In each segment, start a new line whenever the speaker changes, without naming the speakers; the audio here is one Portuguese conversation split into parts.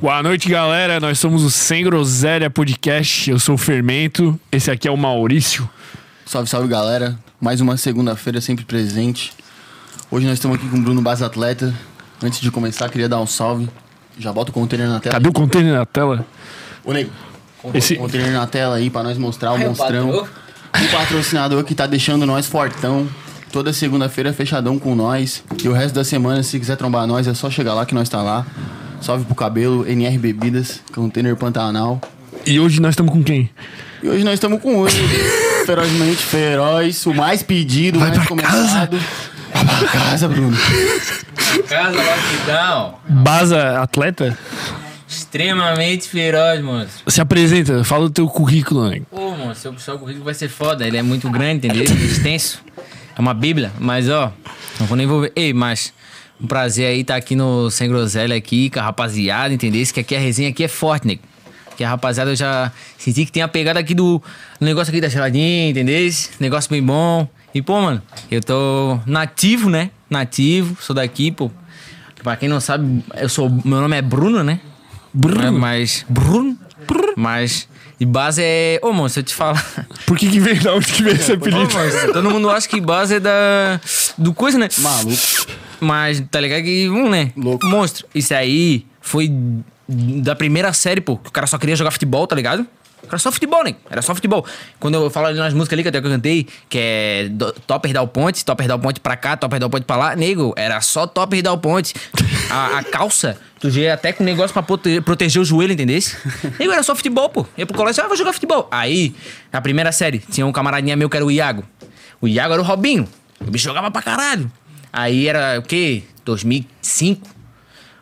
Boa noite, galera. Nós somos o Sem Groselha Podcast. Eu sou o Fermento. Esse aqui é o Maurício.
Salve, salve galera. Mais uma segunda-feira sempre presente. Hoje nós estamos aqui com o Bruno Bas Atleta. Antes de começar, queria dar um salve. Já bota o container na tela.
Cadê o container na tela?
Ô, nego. Bota
Esse-
O container na tela aí pra nós mostrar o
Ai, o
monstrão.
patrão.
O patrocinador que tá deixando nós fortão. Toda segunda-feira fechadão com nós. E o resto da semana, se quiser trombar nós, é só chegar lá que nós tá lá. Salve pro cabelo, NR Bebidas, container Pantanal.
E hoje nós estamos com quem?
E hoje nós estamos com o ferozmente feroz, o mais pedido, o
Vai
mais
pra casa.
comentado. Vai pra casa, Bruno.
Casa Lockdown.
Baza Atleta?
Extremamente feroz, monstro.
Se apresenta, fala o teu currículo, né?
Ô, monstro, seu pessoal currículo vai ser foda. Ele é muito grande, entendeu? Ele é extenso. É uma bíblia, mas ó, não vou nem envolver. Ei, mas um prazer aí estar aqui no Sem Groselha aqui, com a rapaziada, entendeu? Isso que aqui a resenha aqui é forte, nego. Que a rapaziada eu já senti que tem a pegada aqui do do negócio aqui da geladinha, entendeu? Negócio bem bom. E, pô, mano, eu tô nativo, né? Nativo, sou daqui, pô. Pra quem não sabe, eu sou. Meu nome é Bruno, né? Bruno. Mas. Bruno. Mas. E base é. Ô, moço, se eu te falar.
Por que que veio, da onde que veio esse
Ô,
apelido?
moço, todo mundo acha que base é da. Do coisa, né?
Maluco.
Mas tá ligado que. Hum, né?
Louco.
Monstro. Isso aí foi da primeira série, pô. Que o cara só queria jogar futebol, tá ligado? Era só futebol, né? Era só futebol. Quando eu falo ali nas músicas ali que até que eu cantei, que é do- Topper Dal Ponte, Topper Dal Ponte pra cá, Topper Dal Ponte pra lá, nego, era só Topper Dal Ponte. A, a calça, tu já ia até com um negócio pra prote- proteger o joelho, entendesse? Nego, era só futebol, pô. Ia pro colégio, ah, vou jogar futebol. Aí, na primeira série, tinha um camaradinha meu que era o Iago. O Iago era o Robinho. O bicho jogava pra caralho. Aí era o quê? 2005?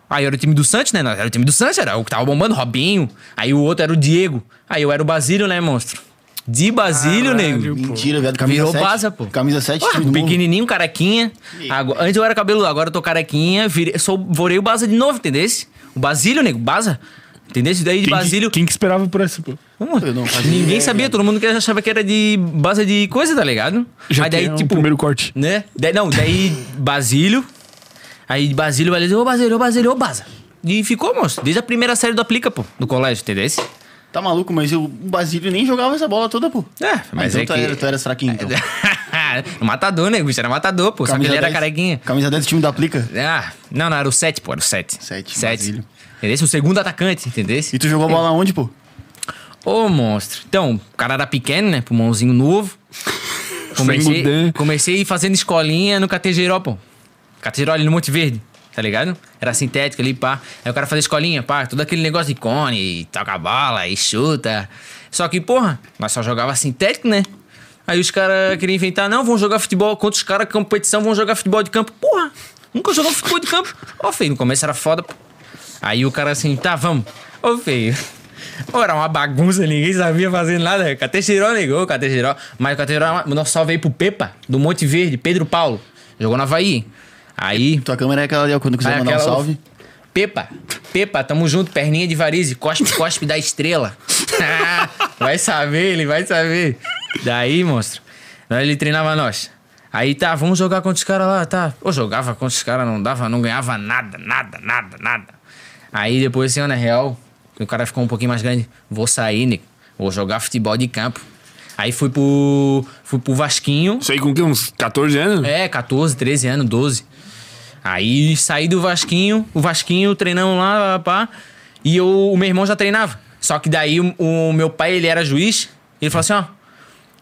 Aí era o time do Santos, né? Era o time do Santos, era o que tava bombando, Robinho. Aí o outro era o Diego. Aí eu era o Basílio, né, monstro? De Basílio, nego.
Mentira, viado. Camisa
Virou
7.
Baza, pô.
Camisa 7,
Ué,
time do morro.
pequenininho, carequinha. Agora- antes eu era cabeludo, agora eu tô carequinha. Virei, sou, vorei o Baza de novo, entendesse? O Basílio, nego, Baza. Entendesse? Daí de
Quem que-
Basílio...
Quem que esperava por essa, pô?
Hum,
Eu não fazia
ninguém
ideia,
sabia, todo mundo que achava que era de Baza de coisa, tá ligado?
Já
Aí daí, tipo-
tem
um
o primeiro corte.
né? Daí, não, daí Basílio. Aí Basílio vai dizer, ô Basílio, ô Basílio, ô Baza. E ficou, moço. Desde a primeira série do Aplica, pô, do colégio, entendeu?
Tá maluco, mas eu- o Basílio nem jogava essa bola toda, pô.
É, mas
Ah, então
é
tu,
que-
era, tu eras fraquinho, então.
matador, né, bicho? Era matador, pô. Só que ele era
10,
carequinha.
Camisa 10 do time da Aplica.
Ah, não, não, era o 7, pô, era o 7.
Sete,
7.
Basílio.
Entendesse? O segundo atacante, entendesse?
E tu jogou a bola onde, pô?
Ô, monstro. Então, o cara era pequeno, né? Pulmãozinho novo.
Sem
Comecei,
mudar.
comecei fazendo escolinha no Categeró, pô. Categeró ali no Monte Verde, tá ligado? Era sintético ali, pá. Aí o cara fazia escolinha, pá. Tudo aquele negócio de cone, e toca a bala, e chuta. Só que, porra, nós só jogava sintético, né? Aí os caras queriam inventar, não, vão jogar futebol contra os caras, competição, vão jogar futebol de campo. Porra, nunca jogou futebol de campo. Ó, feio, no começo era foda, pô. Aí o cara assim, tá, vamos. Ô, feio. Ô, era uma bagunça, ninguém sabia fazer nada. Catexiró negou, Catexiró. Mas o Catexiró, o nosso salve aí pro Pepa, do Monte Verde, Pedro Paulo. Jogou na Havaí. Aí.
Tua câmera é aquela ali, ó. Quando quiser
aí
mandar um
Ah, aquela-
salve.
Pepa, Pepa, tamo junto, perninha de varize, cospe, cospe da estrela. vai saber, ele vai saber. Daí, monstro, daí ele treinava nós. Aí tá, vamos jogar contra os caras lá, tá. Eu jogava contra os caras, não dava, não ganhava nada, nada, nada, nada. Aí depois, assim, ó, na real, o cara ficou um pouquinho mais grande. Vou sair, Nico, vou jogar futebol de campo. Aí fui pro, fui pro Vasquinho,
Sei com que, uns 14 anos?
é, 14, 13 anos, 12. Aí saí do Vasquinho, o Vasquinho treinamos lá, pá, e eu, o meu irmão já treinava. Só que daí o, o meu pai, ele era juiz, ele falou assim, ó,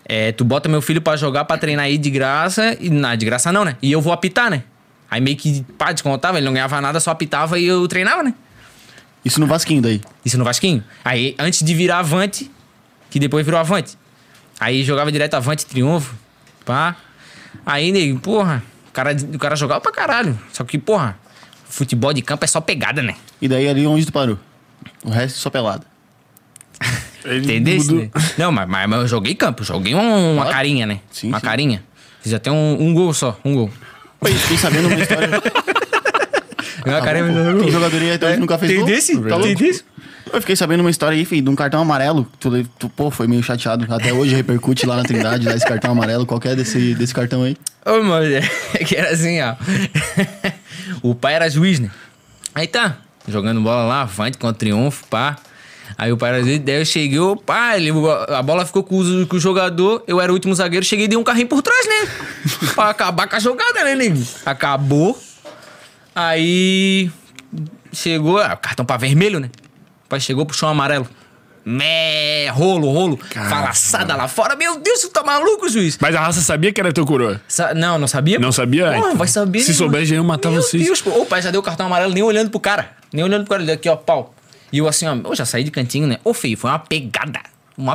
é, tu bota meu filho pra jogar, pra treinar aí de graça, e na de graça não, né? E eu vou apitar, né? Aí meio que, pá, descontava, ele não ganhava nada, só apitava e eu treinava, né?
Isso no Vasquinho daí.
Isso no Vasquinho. Aí, antes de virar Avante, que depois virou Avante. Aí jogava direto Avante Triunfo. Pá. Aí, nego, porra, o cara, o cara jogava pra caralho. Só que, porra, futebol de campo é só pegada, né?
E daí ali onde tu parou? O resto só pelada.
Ele
Entendesse?
mudou.
né? Não, mas, mas, mas eu joguei campo, joguei um- uma
Claro.
carinha, né?
Sim,
uma
sim.
carinha. Fiz até um, um gol só, um gol.
Oi, fiquei sabendo uma história.
Uma
Tá
carinha-
bom, pô. Tem jogador aí até hoje que nunca fez
É, Tem
gol.
desse?
Tá louco?
Tem desse?
Eu fiquei sabendo uma história aí, filho, de um cartão amarelo. Tu, le- tu, pô, foi meio chateado. Até hoje repercute lá na Trindade, lá esse cartão amarelo, qualquer desse, desse cartão aí.
Ô, mano, é que era assim, ó. o pai era juiz, né? Aí tá. jogando bola lá, avante com o triunfo, pá. Aí o Paraíso, daí eu cheguei, ô, pá, ele, a bola ficou com o, com o jogador, eu era o último zagueiro, cheguei e dei um carrinho por trás, né? pra acabar com a jogada, né, nego? Acabou. Aí chegou, ah, cartão pra vermelho, né? O pai chegou, puxou um amarelo. Mé, rolo, rolo. Falaçada lá fora. Meu Deus, tu tá maluco, juiz?
Mas a raça sabia que era teu coroa.
Sa- não, não sabia?
Não sabia?
Não,
Então,
vai saber. né,
se soubesse, já iam matar
Meu
vocês.
Deus, pô. Ô, pai já deu o cartão amarelo, nem olhando pro cara. Nem olhando pro cara. Ele deu aqui, ó, pau. E eu assim, ó, eu já saí de cantinho, né? Ô, feio, foi uma pegada. Uma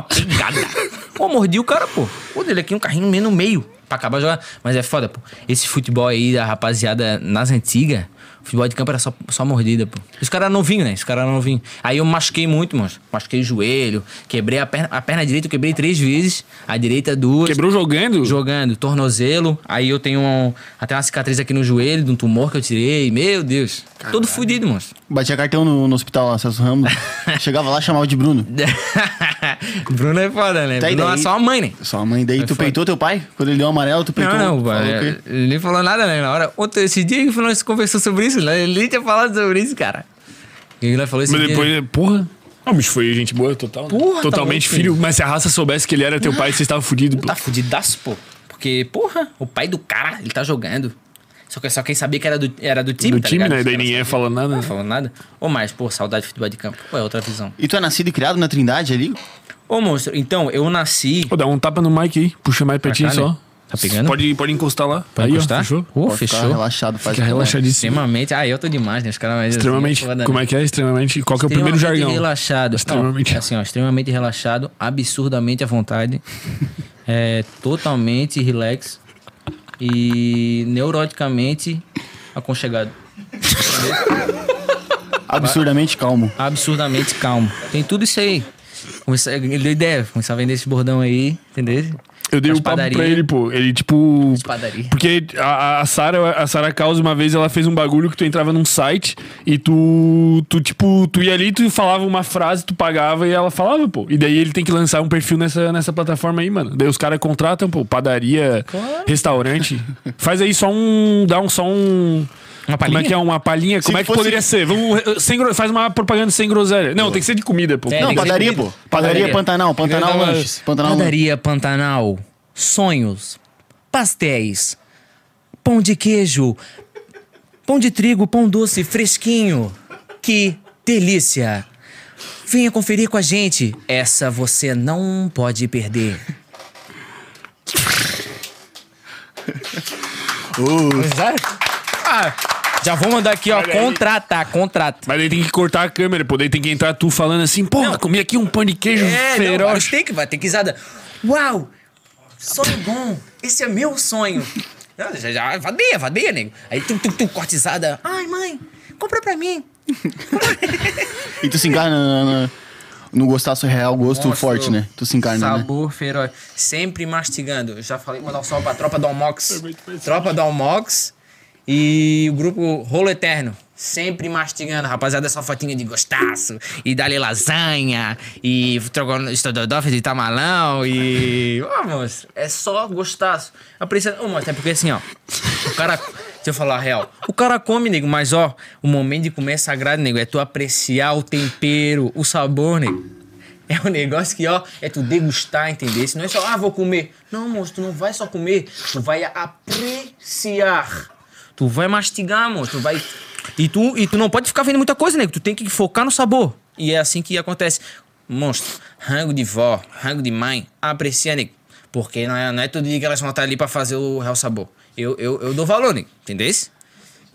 pegada. Pô, mordi o cara, pô. Pô, dele aqui um carrinho meio no meio. Pra acabar jogando. Mas é foda, pô. Esse futebol aí da rapaziada nas antigas, futebol de campo era só, só mordida, pô. Os caras novinhos, né? Os caras novinhos. Aí eu machuquei muito, mano. Machuquei o joelho, quebrei a perna, a perna direita, eu quebrei três vezes, a direita duas.
Quebrou jogando?
Jogando, tornozelo. Aí eu tenho um- até uma cicatriz aqui no joelho de um tumor que eu tirei. Meu Deus. Todo fudido, moço.
Batia cartão no, no hospital lá, Celso Ramos. Chegava lá, chamava de Bruno.
Bruno é foda, né?
Tá, e
Bruno é
daí?
só a mãe, né?
Sua mãe, daí tu peitou teu pai? Quando ele deu amarelo, tu peitou?
Não, não, pá,
Falou o
é,
quê?
ele nem falou nada, né? Na hora, outro, esse dia que nós conversou sobre isso, né? ele nem tinha falado sobre isso, cara. E nós falou esse
Mas
dia,
depois,
né?
porra. Ah, o bicho foi gente boa total. né?
Porra, tá
Totalmente
louco,
filho. Mas se a raça soubesse que ele era teu pai, vocês estavam fudidos.
tá fudidaço, pô. Porque, porra, o pai do cara, ele tá jogando. Só que só quem sabia que era do, era do time,
Do
tá
time,
ligado?
né?
Os
Daí
caras
ninguém ia falando nada.
Não
né?
falou nada. Ou mais, pô, saudade de futebol de campo. Pô, é outra visão.
E tu é nascido e criado na Trindade ali?
Ô, monstro, então, eu nasci.
Pô, dá um tapa no mic aí. Puxa mais pertinho
cá,
só.
né? Tá pegando?
Pode, pode encostar lá. aí, ó. Fechou?
Oh,
Pode ficar
fechou.
relaxado. Faz né?
Fica relaxadíssimo.
Extremamente. Ah, eu tô demais, né? Os caras mais.
Extremamente.
foda, né?
Como é que é? Extremamente. Qual que é o primeiro
Extremamente
jargão?
Relaxado.
Extremamente.
Não, assim, ó, extremamente relaxado, absurdamente à vontade. é, totalmente relax. E neuroticamente aconchegado.
Absurdamente calmo.
Absurdamente calmo. Tem tudo isso aí. Começar, ele deu ideia, começar a vender esse bordão aí, entendeu?
Eu dei o
As
papo pra
padaria.
ele, pô. Ele, tipo.
padaria.
Porque a, a Sara, a Sara Causa, uma vez, ela fez um bagulho que tu entrava num site e tu, tu, tipo, tu ia ali, tu falava uma frase, tu pagava e ela falava, pô. E daí ele tem que lançar um perfil nessa, nessa plataforma aí, mano. Daí os caras contratam, pô, padaria, restaurante. Faz aí só um. Dá um só um.
Uma
Como é que é uma palhinha? Como é que
fosse-
poderia ser? Vamos, eh, sem, gro- faz uma propaganda sem groselha. Não, tem que ser de comida, pô.
É,
Não,
Não,
tem que ser
padaria, pô.
comida.
Padaria,
Padaria.
Pantanal. Pantanal
Padaria.
Lanches. Pantanal
Padaria Pantanal, sonhos, pastéis, pão de queijo, pão de trigo, pão doce fresquinho. Que delícia! Venha conferir com a gente. Essa você não pode perder. é. Ah, já vou mandar aqui, ó.
Olha aí.
Contratar, contrata.
Mas daí tem que cortar a câmera, pô. Daí tem que entrar tu falando assim, porra, comi aqui um pão de queijo
É, não, mas
feroz.
tem que, vai ter que isada. Uau! Sonho bom! Esse é meu sonho! Não, já, já, vadeia, vadeia, nego. Aí tu, tu, tu, cortizada. Ai, mãe, compra pra mim.
E tu se encarna na- na- no gostaço real, gosto
Nossa,
forte, né? Tu se encarna, né?
Sabor feroz. Sempre mastigando. Eu já falei, mandar um salve pra tropa do Almox. Tropa do Almox. E o grupo Rolo Eterno. Sempre mastigando, rapaziada, essa fotinha de gostaço. E dali lasanha. E trocando estododofe de tamalão. E. Ó, moço, é só gostaço. Apreciando. Ô, moço, é porque assim, ó. O cara. Deixa eu falar a real. O cara come, nego, mas ó, o momento de comer é sagrado, nego. É tu apreciar o tempero, o sabor, nego. É um negócio que, ó, é tu degustar, entendeu? Isso não é só, ah, vou comer. Não, moço, tu não vai só comer. Tu vai apreciar. Tu vai mastigar, moço. Tu vai. E tu, e tu não pode ficar vendo muita coisa, nego. Tu tem que focar no sabor. E é assim que acontece. Monstro, rango de vó, rango de mãe, aprecia, nego. Porque não é, não é todo dia que elas vão estar ali pra fazer o real sabor. Eu, eu, eu dou valor, nego. Entendeu?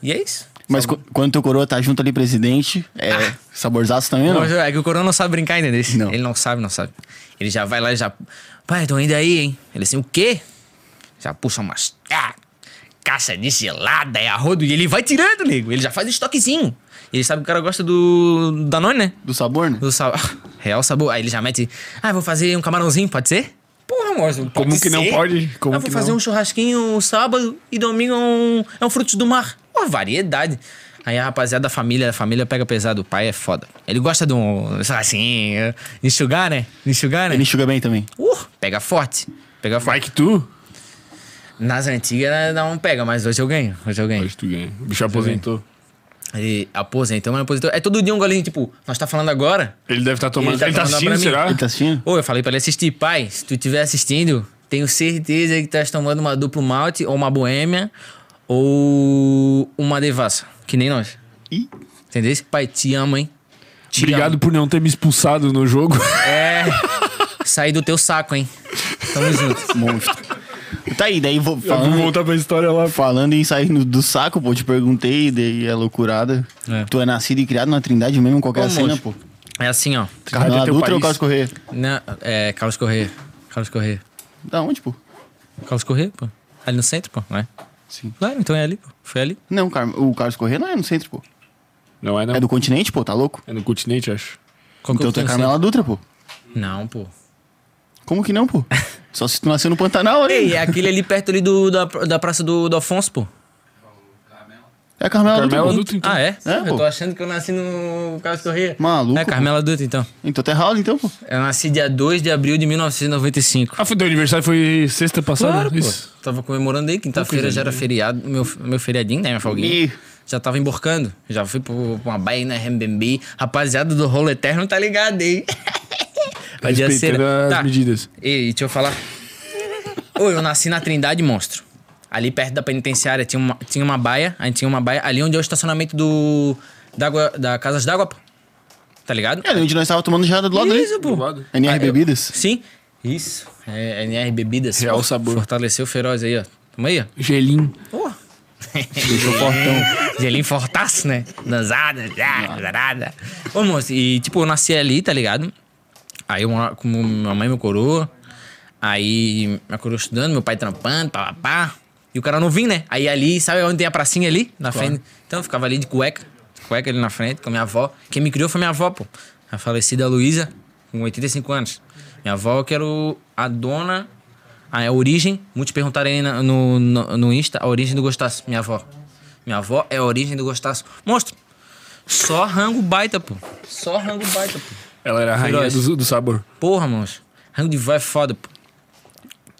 E é isso.
Mas qu- quando teu coroa tá junto ali, presidente, é saborzaço também, não?
Não, é que o Corona não sabe brincar, entendeu?
Não.
Ele não sabe, não sabe. Ele já vai lá e já. Pai, tô indo aí, hein? Ele assim, o quê? Já puxa umas. Ah, caixa de gelada é e arrodo. E ele vai tirando, nego. Ele já faz estoquezinho. Ele sabe que o cara gosta do. Danone, né?
Do sabor, né?
Do sal... Real sabor. Aí ele já mete. Ah, eu vou fazer um camarãozinho, pode ser? Porra, amor. Pode
Como que não
ser?
pode? Como
eu vou
que
fazer
não?
um churrasquinho sábado e domingo é um, é um frutos do mar. Uma variedade. Aí a rapaziada da família, a família pega pesado. O pai é foda. Ele gosta de um churrasquinho. Enxugar, né? Enxugar, né?
Ele enxuga bem também.
Uh, pega forte. Pega forte.
Vai
né,
que tu?
Nas antigas não pega, um mas hoje eu ganho. Hoje eu ganho.
Hoje tu ganha. O bicho aposentou.
Ele aposenta, mano, aposentou. É todo dia um golinho, tipo, nós tá falando agora.
Ele deve estar tomando.
Ele
Ele,
tá
tá
tomando
assistindo,
pra mim.
será?
Ele tá assistindo?
Ô, eu falei pra ele assistir, pai, se tu estiver assistindo, tenho certeza que tu estás tomando uma duplo malte, ou uma boêmia, ou uma devassa, que nem nós.
Ih.
Entendeu? Pai, te amo, hein? Te
Obrigado
amo.
por não ter me expulsado no jogo.
É. Saí do teu saco, hein? Tamo junto.
Monstro. Tá aí, daí vou,
Eu vou
falando,
voltar pra história lá.
falando em sair no- do saco, pô, te perguntei, daí é loucurada.
É.
Tu é nascido e criado na Trindade mesmo, em qualquer
Ô,
cena,
moço.
pô.
É assim, ó.
é
Carnaval
teu
Dutra ou
país.
Carlos Correia?
Na, é, Carlos Corrêa. Carlos Corrêa.
Da onde, pô?
Carlos Corrêa, pô. Ali no centro, pô, não é?
Sim.
Claro, então é ali, pô. Foi ali.
Não, Car- o Carlos Correia não é no centro, pô.
Não é, não.
É do continente, pô, tá louco?
É no continente, acho.
Qual que
então
eu
tu é
tenho
Carmela Dutra, pô.
certeza? Não, pô.
Como que não, pô? Só se tu nasceu no Pantanal, né?
Ei, é aquele ali perto ali do, da, da praça do, do Afonso, pô.
É a Carmela,
Carmela
Dutra. pô.
Dutra, então.
Ah, é?
É, pô.
eu tô achando que eu nasci no Carlos Corrêa.
Maluco,
É, Carmela Dutra, então.
Então tu é Raul, então, pô.
Eu nasci dia 2 de abril de 1995.
Ah, foi teu aniversário, foi sexta passada?
Claro, pô.
Isso.
Tava comemorando aí, quinta-feira já era feriado, meu, meu feriadinho, né, minha folguinha.
Ih.
Já tava emborcando. Já fui pro- pra uma baia na RMBB. Rapaziada do Rolo Eterno tá ligado aí. Vai dia
Respeitando
cera.
as
Tá.
medidas.
Ei, deixa eu falar. Ô, eu nasci na Trindade Monstro. Ali perto da penitenciária tinha uma, tinha uma baia. Aí tinha uma baia. Ali onde é o estacionamento do... Da, água, da Casas d'Água, pô. Tá ligado?
É, onde nós tava tomando jada do lado ali.
Isso, pô.
lado.
NR
Ah, eu-
Bebidas.
Sim. Isso. É, NR Bebidas.
Real
For-
sabor.
Fortaleceu feroz aí, ó. Toma aí, ó.
Gelinho.
Deixou fortão.
Gelinho fortaço, né? Danzada, já, danada. Ô, moço, e tipo, eu nasci ali, tá ligado? Aí eu morava com minha mãe e meu coroa. Aí minha coroa estudando, meu pai trampando, pá, pá, pá. E o cara não vinha, né? Aí ali, sabe onde tem a pracinha ali? Na frente. Então eu ficava ali de cueca. de Cueca ali na frente, com a minha avó. Quem me criou foi minha avó, pô. A falecida Luísa, com 85 anos. Minha avó, que era o- a dona... A origem... Muitos perguntaram aí na- no, no, no Insta a origem do Gostaço. Minha avó. Minha avó é a origem do Gostaço. Monstro! Só rango baita, pô. Só rango baita, pô.
Ela era a rainha
Feroz.
do, do sabor.
Porra, monstro. Rango de vó é foda, pô.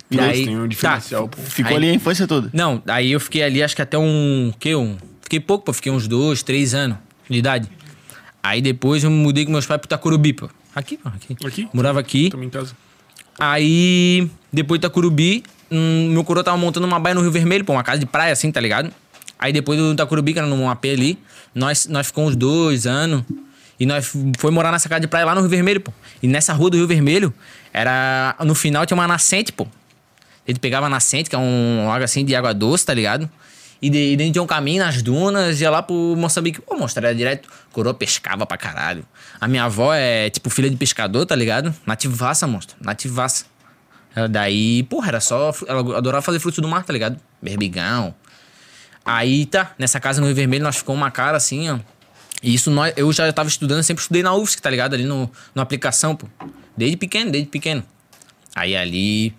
E
Feroz
aí-
tem um diferencial, pô.
Ficou
Aí-
ali a infância toda.
Não, aí eu fiquei ali, acho que até um. que um. Fiquei pouco, pô. Fiquei uns dois, três anos de idade. Aí depois eu me mudei com meus pais pro Tacurubi, pô. Aqui, pô. Aqui.
Aqui?
Morava aqui.
Também em casa.
Aí, depois do Itacurubi, hum, meu coroa tava montando uma baia no Rio Vermelho, pô, uma casa de praia assim, tá ligado? Aí depois do Itacurubi, que era num AP ali, nós, nós ficamos uns dois anos. E nós f- foi morar nessa casa de praia lá no Rio Vermelho, pô. E nessa rua do Rio Vermelho, era. No final tinha uma nascente, pô. Ele pegava a nascente, que é um lago assim de água doce, tá ligado? E de- e dentro de um caminho, nas dunas, ia lá pro Moçambique. Pô, mostrar era direto. Coroa pescava pra caralho. A minha avó é, tipo, filha de pescador, tá ligado? Nativaça, monstro. Nativaça. Ela Daí, porra, era só... fru- Ela adorava fazer frutos do mar, tá ligado? Berbigão. Aí, tá. Nessa casa no Rio Vermelho, nós ficamos uma cara assim, ó. E isso nós, eu já tava estudando, sempre estudei na UFSC, tá ligado? Ali no, na aplicação, pô. Desde pequeno, desde pequeno. Aí ali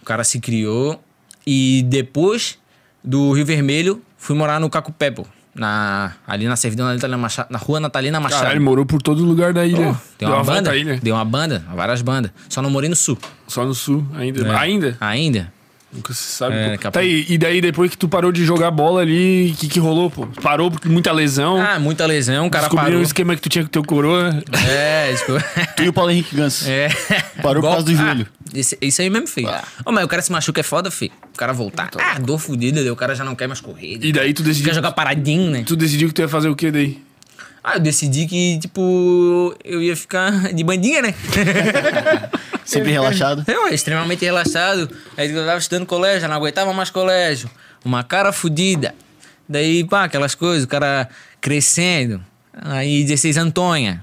o cara se criou e depois do Rio Vermelho fui morar no Cacupé, pô. Na, ali tá na servidão da Natalina Machado, na rua Natalina Machado.
Caralho, morou por todo lugar da ilha.
Deu uma,
volta né?
banda,
à ilha.
deu uma banda, várias bandas. Só não morei no sul.
Só no sul, ainda.
né?
Ainda?
Ainda.
Nunca se sabe.
É,
pô.
daqui a
tá aí, e daí depois que tu parou de jogar bola ali, o que, que rolou, pô? Parou porque muita lesão.
Ah, muita lesão, o cara
descobriram
parou.
o esquema que tu tinha com teu coroa. né?
É, desculpa.
Tu e o Paulo Henrique Gans.
É.
Parou por
Golpe-
causa do joelho.
Ah, isso, isso aí mesmo, filho.
Ah. Então.
Ô, mas o cara se machuca é foda, filho. O cara voltar. Ah, dor fudida, daí o cara já não quer mais correr.
E daí tu
Quer
decidiu.
jogar paradinho, né?
Tu decidiu que tu ia fazer o quê daí?
Ah, eu decidi que, tipo, eu ia ficar de bandinha, né?
Sempre relaxado.
eu, É, extremamente relaxado. Aí eu tava estudando colégio, já não aguentava mais colégio. Uma cara fodida. Daí, pá, aquelas coisas, o cara crescendo. Aí, 16 Antônia.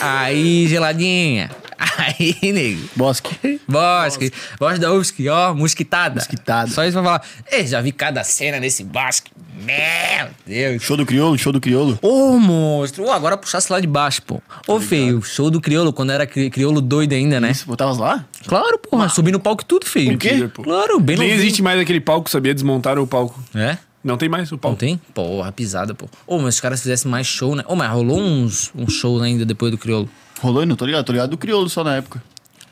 Aí, geladinha. Aí, nego.
Bosque.
Bosque, Bosque da UFSC, ó, mosquitada.
Mosquitada.
Só isso pra falar. Ei, já vi cada cena nesse Bosque. Meu Deus.
Show do crioulo, show do crioulo.
Ô, monstro! Ô, agora puxasse lá de baixo, pô. Ô, feio, show do crioulo, quando era cri- crioulo doido ainda, né?
Isso, pô, tavas lá?
Claro, porra, subi no palco e tudo, feio.
O quê?
pô.
Claro, bem
Nem
novinho.
existe mais aquele palco, sabia? Desmontaram o palco.
É?
Não tem mais o
Não
palco.
tem? Porra, pisada, pô. Ô, mas se os caras fizessem mais show, né? Ô, mas rolou uns, uns shows ainda depois do crioulo.
Rolou, não tô ligado. Tô ligado do crioulo só na época.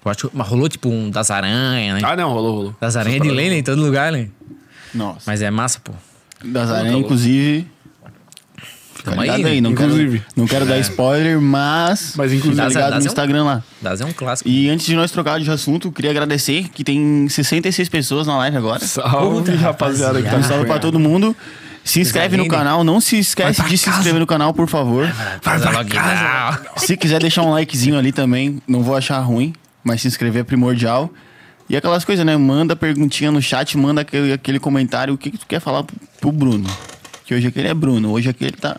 Eu acho, mas rolou tipo um das aranhas, né?
Ah, não, rolou, rolou.
Das aranhas de Lena em todo lugar, né?
Nossa.
Mas é massa, pô.
Das aranhas, inclusive.
Tamo aí. É.
Ligado aí, não
inclusive.
quero, não quero dar spoiler, mas.
Mas inclusive.
Tá
Dá- dá-
ligado
dá-
no Instagram lá.
Daz é um clássico.
E antes de nós trocar de assunto, queria agradecer que tem 66 pessoas na live agora.
Salve, rapaziada. tá
Então, um salve pra todo mundo. Se inscreve no
linda.
canal, não se esquece
Vai pra
de se
casa. É
inscrever no canal, por favor.
Vai pra casa.
Se quiser deixar um likezinho ali também, não vou achar ruim, mas se inscrever é primordial. E aquelas coisas, né? Manda perguntinha no chat, manda aquele, aquele comentário. O que, que tu quer falar pro, pro Bruno? Que hoje aqui ele é Bruno, hoje aqui ele tá.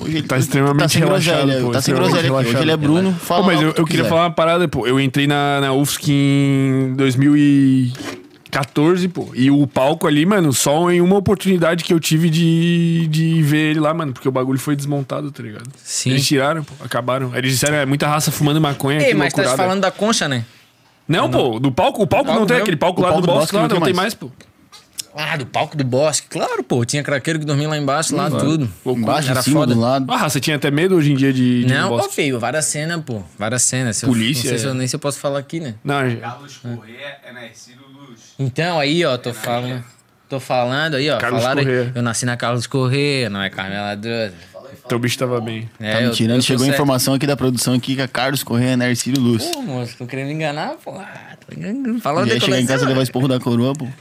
Hoje ele
Tá extremamente
sem
relaxado,
groselha,
pô,
Tá sem
extremamente
groselha aqui. Hoje
relaxado.
ele é Bruno, fala.
Pô, mas
lá o
eu,
que tu
eu queria
quiser.
falar uma parada, pô. Eu entrei na, na UFSC em 2014, pô. E o palco ali, mano, só em uma oportunidade que eu tive de, de ver ele lá, mano. Porque o bagulho foi desmontado, tá ligado?
Sim.
Eles tiraram, pô. Acabaram. Eles disseram, é muita raça fumando maconha.
Ei,
que
mas tá
loucurada.
falando da concha, né?
Não, pô. Do palco, o palco
palco
não tem.
mesmo?
Aquele palco
O
lá
palco
do
do
bosque,
bosque
lá
não
não
tem
tem mais,
mais.
pô.
Ah, do palco do bosque. Claro, pô. Tinha craqueiro que dormia lá embaixo, lá tudo.
Embaixo, em
Era
cima,
foda.
do lado. tá
A raça Ah, tinha até medo hoje em dia de, de ir no
Não, ô
bosque.
feio, várias cenas, pô. Várias cenas. Se eu-
Polícia,
Não sei se eu,
é.
nem se eu posso falar aqui, né?
Não,
Carlos Corrêa é nascido luz.
Então, aí, ó, tô falando. Tô falando aí, ó.
Carlos
falaram aí,
Corrêa.
Eu nasci na Carlos Corrêa, não é Carmela Dutra.
teu bicho tava bem.
É,
Tá me
eu-
tirando.
eu tô
Chegou a
certo.
informação aqui da produção aqui que é Carlos Correia, Narcílio Luz.
Pô, moço, tô querendo me enganar, pô. Ah, tô enganando. Falando
e aí
de
chegar em casa
coleção,
levar esporro da coroa, pô.
né?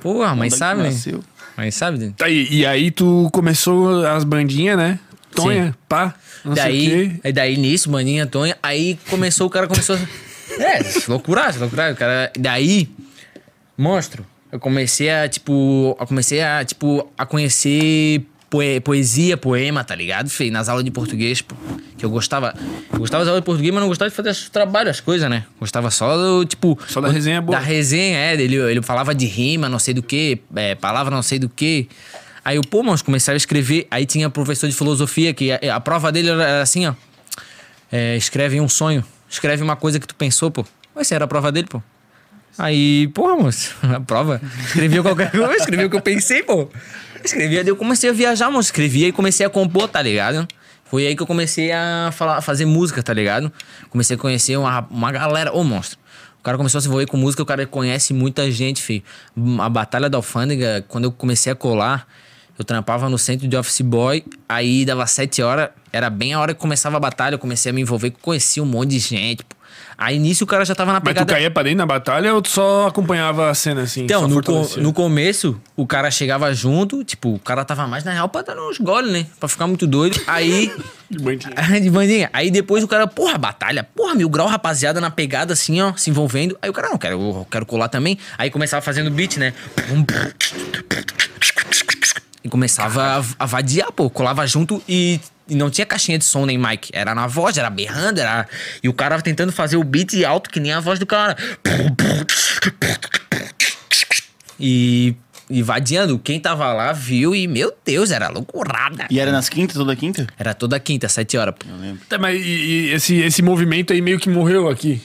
Porra, mas
Onde é que
sabe, né?
nasceu?
Mas sabe, né?
Tá aí, e aí tu começou as bandinhas, né? Tonha, pá, não sei o
Daí,
quê.
aí daí nisso, maninha, Tonha, aí começou, o cara começou. é, loucura, loucura, o cara. Daí, monstro, eu comecei a, tipo, eu comecei a, tipo, a conhecer poe- poesia, poema, tá ligado, feio? Nas aulas de português, pô, que eu gostava. Eu gostava das aulas de português, mas não gostava de fazer os trabalhos, as coisas, né? Gostava só do, tipo.
Só da resenha boa.
Da resenha, é. Ele, ele falava de rima, não sei do que, palavra não sei do que. Aí eu, pô, mas começava a escrever. Aí tinha professor de filosofia que a, a prova dele era assim, ó. É, escreve um sonho. Escreve uma coisa que tu pensou, pô. Essa era a prova dele, pô. Aí, porra, moço, a prova. Escrevi qualquer coisa, escrevi o que eu pensei, pô. Escrevi, aí eu comecei a viajar, moço. Escrevi e comecei a compor, tá ligado? Foi aí que eu comecei a falar, fazer música, tá ligado? Comecei a conhecer uma, uma galera. Ô, monstro. O cara começou a se envolver com música, o cara conhece muita gente, filho. A Batalha da Alfândega, quando eu comecei a colar, eu trampava no centro de office boy, aí dava sete horas, era bem a hora que começava a batalha, eu comecei a me envolver, conheci um monte de gente. pô. Aí nisso o cara já tava na
Mas tu
pegada.
caía pra dentro na batalha ou tu só acompanhava a cena assim?
Então,
só
no, co-
fortalecia?
no começo, o cara chegava junto, tipo, o cara tava mais na real pra dar uns goles, né? Pra ficar muito doido. Aí.
De bandinha.
de bandinha. Aí depois o cara, porra, batalha, porra, mil grau, rapaziada, na pegada, assim, ó, se envolvendo. Aí o cara, não, quero, eu quero colar também. Aí começava fazendo beat, né? E começava a, a vadiar, pô. Colava junto e, e não tinha caixinha de som nem mic. Era na voz, era berrando, era. E o cara tentando fazer o beat alto que nem a voz do cara. E. E vadiando, quem tava lá viu e, meu Deus, era loucurada.
E é- era nas quintas, toda quinta?
Era toda quinta, sete horas, pô.
Tá, mas e, e esse, esse movimento aí meio que morreu aqui.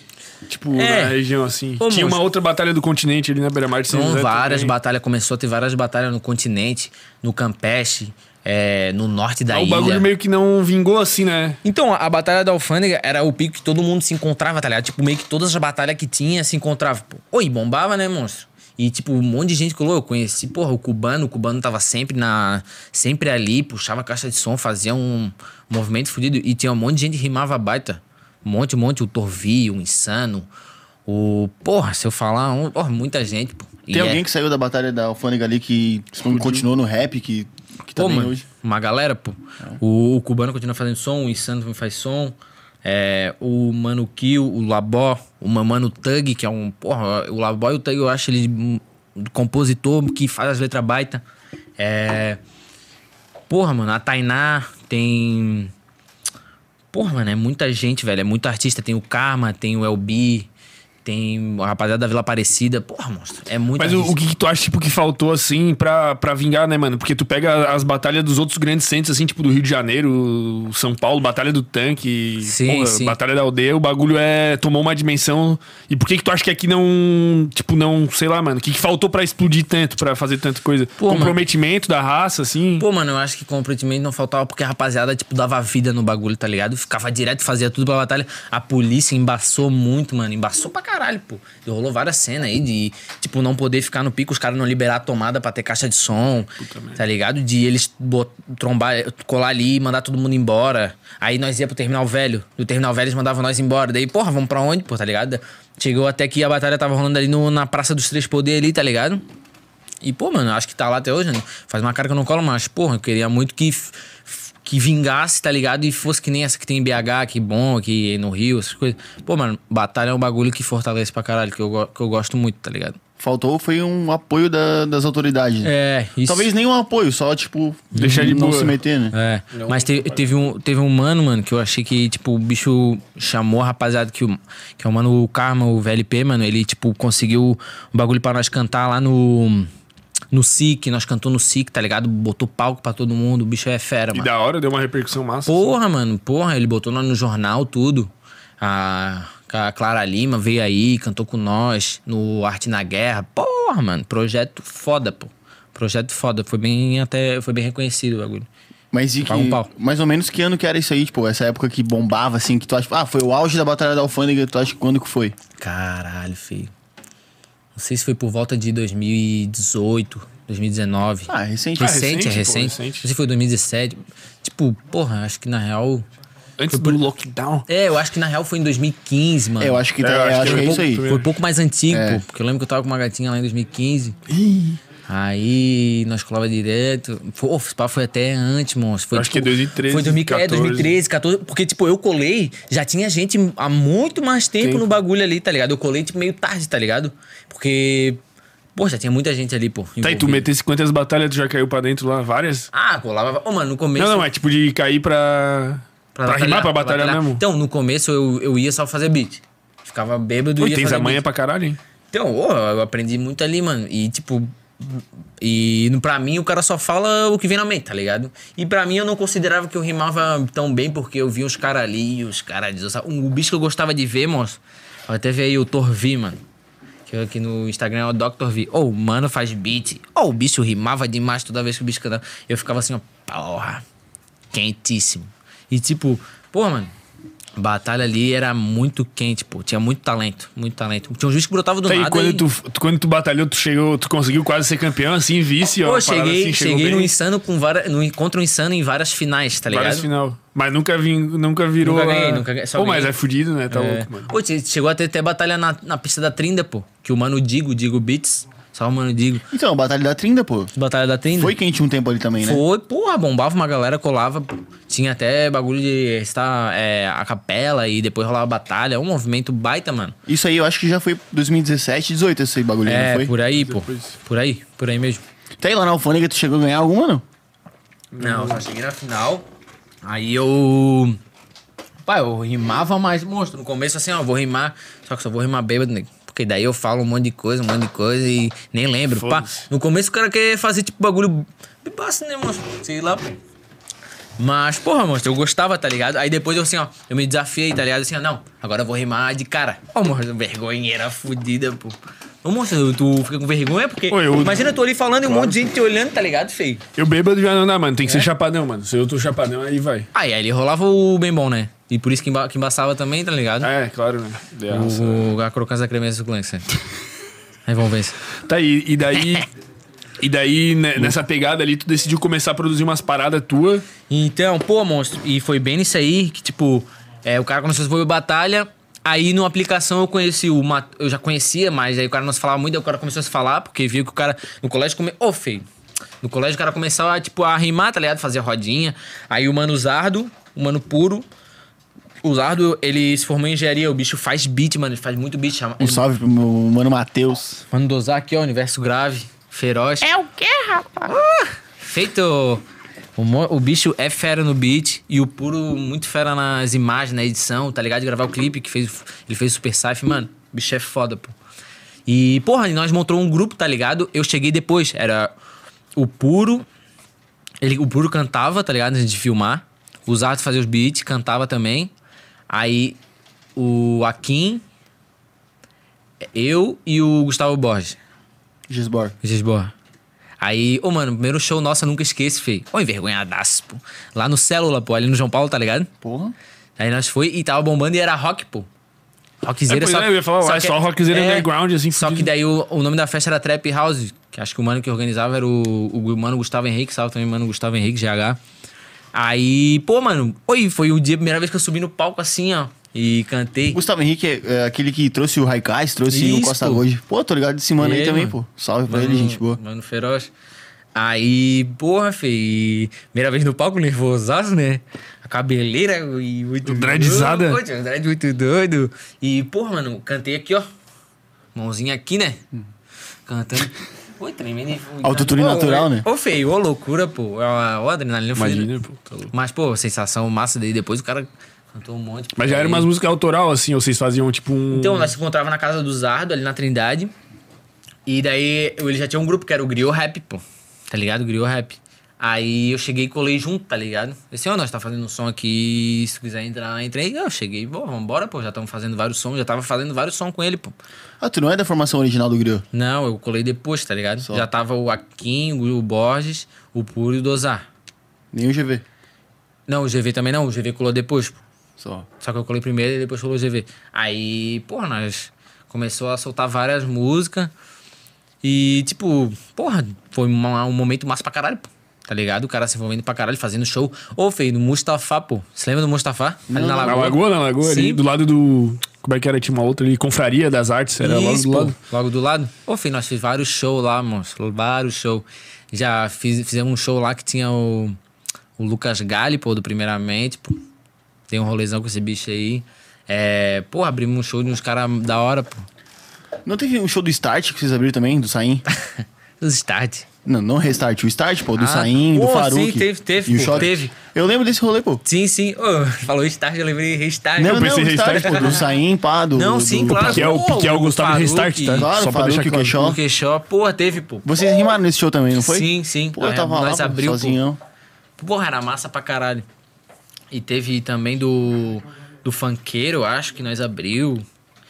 Tipo,
É.
na região assim.
Ô,
Tinha uma
moço.
outra batalha do continente ali na beira-mar de São
Então,
José
várias
também.
batalhas. Começou a ter várias batalhas no continente, no Campeche, é, no norte da
Ah, O
ilha.
bagulho meio que não vingou assim, né?
Então, a- a Batalha da Alfândega era o pico que todo mundo se encontrava, tá ligado? Tipo, meio que todas as batalhas que tinha se encontrava. Pô, oi, bombava, né, monstro? E, tipo, um monte de gente colou. Eu conheci, porra, o cubano. O cubano tava sempre na... Sempre ali, puxava a caixa de som, fazia um movimento fudido. E tinha um monte de gente que rimava baita. Um monte, um monte. O Torvi, o Insano. O... Porra, se eu falar... Um... Porra, muita gente, pô. E
Tem
é-
alguém que saiu da batalha da alfândega ali que continuou no rap, que, que tá
Pô,
bem
mano,
hoje?
uma galera, pô.
É.
O, o cubano continua fazendo som, o insano também faz som. É, o Mano Kill, o Labó, o Mamano Tug, que é um. Porra, o Labó e o Tug eu acho ele um compositor que faz as letras baita. É. Porra, mano, a Tainá tem. Porra, mano, é muita gente, velho. É muito artista. Tem o Karma, tem o LB, tem a rapaziada da Vila Aparecida. Porra, monstro. É muito
Mas o, o que, que tu acha, tipo, que faltou, assim, pra, pra vingar, né, mano? Porque tu pega as batalhas dos outros grandes centros, assim, tipo do Rio de Janeiro, São Paulo, Batalha do Tanque,
Sim, sim.
Batalha da Aldeia, o bagulho é. tomou uma dimensão. E por que que tu acha que aqui não. Tipo, não. sei lá, mano. O que, que faltou pra explodir tanto, pra fazer tanta coisa?
Pô, mano.
Comprometimento da raça, assim.
Pô, mano, eu acho que comprometimento não faltava porque a rapaziada, tipo, dava vida no bagulho, tá ligado? Ficava direto, fazia tudo pra batalha. A polícia embaçou muito, mano. Embaçou pra caralho. caralho, pô. E rolou várias cenas aí de, tipo, não poder ficar no pico, os caras não liberar a tomada pra ter caixa de som, tá ligado? De eles bot- trombar, colar ali e mandar todo mundo embora. Aí nós ia pro terminal velho. Do terminal velho eles mandavam nós embora. Daí, porra, vamos pra onde, pô, tá ligado? Chegou até que a batalha tava rolando ali no- na Praça dos Três Poderes ali, tá ligado? E, pô, mano, acho que tá lá até hoje, né? Faz uma cara que eu não colo, mas, porra, eu queria muito que, f- f- que vingasse, tá ligado? E fosse que nem essa que tem em BH, que bom, aqui no Rio, essas coisas. Pô, mano, batalha é um bagulho que fortalece pra caralho, que eu, go- que eu gosto muito, tá ligado?
Faltou foi um apoio da- das autoridades. né?
É, isso.
Talvez nenhum apoio, só, tipo,
Deixar de
não
boa.
se meter, né?
É, mas te- teve, um, teve um mano, mano, que eu achei que, tipo, o bicho chamou a rapaziada que, o, que é o mano o Karma, o VLP, mano. Ele, tipo, conseguiu um bagulho pra nós cantar lá no. No SIC, nós cantou no SIC, tá ligado? Botou palco pra todo mundo, o bicho é fera,
E
mano.
da hora, deu uma repercussão massa.
Porra, mano, porra, ele botou nós no jornal, tudo. A, a Clara Lima veio aí, cantou com nós no Arte na Guerra. Porra, mano, projeto foda, pô. Projeto foda, foi bem até, foi bem reconhecido o bagulho.
Mas e que,
Paga um pau.
mais ou menos que ano que era isso aí, tipo, essa época que bombava, assim, que tu acha, ah, foi o auge da Batalha da Alfândega, tu acha que quando que foi?
Caralho, feio. Não sei se foi por volta de 2018, 2019.
Ah, recente.
Ah,
recente,
recente,
é
pô,
recente.
recente.
Não sei se foi 2017. Tipo, porra, acho que na real.
Antes do lockdown.
É, eu acho que na real foi em 2015, mano.
É, eu acho que, tá-
É,
eu
eu acho
acho
que
que é
eu-
isso aí.
primeiro.
Foi um pouco mais antigo,
É.
pô, porque eu lembro que eu tava com uma gatinha lá em 2015. Aí nós colava direto. Pô, esse pá foi até antes, monstro. Foi, tipo,
Acho que é 2013,
Foi 2014. É, 2013, 14. Porque, tipo, eu colei, já tinha gente há muito mais tempo, no bagulho ali, tá ligado? Eu colei, tipo, meio tarde, tá ligado? Porque, pô, já tinha muita gente ali, pô.
Tá, e tu
envolvida.
metesse quantas batalhas tu já caiu pra dentro lá? Várias?
Ah, colava. Ô, mano, no começo.
Não, não, é tipo de cair pra. Pra, rimar, pra batalhar, mesmo.
Então, no começo eu, eu ia só fazer beat. Ficava bêbado
Pô,
e ia
tens
fazer
a manha
beat.
pra caralho, hein?
Então, ô, eu aprendi muito ali, mano. E, tipo, e no- pra mim o cara só fala o que vem na mente, tá ligado? E pra mim eu não considerava que eu rimava tão bem, porque eu via os caras ali, os caras. desossa- Um, O bicho que eu gostava de ver, moço. Eu até vi aí o Torvi, mano. Que aqui no Instagram é o Dr. V. Ô, o mano, faz beat. Ô, o bicho rimava demais toda vez que o bicho cantava. Eu ficava assim, ó, porra. Quentíssimo. E tipo, pô, mano. Batalha ali era muito quente, pô. Tinha muito talento, muito talento. Tinha um juiz que brotava do
Tá, e
nada.
quando
e-
tu, tu- quando tu batalhou, tu chegou, tu conseguiu quase ser campeão, assim, vice, ó.
Pô,
uma parada
cheguei,
assim, chegou
cheguei
bem,
no insano com várias, no encontro insano em várias finais, tá ligado?
várias final. Mas nunca vim, nunca virou.
Nunca ganhei,
a-
nunca ganhei, só
Pô, mas
ganhei.
é fudido, né? Tá
É.
louco, mano.
Pô, che- chegou até até batalha na, na pista da Trinda, pô. Que o mano Digo, Digo Beats, salve o mano Digo.
Então, Batalha da Trinda, pô.
Batalha da Trinda.
Foi quente um tempo ali também, né?
Foi, porra, bombava uma galera, colava. pô. Tinha até bagulho de estar é, a capela e depois rolava batalha. É um movimento baita, mano.
Isso aí eu acho que já foi 2017, 18 esse bagulho, não
É,
foi?
por aí, pô. Por aí, por aí mesmo.
Até aí lá na Alfândega tu chegou a ganhar alguma, não?
Não,
Hum.
eu só cheguei na final. Aí eu. Pai, eu rimava mais, monstro. No começo, assim, ó, vou rimar. Só que só vou rimar bêbado, nego. Porque daí eu falo um monte de coisa, um monte de coisa e nem lembro. Pá.
Foda-se.
No começo o cara quer fazer tipo bagulho. Passa, né, monstro? Sei lá. pô. Mas, porra, monstro, eu gostava, tá ligado? Aí depois eu, assim, ó, eu me desafiei, tá ligado? Assim, ó, não, agora eu vou rimar de cara. Ô, monstro, vergonheira fudida, pô. Ô, monstro, tu fica com vergonha porque.
Ô, eu-
Imagina, eu tô ali falando e um monte de gente te olhando, tá ligado, feio?
Eu bêbado já não dá, mano. Tem
É?
que ser chapadão, mano. Se eu tô chapadão, aí vai.
Ah, Aí, aí ele rolava o bem bom, né? E por isso que, emba que embaçava também, tá ligado?
Ah, É, claro, né? De raça.
o, a crocância da cremência do Clancy. Aí vamos ver.
Tá, e, e daí. e daí, né, nessa pegada ali, tu decidiu começar a produzir umas paradas tuas.
Então, pô, monstro. E foi bem nisso aí que, tipo, é, o cara começou a fazer batalha. Aí, numa aplicação, eu conheci o Mat... Eu já conhecia, mas aí o cara não se falava muito. Aí o cara começou a se falar, porque viu que o cara... No colégio... Come... Ô, feio. No colégio, o cara começava, a, tipo, a rimar, tá ligado? Fazer rodinha. Aí o Mano Zardo, o Mano Puro... O Zardo, ele se formou em engenharia. O bicho faz beat, mano. Ele faz muito beat. Chama...
Um salve pro meu mano Matheus.
Mano dosar aqui, ó, universo grave, feroz. É o quê, rapaz? feito. O, mo- o bicho é fera no beat e o puro muito fera nas imagens, na edição, tá ligado? De gravar o clipe que fez, ele fez o Super Saif, mano. O bicho é foda, pô. E, porra, e nós montou um grupo, tá ligado? Eu cheguei depois, era o puro, ele, o Puro cantava, tá ligado? Antes de filmar. O Zardo fazia os beats, cantava também. Aí o Akin, eu e o Gustavo Borges.
Gisbor.
Gisboa. Aí, ô, mano, primeiro show nosso, eu nunca esqueço, feio. Ô, envergonhadaço, pô. Lá no Célula, pô, ali no João Paulo, tá ligado?
Porra.
Aí nós foi e tava bombando e era rock, pô. Rockzeira
É, pois
só.
é, eu ia falar, é só rockzeira underground, assim,
Só que
fudido.
daí o, o nome da festa era Trap House, que acho que o mano que organizava era o, o mano Gustavo Henrique, salve também, mano Gustavo Henrique, GH. Aí, pô, mano, oi, foi o dia, a primeira vez que eu subi no palco assim, ó, e cantei.
Gustavo Henrique é, é aquele que trouxe o Raikais, trouxe o
Isso,
Costa
pô.
Gold. Pô, tô ligado desse mano
E
aí
aí,
também,
mano?
pô. Salve pra ele, gente boa.
Mano feroz. Aí, porra, fi, primeira vez no palco, nervosaço, né? A cabeleira e muito
Um Dreadzada.
doido, pô, dread muito doido. E, porra, mano, cantei aqui, ó. Mãozinha aqui, né?
Hum.
Cantando. Oi, tremendo. e-
Autotune
Pô,
natural,
é-
né?
Ô, feio, ô loucura, pô. Ó, ó, adrenalina fodida.
Imagina, pô, tá louco.
Mas, pô, sensação massa. Daí depois o cara cantou um monte.
Mas já era
Aí-
umas músicas autoral, assim, ou vocês faziam tipo um.
então, nós se encontrava na casa do Zardo, ali na Trindade. E daí, eu- ele já tinha um grupo que era o Griot Rap, pô. Tá ligado? Griot Rap. Aí eu cheguei e colei junto, tá ligado? Eu disse, ó, nós tá fazendo um som aqui, se tu quiser entrar, entra aí. Eu cheguei, pô, vambora, pô, já estamos fazendo vários sons, já tava fazendo vários sons com ele, pô.
Ah, tu não é da formação original do Griot?
Não, eu colei depois, tá ligado? Já tava o Akin, o Borges, o Puro e o Dozar.
Nem o GV.
Não, o GV também não, o GV colou depois, pô.
Só.
Só que eu colei primeiro e depois colou o GV. Aí, porra, nós começou a soltar várias músicas. E, tipo, porra, foi uma- um momento massa pra caralho, pô. Tá ligado? O cara se envolvendo pra caralho, fazendo show. Ô, feio, no Mustafa, pô. Você lembra do Mustafa? Ali na
Na lagoa, na lagoa, ali,
Sim.
do lado do. Como é que era? Tinha uma outra ali, Confraria das Artes, era
Isso,
logo do
pô.
lado.
Logo do lado. Ô, filho, nós fizemos vários shows lá, monstro. Vários shows. Já fiz- fizemos um show lá que tinha o, o Lucas Galli, pô, do Primeiramente, pô. Tem um rolezão com esse bicho aí. É, pô, abrimos um show de uns caras da hora, pô.
Não teve um show do Start que vocês abriram também, do Saim?
Dos start.
não, não Restart, o Start, pô, do
Ah,
Saim, do
pô,
Faruk.
sim, teve- teve,
e o
pô,
Shot.
teve.
Eu lembro desse rolê, pô.
Sim, sim. Ô, falou start, eu lembrei restart.
Não, não,
pensei
o
Restart.
Start, pô, do Saim, pá, do...
Não,
do-
sim,
do-
claro.
Que é o,
Pô,
que é o Gustavo
Faruk,
Restart, tá?
Claro,
Só pra
Faruk,
deixar
o
claro.
Queixó.
O Queixó, porra, teve, pô.
Vocês rimaram nesse show também, não foi?
Sim, sim.
Pô, eu
Nós-
tava
nós
lá, pô,
abriu, pô.
sozinhão.
Porra, era massa pra caralho. E teve também do. Do funkeiro, eu acho que nós abriu.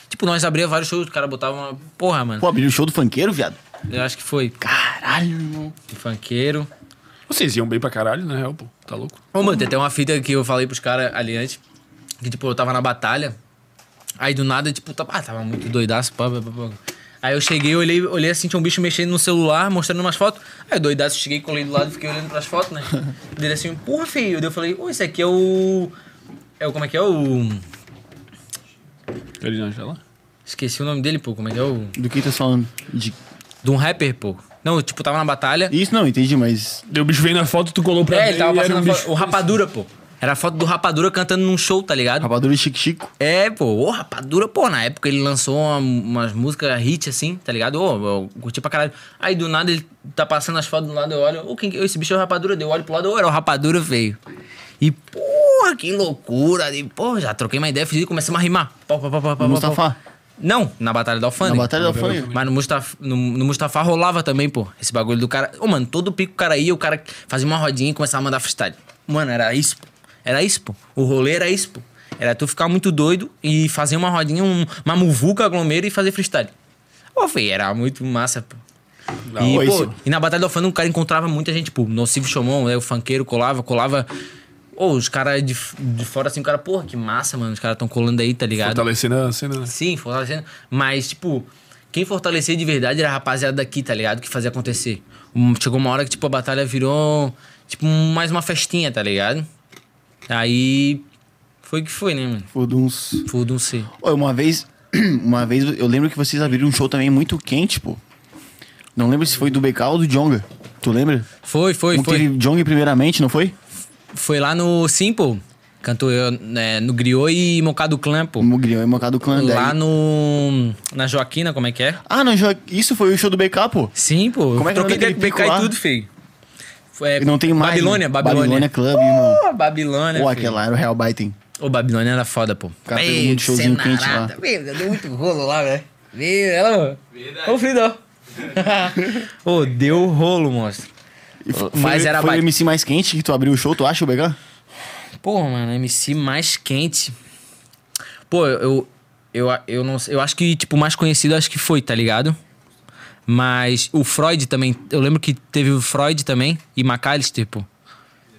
Tipo, nós abria vários shows, o cara botava uma. Porra, mano.
Pô, abriu o show do funkeiro, viado?
Eu acho que foi.
Caralho, irmão.
Do funkeiro.
Vocês iam bem pra caralho, na real, pô. Tá louco?
Ô, mano, tem até uma fita que eu falei pros caras ali antes. Que, tipo, eu tava na batalha. Aí do nada, tipo, tava, ah, tava muito doidaço. Pá, pá, pá, pá. Aí eu cheguei, olhei, olhei assim, tinha um bicho mexendo no celular, mostrando umas fotos. Aí doidaço, cheguei, colei do lado, fiquei olhando pras fotos, né? Dele assim, porra, filho. Daí eu falei, ô, esse aqui é o. É o. Como é que é? O.
Ele não já lá?
Esqueci o nome dele, pô. Como é que é o.
Do que tá falando? De...
De um rapper, pô. Não, tipo, tava na batalha.
Isso não, entendi, mas...
Daí o bicho veio na foto, tu colou pra
É,
mim,
ele tava
e era
passando
um
a
bicho.
foto. O Rapadura, pô. Era a foto do Rapadura cantando num show, tá ligado?
Rapadura e Chico Chico.
É, pô, ô, Rapadura, pô, na época ele lançou uma- umas músicas hit assim, tá ligado? Ô, eu curti pra caralho. Aí do nada ele tá passando as fotos do lado, eu olho, ô, quem que- ô, esse bicho é o Rapadura, deu olho pro lado, ô, era o Rapadura, feio. E, porra, que loucura, e, pô, já troquei uma ideia, fiz e começamos a rimar. Pau, pau, pau, pau, pau,
Mustafa.
pau. Não, na Batalha da Alfândega.
Na Batalha da Alfândega.
Mas no Mustafa, no, no Mustafa rolava também, pô, esse bagulho do cara. Ô, mano, todo pico o cara ia, o cara fazia uma rodinha e começava a mandar freestyle. Mano, era isso, pô. Era isso, pô. O rolê era isso, pô. Era tu ficar muito doido e fazer uma rodinha, um, uma muvuca aglomera e fazer freestyle. Ô, feio, era muito massa, pô.
Da
E,
hora.
pô,
Isso.
e na Batalha do Alfândega o cara encontrava muita gente, pô, Nocivo Chomon, né, o funkeiro colava, colava. Ô, os caras de, f- de fora assim, o cara, porra, que massa, mano, os caras tão colando aí, tá ligado?
Fortalecendo a cena, né?
Sim, fortalecendo. Mas, tipo, quem fortalecia de verdade era a rapaziada daqui, tá ligado? Que fazia acontecer. Hum, Chegou uma hora que, tipo, a batalha virou, tipo, mais uma festinha, tá ligado? Aí. Foi o que foi, né, mano?
Foi de uns...
Foi um C.
Ô, uma vez... Uma vez eu lembro que vocês abriram um show também muito quente, pô. Não lembro se foi do BK ou do Jonga. Tu lembra?
Foi, foi,
Um que
foi.
teve Jong primeiramente, não foi?
Foi lá no Simple. Cantou eu, né, no Griot e Mocado Clã, pô.
O Grião e Mocado Clã.
Lá
daí-
no. Na Joaquina, como é que é?
Ah, não, já... isso foi o show do BK, pô.
Sim, pô.
Como é que é o nome
Troquei ideia
daquele
com o BK
pico lá?
e tudo, feio. É,
Não tem mais.
Babilônia,
né?
Babilônia.
Babilônia Club, irmão.
Pô, Babilônia.
Pô,
feio.
aquela era o Real Biting.
Ô, Babilônia era foda, pô.
Cara, pegou muito showzinho
cenarada.
quente lá.
Meu, deu muito rolo lá, velho. Meu, ela...
Verdade.
Ô, Fridó. Ô, deu rolo, monstro. Mas
foi,
era
foi o
baita.
MC mais quente que tu abriu o show, tu acha, o BK?
Pô, mano, MC mais quente. Pô, eu... Eu, eu, não, sei, eu acho que, tipo, o mais conhecido acho que foi, tá ligado? Mas o Freud também... Eu lembro que teve o Freud também e McAllister, pô.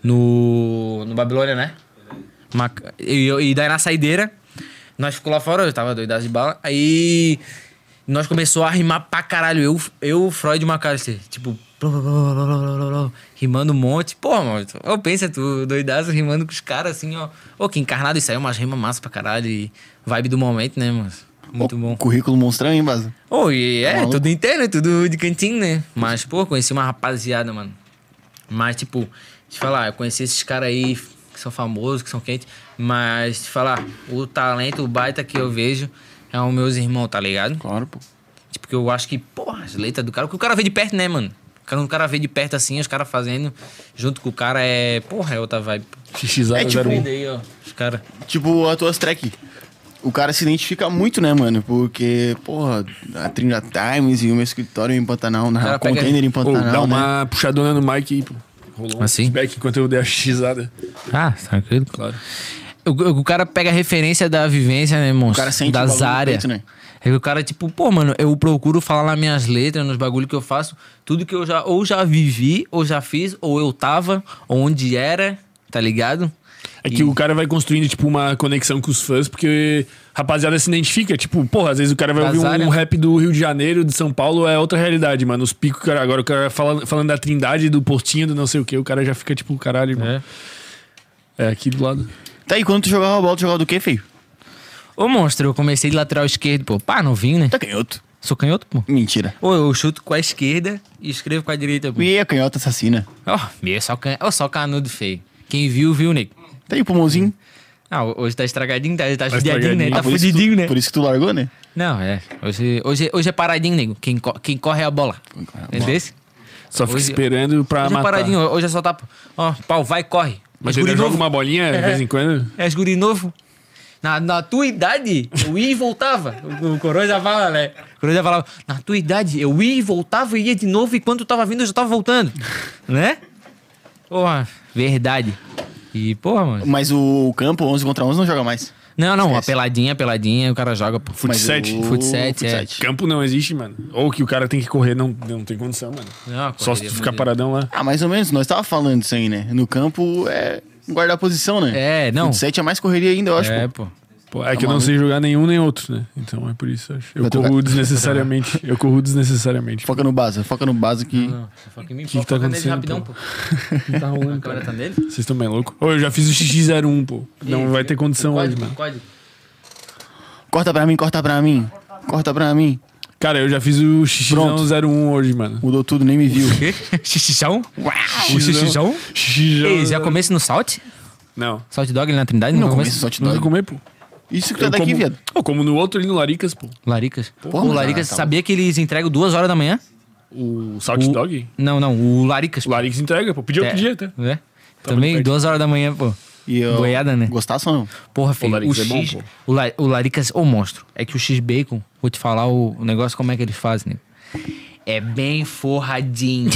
No... No Babilônia, né? Mac- E, e daí na saideira Nós ficou lá fora, eu tava doidado de bala. Aí nós começou a rimar pra caralho. Eu, eu Freud e McAllister. Tipo, blá, blá, blá, blá, blá, blá, blá, blá, rimando um monte. Pô, mano, eu pensa tu, doidaço, rimando com os caras assim, ó. Ô, que encarnado isso aí, é umas rimas massa pra caralho. E vibe do momento, né, mano? Muito
Ó,
bom.
Currículo monstrão, hein, Baza?
Oh, e é,
maluco?
tudo interno, é tudo de cantinho, né? Mas, pô, conheci uma rapaziada, mano. Mas, tipo, te falar, eu conheci esses caras aí que são famosos, que são quentes. Mas, te falar, o talento, o baita que eu vejo é os meus irmãos, tá ligado?
Claro, pô.
Tipo, que eu acho que, porra, as letras do cara, porque o cara vê de perto, né, mano? Quando o cara vê de perto assim, os caras fazendo junto com o cara é. Porra, é outra vibe.
XXA
É tipo-
E
01.
daí, ó, os caras.
Tipo, as tuas track. O cara se identifica muito, né, mano? Porque, porra, a Trinidad Times e o meu escritório em Pantanal, na
cara pega-
container em
Ô,
Pantanal,
dá
né?
uma puxadona no mic aí, pô. Rolou um
Assim?
feedback enquanto eu dei a né? xizada.
Ah, tranquilo.
Claro.
O, o cara pega a referência da vivência, né, monstro?
O cara sente o
das
bagulho no
áreas.
peito, né?
É que o cara, tipo, pô, mano, eu procuro falar nas minhas letras, nos bagulhos que eu faço, tudo que eu já ou já vivi, ou já fiz, ou eu tava, ou onde era, tá ligado?
É que o cara vai construindo, tipo, uma conexão com os fãs, porque rapaziada se identifica. Tipo, porra, às vezes o cara vai
Das
ouvir um
áreas.
rap do Rio de Janeiro, de São Paulo, é outra realidade, mano. Os picos, cara, agora o cara fala- falando da Trindade, do Portinho, do não sei o que, o cara já fica, tipo, caralho, irmão. É, aqui do lado.
Tá aí, quando tu jogava bola, tu jogava do quê, feio?
Ô, monstro, eu comecei de lateral esquerdo, pô. Pá, novinho, né?
Tá canhoto.
Sou canhoto, pô.
Mentira.
Ou eu chuto com a esquerda e escrevo com a direita, pô.
E a canhota assassina.
Ó, meu, é só, can... ó, só canudo feio. Quem viu, viu, nego.
Tá aí, pulmãozinho.
Ah, hoje tá estragadinho, tá, tá judiadinho, né?
estragadinho.
Tá
por, isso que
fudidinho,
tu,
né?
por isso que tu largou, né?
Não, é. Hoje, hoje, hoje é paradinho, nego. Quem, co- quem corre é a bola.
corre é a
Entendeu?
Só fica
Hoje-
esperando pra
Hoje é
matar.
paradinho. Hoje é só tá. Ó, pau, vai, corre.
Mas
é
ele
guri
joga
novo. É.
uma bolinha de vez em quando.
És guri novo. Na, na tua idade, eu ia e voltava. O, o Coroa já fala, né? O Coroa já falava, na tua idade, eu ia e voltava, ia de novo, e quando tu tava vindo, eu já tava voltando. né? Porra, verdade. E, porra, mano.
Mas o campo 11 contra 11 não joga mais.
Não, não, a peladinha, a peladinha, o cara joga, pô.
Fut
Mas
7.
o-
Fut sete, é.
sete.
Campo não existe, mano. Ou que o cara tem que correr, não, não tem condição, mano.
Não,
Só se
correria, é
tu ficar
meu Deus.
paradão lá.
Ah, mais ou menos. Nós tava falando isso aí, né? No campo é guardar posição, né?
É, não.
Fut 7 é mais correria ainda, eu acho.
É,
pô.
pô.
Pô, é que eu não sei jogar nenhum nem outro, né? Então é por isso, acho. Eu corro desnecessariamente. Eu corro desnecessariamente.
Foca no Baza, foca no Baza que.
Não, só fala que me
que tá
foca nele
acontecendo,
rapidão,
pô?
pô.
Não tá
A
rolando,
câmera
cara.
tá nele?
Vocês estão bem loucos? Ô, eu já fiz o XX01, pô. Não
Ih,
vai ter condição hoje,
código,
mano.
código.
Corta pra mim, corta pra mim. Corta pra mim.
Cara, eu já fiz o XX01 hoje, mano.
Mudou tudo, nem me viu.
Quê? Xixijão?
O
O xixijão? Ei, já
XXão.
comece no salt?
um. Não.
Salt dog ali na Trindade?
Não
comece?
começo só te
Não
dói.
comer, pô.
Isso que tu é
Eu
daqui,
como...
viado.
Eu como no outro ali no Laricas, pô.
Laricas.
Porra,
o
mas
Laricas,
tá-
sabia que eles entregam duas horas da manhã?
O Salt
O-
Dog?
Não, não, o Laricas.
O Laricas entrega, pô. Pediu, tá?
É,
pediu até.
é. Também
perto.
duas horas da manhã, pô.
E eu...
Boiada, né?
Gostasse ou não?
Porra, feio. O,
Laricas é
X,
bom, pô.
o, La- o Laricas, ô monstro. É que o X-Bacon, vou te falar o, o negócio como é que eles fazem, né? É bem forradinho.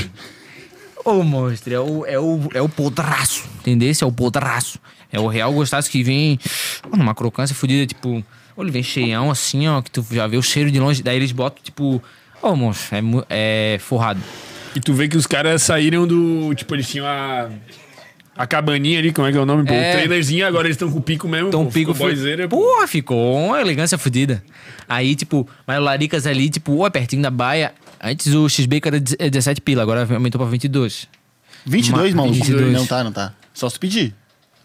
ô monstro, é o, é o, é o podraço, entendeu? Esse é o podraço. É o real gostaço que vem pô, numa crocância fodida, tipo... Ou ele vem cheião assim, ó, que tu já vê o cheiro de longe. Daí eles botam, tipo... Ô monstro, é, mu- é forrado.
E tu vê que os caras saíram do. Tipo, eles tinham a. A cabaninha ali, como é que é o nome? Pô,
É.
O trailerzinho, agora eles estão com o pico mesmo.
Então
pô,
o pico
ficou
foi.
boyzeira, pô.
Porra, ficou uma elegância fodida. Aí, tipo, mas o Laricas ali, tipo, ó, pertinho da baia. Antes o XB era 17 pila, agora aumentou pra 22.
22,
Ma-
maluco?
22.
Não tá, não tá. Só se tu pedir.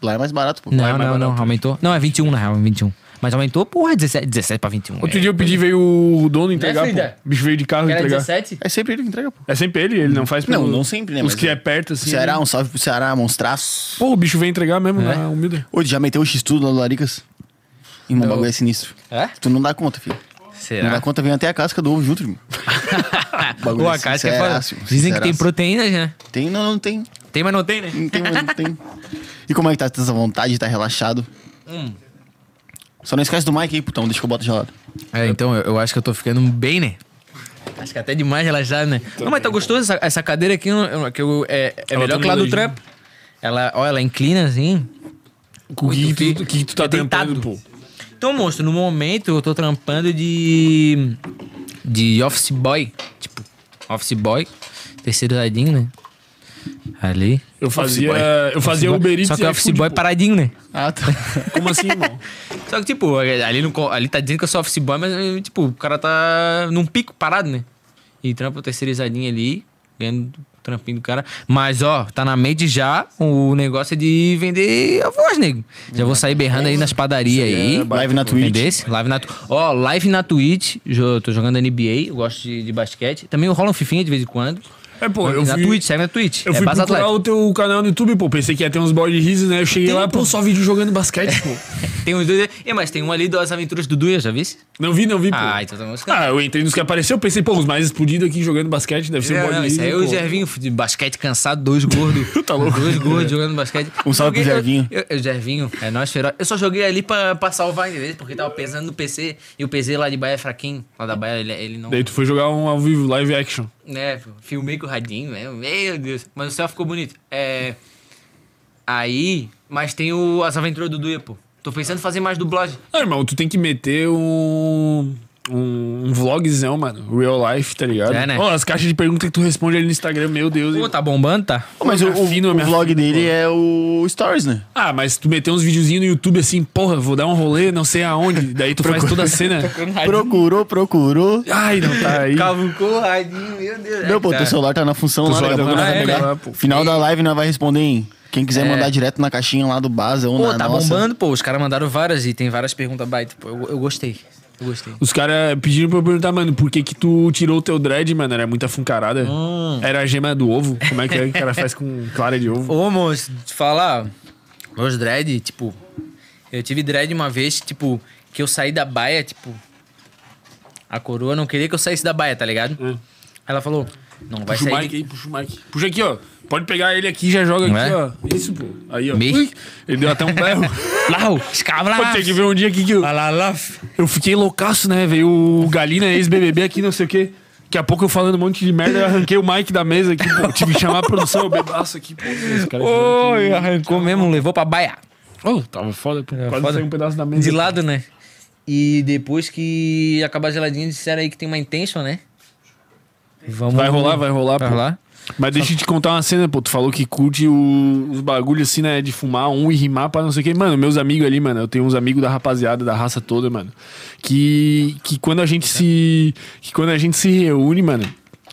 Lá é mais barato, pô. Lá é
Não,
mais
não,
barato.
não, aumentou. Não, é 21 na real, é 21. Mas aumentou, porra, 17, 17 pra 21.
Outro dia eu
É.
pedi, veio o dono entregar,
Frida?
pô. O bicho veio de carro entregar.
É sempre ele que entrega, pô.
É sempre ele, ele não faz
Não, não sempre, né,
Os
mas
que
é.
é perto, assim.
Ceará,
né?
um salve pro Ceará, monstraço.
Pô, o bicho vem entregar mesmo,
É.
na humilde.
Hoje já meteu o X-Tudo lá do Laricas? Em um bagulho é sinistro.
É?
Tu não dá conta, filho. Não dá
Será?
conta, vem até a casca do ovo junto, irmão. bagulho
Pô, a
assim,
casca é foda.
será, senhor?
Dizem que
Será,
tem
senhor?
proteínas, né?
Tem, não, não tem.
Tem, mas não tem, né?
Não tem, mas não tem. E como é que tá? Tá essa vontade? Tá relaxado?
Hum.
Só não esquece do Mike aí, putão. Deixa que eu boto gelado.
É, então eu, eu acho que eu tô ficando bem, né? Acho que até demais relaxado, né? não, mas tá gostoso essa, essa cadeira aqui, eu- eu- que eu, é, é
Ela
melhor
tá
que lá do
melhorzinha.
trampo. Ela, ó, ela inclina assim.
Com o que
Muito
tu-
fi-
o que tu tá
deitado.
tentando, pô.
Então, monstro, no momento eu tô trampando de. de office boy. Tipo, office boy, terceirizadinho, né? Ali.
Eu fazia, eu fazia
Office boy.
Uber Eats
Só que
e
o office
iFood,
boy
pô.
paradinho, né?
Ah, tá.
Como assim, irmão?
Só que, tipo, ali, não co- ali tá dizendo que eu sou office boy, mas, eh, tipo, o cara tá num pico parado, né? E trampa o terceirizadinho ali, ganhando o trampinho do cara. Mas, ó, tá na mente já o negócio é de vender a voz, nego. Já vou sair berrando aí nas padarias aí.
é Live na Twitch.
Entendesse? Live na Twitch. Ó, live na Twitch. Jo- Tô jogando NBA, eu gosto de, de basquete. Também rola um fifinha de vez em quando.
É, pô, eu
na
fui,
Twitch, segue na Twitch.
eu
é
fui
base
procurar
atleta.
o teu canal no YouTube, pô. Pensei que ia ter uns board risos, né? Eu cheguei lá, pô, só vídeo jogando basquete, pô.
Tem uns dois. É, mas tem um ali das aventuras do Duia, já visse?
Não vi, não vi, pô.
Ah, então tá música.
Ah, eu entrei nos que apareceu, pensei, pô, os mais explodidos aqui jogando basquete, deve ser um
Não,
board
não, isso aí é
riso,
o
pô.
Gervinho de basquete cansado, dois gordos.
Tá louco.
Dois gordos jogando basquete.
Um salve pro
Joguei- eu-
Gervinho.
eu- eu- Gervinho, é nós feroz. Eu só joguei ali pra, pra salvar, entendeu? Porque tava pesando no PC e o PC lá de Bahia é fraquinho. Lá da Bahia ele, ele não.
Daí tu foi jogar um ao vivo, live action.
Né, filmei com o radinho, né? Meu Deus. Mas o céu ficou bonito. É. Aí, mas tem o As Aventuras do Duia, pô. Tô pensando em fazer mais dublagem.
Ah, irmão, tu tem que meter um. Um, um vlogzão, mano. Real life, tá ligado?
É, né?
Ó, as caixas de pergunta que tu responde ali no Instagram, meu Deus. hein?
Pô, tá bombando, tá?
Pô, Mas o,
Minha
o-
fina,
o
minha
vlog
fina,
dele é o Stories, né?
Ah, mas tu meter uns videozinhos no YouTube assim, porra, vou dar um rolê, não sei aonde. Daí tu faz toda a cena.
Procurou, procurou.
Ai, não tá aí.
Cavucou o radinho, meu Deus.
Não, pô,
tá.
teu celular tá na função
Teu
lá, daqui a pouco
celular
nós
tá
vai
Ah,
na-
pegar.
né?
é, pô.
Final da live nós vai responder, hein? Quem quiser
É.
mandar direto na caixinha lá do Baza ou
Pô,
na
tá
nossa.
bombando, pô. Os caras mandaram várias e tem várias perguntas baita. Pô, eu, eu gostei. Eu gostei.
Os caras pediram pra eu perguntar, mano, por que que tu tirou o teu dread, mano? Era muita funcarada.
Hum.
Era a gema do ovo. Como é que, é que o cara faz com clara de ovo?
Ô, moço, te falar. Os dread, tipo. Eu tive dread uma vez, tipo, que eu saí da baia, tipo. A coroa não queria que eu saísse da baia, tá ligado? Ela falou, não
Hum.
vai
Puxa o
sair.
mic aí, puxa o mic. Puxa aqui, ó. Pode pegar ele aqui e já joga
Não
aqui,
é?
ó. Isso, pô. Aí, ó.
Me-
Ui, ele deu até um berro.
Lá, escava
Pô, tinha que ver um dia aqui que eu,
lá, lá.
eu fiquei loucaço, né? Veio o Galina, ex-BBB aqui, não sei o quê. Daqui a pouco eu falando um monte de merda, eu arranquei o mic da mesa aqui, pô. Tive que chamar a produção, eu bebaço aqui, pô. Os
é
caras-
Oi, arrancou mesmo, levou pra baia.
Ô, tava foda, pô. Quase
É foda.
saiu um pedaço da mesa.
De lado, né? E depois que acabar a geladinha, disseram aí que tem uma intention, né? Vamos...
Vai rolar, vai rolar,
Vai
pô.
rolar?
Mas deixa eu te contar uma cena, pô. Tu falou que curte o- os bagulhos assim, né? De fumar um e rimar pra não sei o quê. Mano, meus amigos ali, mano. Eu tenho uns amigos da rapaziada, da raça toda, mano. Que, que quando a gente se. Que quando a gente se reúne, mano.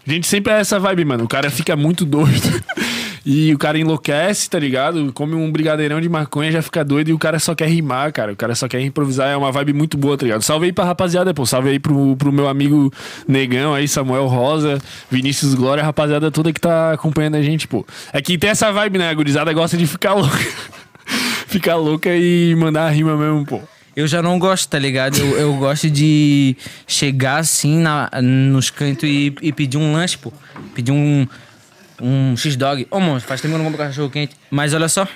A gente sempre é essa vibe, mano. O cara fica muito doido. E o cara enlouquece, tá ligado? Come um brigadeirão de maconha, já fica doido e o cara só quer rimar, cara. O cara só quer improvisar, é uma vibe muito boa, tá ligado? Salve aí pra rapaziada, pô. Salve aí pro, pro meu amigo Negão aí, Samuel Rosa, Vinícius Glória, a rapaziada toda que tá acompanhando a gente, pô. É que tem essa vibe, né? A gurizada gosta de ficar louca. ficar louca e mandar a rima mesmo, pô.
Eu já não gosto, tá ligado? Eu, eu gosto de chegar assim na, nos cantos e, e pedir um lanche, pô. Pedir um. Um X-Dog. Ô, mano, faz tempo que eu não compro cachorro quente. Mas olha só.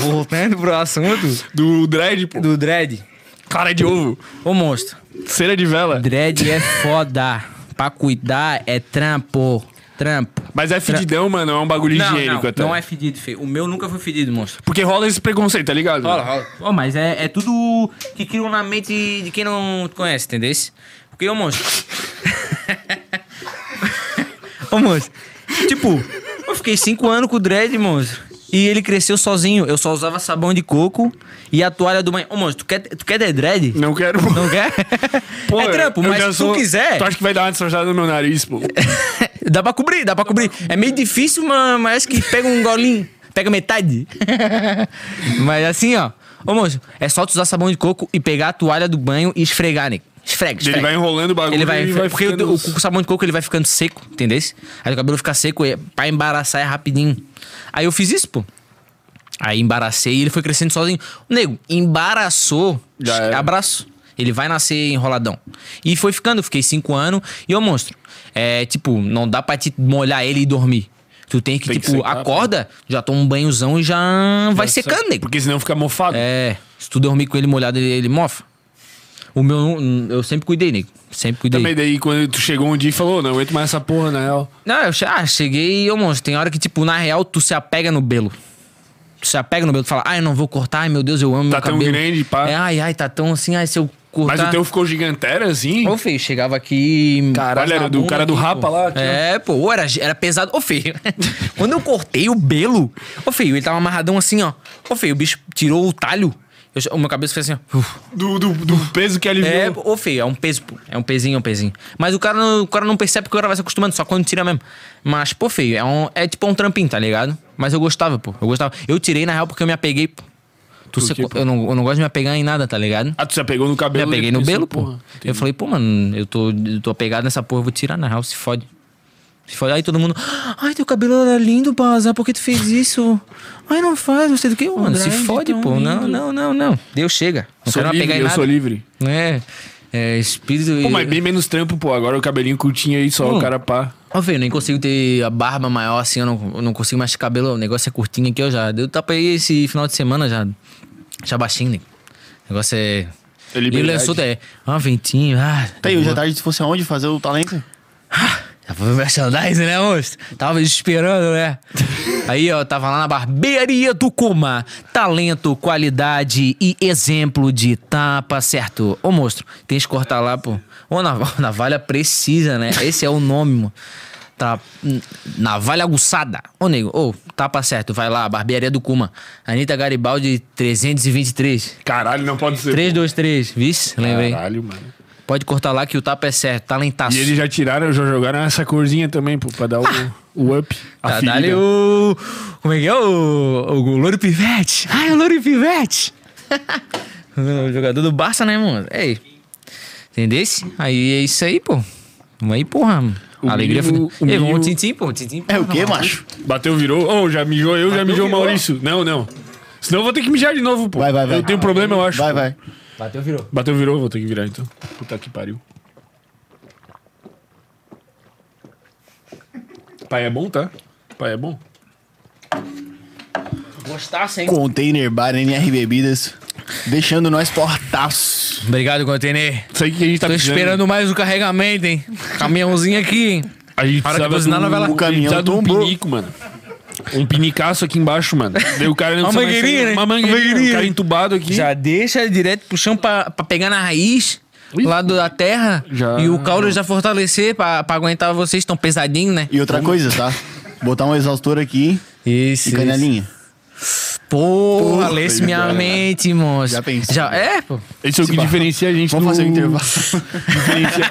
Voltando pro assunto
Do dread, pô.
do dread.
Cara de ovo.
Ô, monstro.
Cera de vela.
Dread é foda. Pra cuidar é trampo. Trampo.
Mas é fedidão, mano. É um bagulho higiênico
não,
até.
não é fedido, feio. O meu nunca foi fedido, monstro.
Porque rola esse preconceito, tá ligado?
Rola, rola. Ó, mas é, é tudo que criam na mente de quem não te conhece, entendeu? Porque, ô monstro. ô monstro. Tipo, eu fiquei cinco anos com o dread, monstro. E ele cresceu sozinho. Eu só usava sabão de coco e a toalha do banho. Ô, monstro, tu quer, tu quer ter dread?
Não quero, pô.
Não quer?
Pô,
é trampo,
eu
mas
já
se
sou-
tu quiser.
Tu acha que vai dar uma distorçada no meu nariz, pô?
dá pra cobrir, dá pra cobrir. É meio difícil, ma- mas que pega um golinho, pega metade. mas assim, ó. Ô, moço, é só tu usar sabão de coco e pegar a toalha do banho e esfregar, né? Esfrega, esfrega.
Ele vai enrolando o bagulho
Ele vai,
e vai
porque
ficando-
o, o sabão de coco ele vai ficando seco, entendeu? Aí o cabelo fica seco, é- pra embaraçar é rapidinho. Aí eu fiz isso, pô. Aí embaracei e ele foi crescendo sozinho. O nego, embaraçou,
Já era.
abraço. Ele vai nascer enroladão. E foi ficando, fiquei cinco anos. E ô monstro, é tipo, não dá pra te molhar ele e dormir. Tu tem que,
Tem que
tipo,
secar, né?
acorda, já toma um banhozão e já vai secando, nego.
Porque senão fica mofado.
É, se tu dormir com ele molhado, ele, ele mofa. O meu, não- eu sempre cuidei, nego. Sempre cuidei.
Também daí, quando tu chegou um dia e falou, não aguento mais essa porra, na real.
Não, eu che- ah, cheguei, ô monstro, tem hora que, tipo, na real, tu se apega no belo. se apega no meu, tu fala, ai, eu não vou cortar, ai meu Deus, eu amo
Tá
meu
tão
cabelo.
grande, pá.
É, ai, ai, tá tão assim, ai, se eu cortar...
Mas o teu ficou gigantera, assim?
Ô, filho, chegava aqui.
Caralho,
quase na
era do
bunda
cara do Rapa
pô.
lá, aqui, ó.
é, pô, ô, era, era pesado. Ô, filho, quando eu cortei o belo, ô, filho, ele tava amarradão assim, ó. Ô, filho, o bicho tirou o talho. Eu, o meu cabeça fez assim, ó. Uf.
Do, do, do peso que aliviou.
É, ô feio, é um peso, pô. É um pezinho, é um pezinho. Mas o cara, não- o cara não percebe porque o cara vai se acostumando, só quando tira mesmo. Mas, pô, feio, é, um, é tipo um trampinho, tá ligado? Mas eu gostava, pô. Eu gostava. Eu tirei, na real, porque eu me apeguei. pô. Tu se-
quê, pô?
eu, não, eu não gosto de me apegar em nada, tá ligado?
Ah, tu já pegou no
Me
cabelo.
apeguei
dele,
no
pensou,
belo, pô.
porra,
Eu falei, pô, mano, eu tô, eu tô apegado nessa porra, eu vou tirar, na real, se fode. Se fode. Aí todo mundo. Ai, teu cabelo era lindo, Bazar, por que tu fez isso? Ai, não faz, não sei do que, mano. Se
Um grande,
fode,
tão
pô. Não,
lindo.
não, não, não. Deus chega. Não
Sou
quero me
livre,
apegar em
eu
nada.
sou livre.
É, é espírito
Pô, mas bem menos trampo, pô. Agora o cabelinho curtinho aí, só o cara pá.
Ó, velho, nem consigo ter a barba maior assim, eu não, eu não consigo mais ter cabelo. O negócio é curtinho aqui, eu já. Deu tapa aí esse final de semana já. Já baixinho, né? O negócio é.
É
E
liberdade.
lançou até. Ó, ventinho, ah.
Tá aí, hoje à tarde, se fosse aonde fazer o talento?
Já foi merchandising, né, moço? Tava esperando, né? Aí, ó, tava lá na barbearia do Kuma. Talento, qualidade e exemplo de tapa certo. Ô, monstro, tem que cortar lá, pô. Ô, nav- navalha precisa, né? Esse é o nome, mano. Tá, navalha aguçada. Ô, nego, ô, tapa certo. Vai lá, barbearia do Kuma. Anitta Garibaldi 323.
Caralho, não pode ser.
323, vice? Lembrei.
Caralho, mano.
Pode cortar lá que o tapa é certo. Talentaço.
E eles já tiraram, já jogaram essa corzinha também, pô, pra dar o, o up. A
Ah. Tá,
ferida.
dá-lhe o. Como é que é? O, o, Louro Pivete. Ai, o Louro Pivete. o jogador do Barça, né, mano? Ei. Entendesse? Aí é isso aí, pô. Vamos aí, porra. mano.
O
Alegria.
mínimo-
foi-
o
Ei, vamos
mínimo-
ao tintim, pô. Tintim,
É
porra,
o quê,
mano?
macho?
Bateu, virou. Ô, já mijou eu, já mijou o Maurício. Não, não. Senão eu vou ter que mijar de novo, pô.
Vai, vai, vai.
Eu tenho um problema, eu acho.
Vai, vai.
Bateu, virou.
Bateu, virou, vou ter que virar então. Puta que pariu. Pai é bom, tá? Pai é bom.
Gostasse, hein?
Container Bar NR Bebidas, deixando nós tortaços.
Obrigado, Container.
Isso aí que a gente tá
Tô
precisando.
esperando mais o carregamento, hein? Caminhãozinho aqui, hein?
A gente
Para que
precisava
buzinar,
do-
não vai lá.
a gente
O caminhão
precisava de um
tombou.
pinico, mano. Um pinicaço aqui embaixo, mano. Daí o cara não
Uma
precisa mais
mangueirinha,
sair.
né?
Uma mangueirinha,
Uma mangueirinha.
um cara entubado aqui.
Já deixa direto pro chão pra, pra pegar na raiz
Ih.
lá do- da terra
Já.
e o caule já fortalecer pra, pra aguentar vocês tão pesadinho, né?
E outra coisa, tá? Botar um exaustor aqui
Isso.
e
isso.
canelinha.
Porra,
Porra,
lesse minha
já.
mente, moço.
Já pensou.
Já, é, pô.
Esse é o que diferencia a gente
Vamos
do...
fazer um intervalo.
diferencia-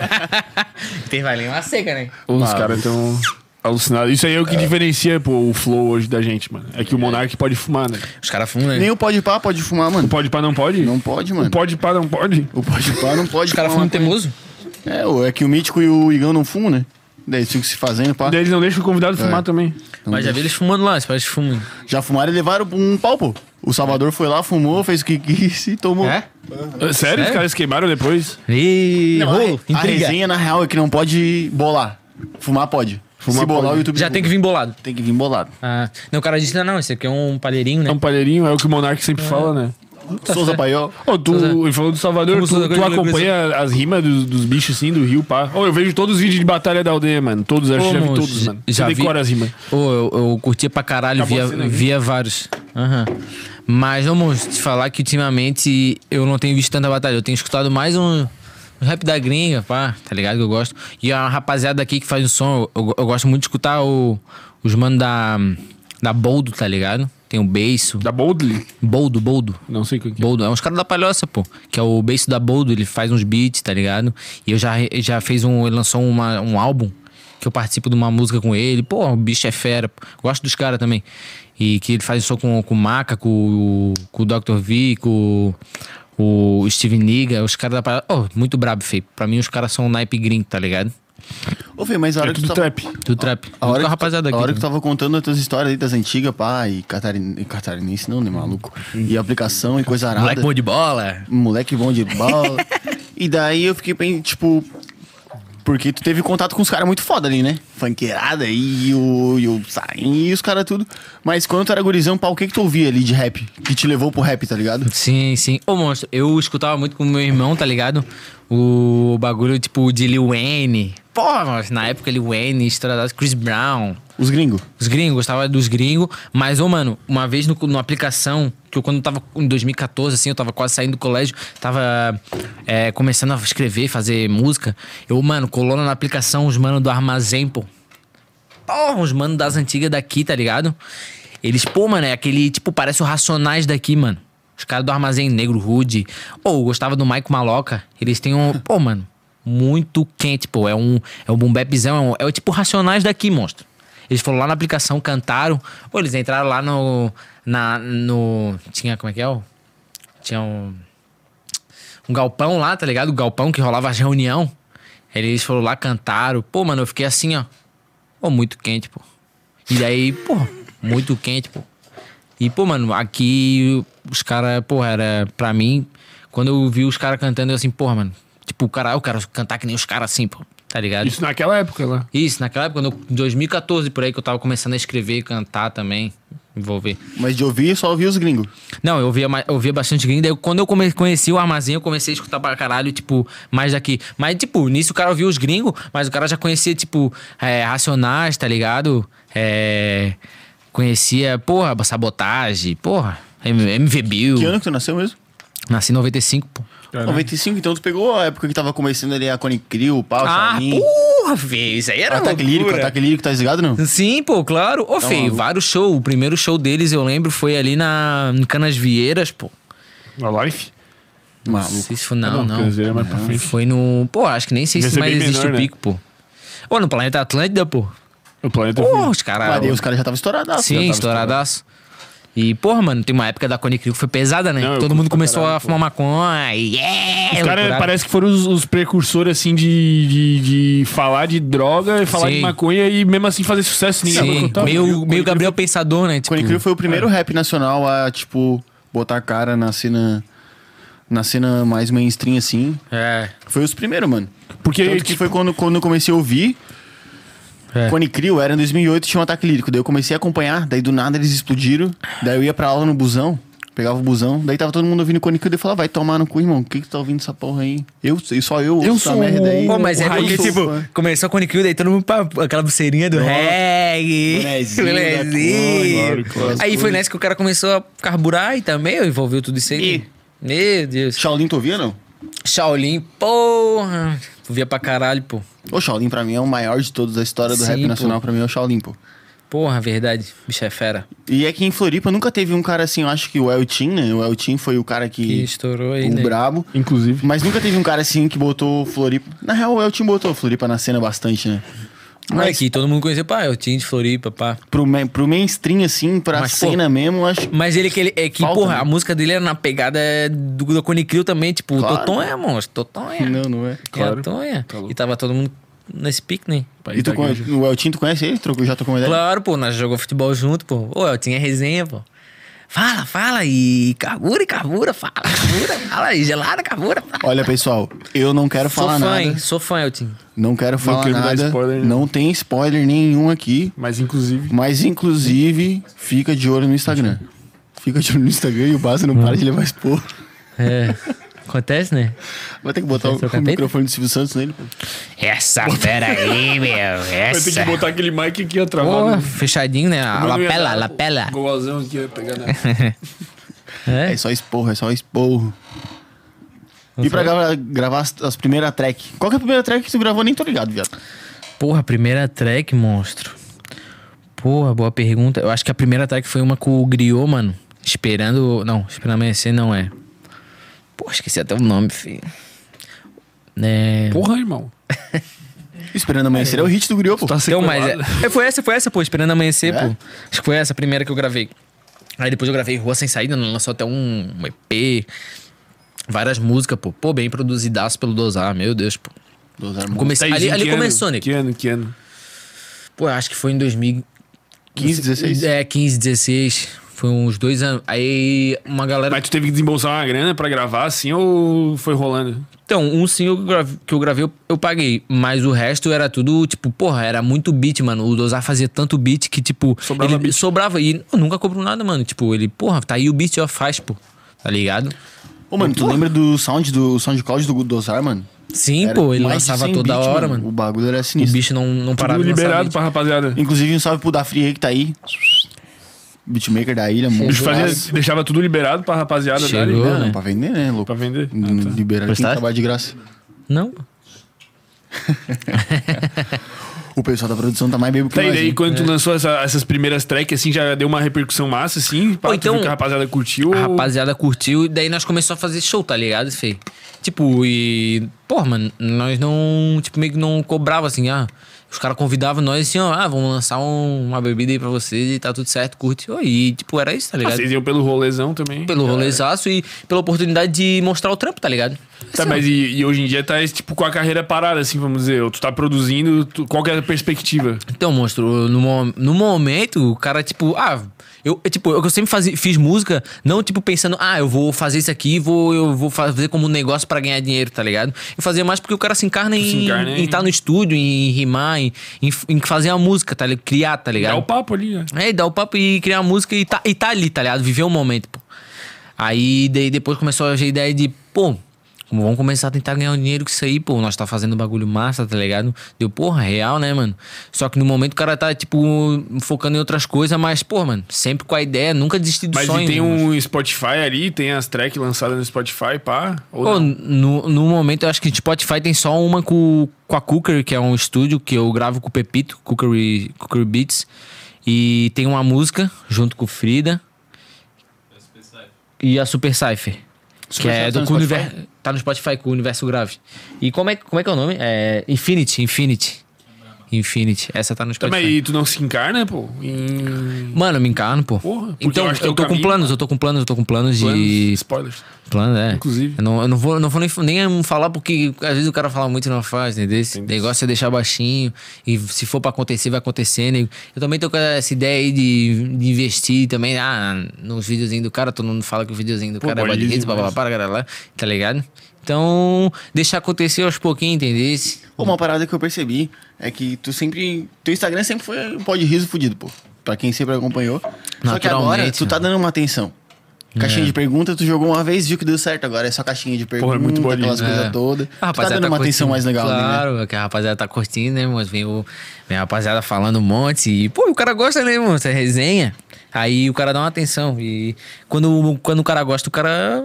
Intervalinho uma seca, né?
Os caras estão alucinados. Isso aí é o que diferencia, pô, o flow hoje da gente, mano. É que o Monark pode fumar, né?
Os caras fumam, né?
Nem o pode pá pode fumar, mano.
Pode pá, não pode?
Não pode, mano.
O pode pá, não pode?
O pode pá não pode
Os caras
fumar
fumam teimoso?
maconha. É, ô, é que o Mítico e o Igão não fumam, né? Daí eles ficam se fazendo, pá. Então,
Daí eles não deixam o convidado fumar também.
Mas já vi eles fumando lá, parece que fumam.
Já fumaram e levaram um pau, pô. O Salvador foi lá, fumou, fez o que quis e tomou.
É?
É. Ah, Sério? Os caras queimaram depois?
Ih,
Não,
rolo,
a, a
intriga.
resenha, na real, é que não pode bolar. Fumar pode.
Fumar
se bolar,
pode.
o YouTube
Já tem que vir bolado.
tem que vir bolado.
Ah, não, o cara disse, não, não, esse aqui é um palheirinho, né?
É um palheirinho, é o que o Monark sempre fala, né?
Souza Paiol.
Ô, tu,
é.
ele falou do Salvador,
Como
tu,
Souza
tu
Coelho
acompanha as rimas dos, dos bichos assim, do Rio, pá. Ô, eu vejo todos os vídeos de Batalha da Aldeia, mano. Todos, acho que já vi
Como
todos,
j-
mano. Já
vi.
decora as rimas.
Ô, eu, eu curtia pra caralho,
Acabou
via,
a cena aqui.
via vários. Aham. Mas vamos te falar que ultimamente eu não tenho visto tanta batalha. Eu tenho escutado mais um, um rap da gringa, pá, tá ligado? Que eu gosto. E a rapaziada aqui que faz o som, eu, eu- eu gosto muito de escutar o- os manos da, da Boldo, tá ligado? Tem o Beiço.
Da Boldly?
Boldo, Boldo.
Não sei o que que é.
Boldo, é uns caras da palhoça, pô. Que é o bass da Boldo, ele faz uns beats, tá ligado? E eu já, já fez um. Ele lançou uma- um álbum que eu participo de uma música com ele. Pô, o bicho é fera. pô. Gosto dos caras também. E que ele faz um som com, com o Maca, com, o- com o Dr. V, com o o Steve Niga, os caras da palhoça. Oh, muito brabo, feio. Pra mim, os caras são um naipe gringo, tá ligado?
Ô, Fê, mas a hora
É
que
tudo
tu tá- tava...
trap.
Do trap.
A
Muito
hora,
com
que,
a rapaziada
a
aqui. né?
hora que tu
também.
tava contando as tuas histórias aí das antigas, pá, e catarin- e catarinense não, né, maluco? E aplicação e coisa arada.
Moleque bom de bola.
Moleque bom de bola. e daí eu fiquei bem, tipo... Porque tu teve contato com os caras muito foda ali, né? Funkeirada e o, e o Sain e os caras tudo. Mas quando tu era gurizão, pá, o que que tu ouvia ali de rap? Que te levou pro rap, tá ligado?
Sim, sim. Ô, monstro, eu escutava muito com meu irmão, tá ligado? O bagulho, tipo, de Lil Wayne. Porra, monstro, na época Lil Wayne, estouradaço, Chris Brown.
Os gringos.
Os gringos, gostava dos gringos. Mas, ô, mano, uma vez no, numa aplicação, que eu quando eu tava em 2014, assim, eu tava quase saindo do colégio, tava é, começando a escrever, fazer música. Eu, mano, colona na aplicação os mano do armazém, pô. Porra, os mano das antigas daqui, tá ligado? Eles, pô, mano, é aquele, tipo, parece o Racionais daqui, mano. Os caras do Armazém Negro, Rude. Pô, eu gostava do Maico Maloca. Eles têm um, pô, mano, muito quente, pô. É um, é um boom bapzão, é, um- é o tipo Racionais daqui, monstro. Eles foram lá na aplicação, cantaram. Pô, eles entraram lá no, na, no, tinha, como é que é, o tinha um, um galpão lá, tá ligado? O galpão que rolava as reunião. Eles foram lá, cantaram. Pô, mano, eu fiquei assim, ó. Pô, muito quente, pô. E aí, pô, muito quente, pô. E, pô, mano, aqui os caras, porra, era pra mim. Quando eu vi os caras cantando, eu assim, porra, mano. Tipo, o cara, eu quero cantar que nem os caras assim, pô. Tá ligado?
Isso naquela época lá.
Isso, naquela época, quando eu- em 2014, por aí, que eu tava começando a escrever e cantar também. Envolver.
Mas de ouvir, só ouvir os gringos.
Não, eu via, ma- eu via bastante gringo. Daí, quando eu come- conheci o armazém, eu comecei a escutar pra caralho, tipo, mais daqui. Mas, tipo, nisso o cara ouvia os gringos, mas o cara já conhecia, tipo, é, Racionais, tá ligado? É, conhecia, porra, Sabotagem, porra, M- MV Bill.
Que ano que tu nasceu mesmo?
Nasci em 95, pô.
95, então tu pegou a época que tava começando ali a Cone Crew, o Pau,
Ah,
Chamin.
porra, feio, isso aí era
Ataque lírico,
É loucura.
ataque lírico, tá ligado não?
Sim, pô, claro. Ô, feio,
maluco.
vários shows. O primeiro show deles, eu lembro, foi ali na em Canas Vieiras, pô.
Na life?
Não
Maluco.
sei se foi, não, não.
Quer dizer, é mais pra frente.
Foi no. Pô, acho que nem sei
Devia
se
ser
mais
bem
existe
menor,
o
né?
pico, pô. Ô, no planeta Atlântida, pô.
O planeta.
Pô, os
Mas aí
caras.
os caras já estavam estouradaço. já
Sim,
tava
estouradaço. E, porra, mano, tem uma época da Cone Crew que foi pesada, né?
Não, eu
Todo
curto
mundo
pra
começou
caralho,
a fumar maconha. e Yeah!
Os caras
loucurada.
parece que foram os, os precursores, assim, de, de, de falar de droga, e falar
Sim.
de maconha e mesmo assim fazer sucesso. Ninguém sabe o que
Sim,
eu tava.
meio, meio Gabriel Pensador, né? Tipo,
Cone Crew foi o primeiro rap nacional a, tipo, botar a cara na cena. Na cena mais mainstream, assim.
é,
Foi os primeiros, mano.
Porque,
Tanto que
tipo,
foi quando, quando eu comecei a ouvir.
É.
Cone Crew era em 2008, tinha um ataque lírico. Daí eu comecei a acompanhar, daí do nada eles explodiram. Daí eu ia pra aula no busão, pegava o busão. Daí tava todo mundo ouvindo Cone Crew, daí eu falava, vai tomar no cu, irmão. O que que tu tá ouvindo essa porra aí? Eu, e só eu ouço essa
sou
merda aí.
o-
Pô, mas
O
é porque,
Raíssa,
tipo,
né?
começou a Cone Crew, daí todo mundo pra aquela buceirinha do reggae.
Bonezinho da
Cone, claro,
Bonezinho.
claro.
Aí foi nessa que o cara começou a carburar e também envolveu tudo isso aí. Meu Deus.
Shaolin tu ouvia, não?
Shaolin, porra. Via pra caralho, pô.
O Shaolin pra mim é o maior de todos da história do
Sim,
rap
pô.
nacional, pra mim é o Shaolin, pô.
Porra, verdade. Bicho é fera.
E é que em Floripa nunca teve um cara assim, eu acho que o Eltin, né? O Eltin foi o cara que.
Que estourou aí,
o
né?
brabo.
inclusive.
Mas nunca teve um cara assim que botou Floripa. Na real, o Eltin botou Floripa na cena bastante, né?
Mas aqui todo mundo conhecia, pá, eu tinha de Floripa, pá.
Pro, ma- pro mainstream, assim, pra
Mas, pô,
cena mesmo, eu acho.
Mas ele que ele, é que,
Falta,
porra,
né?
a música dele era na pegada do, do Cone Crew também, tipo,
Claro.
o Totonha, monstro, Totonha.
Não, não é.
Claro.
É a Tonha.
Tá louco.
e tava todo mundo nesse piquenique.
E tu conhe- o Eltin, tu conhece ele? Trocou, já trocou uma ideia?
Claro, pô, nós jogamos futebol junto, pô. Ô, eu tinha resenha, pô. Fala, fala e carbura, e carbura, fala, carbura, fala e gelada, carbura. fala.
Olha, pessoal, eu não quero
Sou
falar
fã,
nada.
hein? Sou fã, eu tinha.
Não quero falar
quero dar
nada.
spoiler, né?
não tem spoiler nenhum aqui.
Mas, inclusive.
Mas, inclusive, fica de olho no Instagram. Fica de olho no Instagram e o Baza não para de levar expor.
É. Acontece, né?
Vai ter que botar o,
Esse é o
o
capeta?
microfone do Silvio Santos nele. pô.
Essa fera aí, meu.
Vai ter
Essa.
que botar aquele mic aqui atrás.
Porra, fechadinho, né? A lapela, lapela.
Golazão aqui, ia pegar, né?
É só expor, é só expor. E pra gravar, gravar as, as primeiras tracks? Qual que é a primeira track que tu gravou? Nem tô ligado, viado.
Porra, a primeira track, monstro. Porra, boa pergunta. Eu acho que a primeira track foi uma com o Griot, mano. Esperando. Não, esperando amanhecer não é. Porra, esqueci até o nome, filho. É.
Porra, irmão.
Esperando amanhecer é o hit do Griot, pô.
Então, mas.
sequelado.
é- é, foi essa, foi essa, pô. Esperando amanhecer,
É?
pô. Acho que foi essa a primeira que eu gravei. Aí depois eu gravei Rua Sem Saída, lançou até um, um EP. Várias músicas, pô. Pô, bem produzidaço pelo Dozar, meu Deus, pô.
Dos Armon-
Comecei,
Tá,
ali
em
ali
que ano?
começou, né?
Que ano, que ano?
Pô, eu acho que foi em 2000.
15, 16?
É, 15, 16. Foi uns dois anos. Aí uma galera.
Mas tu teve que desembolsar uma grana pra gravar assim ou foi rolando?
Então, um single que eu grave- que eu gravei, eu, eu paguei. Mas o resto era tudo, tipo, porra, era muito beat, mano. O Dozar fazia tanto beat que, tipo,
Sobrava
ele
beat.
sobrava. E eu nunca cobrou nada, mano. Tipo, ele, porra, tá aí o beat, ó, faz, pô. Tá ligado?
Ô, mano, tu lembra do sound do o SoundCloud do Dozar, mano?
Sim,
Era
pô, ele
mais de
lançava
100
toda
beats,
hora, mano.
O bagulho era
O
sinistro.
bicho não, não parava
Tudo
de lançar
liberado
beat.
pra rapaziada.
Inclusive, um salve pro Dafri aí que tá aí. Beatmaker da ilha,
O bicho
monstro.
fazia-
Nossa,
deixava tudo liberado pra rapaziada dali.
Chegou,
não,
né?
pra vender, né, louco?
Pra vender. tá.
Não, Liberar tem que
Prestar?
trabalhar de graça.
Não.
O pessoal da produção tá mais bebo que
Tá, e
nós,
daí
hein?
quando
é.
tu lançou essa- essas primeiras tracks, assim, já deu uma repercussão massa, assim? Pá, tu
então-
viu que a rapaziada curtiu?
A rapaziada curtiu e daí nós começamos a fazer show, tá ligado, Fê? Tipo, e. Porra, mano, nós não. Tipo, meio que não cobrava assim, ah. Os caras convidavam nós assim, ó, ah, vamos lançar um- uma bebida aí pra vocês e tá tudo certo, curte. Ó, E, tipo, era isso, tá
Ah,
ligado?
Vocês iam pelo rolezão também.
Pelo rolezaço e pela oportunidade de mostrar o trampo, tá ligado?
Tá,
Assim, ó,
mas e, e hoje em dia tá, esse tipo, com a carreira parada, assim, vamos dizer. Ou Tu tá produzindo, tu- qual que é a perspectiva?
Então, monstro, no, mo- no momento, o cara, tipo, ah, eu, eu, tipo, eu, eu sempre fazi- fiz música, não, tipo, pensando, ah, eu vou fazer isso aqui, vou, eu vou fazer como um negócio pra ganhar dinheiro, tá ligado? Eu fazia mais porque o cara se encarna em
se encarna em-
estar no estúdio, em rimar, em, em, em fazer a música, tá ligado? Criar,
Dá
tá
o
ligado?
papo ali, né?
É, e dar o papo e criar a música e tá, e tá ali, tá ligado? Viver o momento, pô. Aí daí depois começou a ideia de, pô, como vamos começar a tentar ganhar um dinheiro com isso aí, pô. Nós tá fazendo bagulho massa, tá ligado? Deu, porra, real, né, mano? Só que no momento o cara tá, tipo, focando em outras coisas, mas, pô, mano, sempre com a ideia, nunca desistir do
Mas
sonho.
e tem
mano.
um Spotify ali, tem as tracks lançadas no Spotify, pá. Ou
Pô,
não?
no, no momento, eu acho que Spotify tem só uma com, com a Cooker, que é um estúdio que eu gravo com o Pepito, Cooker, Cooker Beats. E tem uma música junto com o Frida. E a Super Cypher. que
Super
é
Cypher tá
do
no
com o
Spotify?
univer- Tá no Spotify com o Universo Grave. E como é, como é que é o nome? É Infinity, Infinity. Infinity. Essa tá no Spotify.
Também, e tu não se encarna, pô? Em...
Mano, eu me encarno, pô.
Porra, porque
então,
eu
eu,
acho que é o
tô com
caminho.
planos, eu tô com planos, eu tô com planos, de.
Spoilers.
Plano, é.
Inclusive.
Eu não, eu não vou, eu não vou nem, nem falar porque às vezes o cara fala muito e não faz, entendeu? Esse negócio é deixar baixinho e se for pra acontecer, vai acontecendo. E Eu também tô com essa ideia aí de, de investir também ah, nos videozinhos do cara. Todo mundo fala que o videozinho do cara é
pode
body hits, blá, blá, blá, blá, blá, blá, tá ligado? Então, deixar acontecer aos pouquinhos, entendeu?
Pô, uma parada que eu percebi é que tu sempre. Teu Instagram sempre foi um pó de riso fudido, pô. Pra quem sempre acompanhou. Só que agora
Naturalmente, né? É.
tu tá dando uma atenção. Caixinha de pergunta, tu jogou uma vez, viu que deu certo. Agora é só caixinha de pergunta,
Porra, é muito bom
aquelas
isso.
coisas todas.
A
Tu tá
Ah, rapaziada
dando uma atenção mais
curtindo.
legal, né?
Claro, que a rapaziada tá curtindo, né, moço? Vem, o, vem a rapaziada falando um monte. E, pô, o cara gosta, né, moço? É resenha. Aí o cara dá uma atenção. E quando, quando o cara gosta, o cara,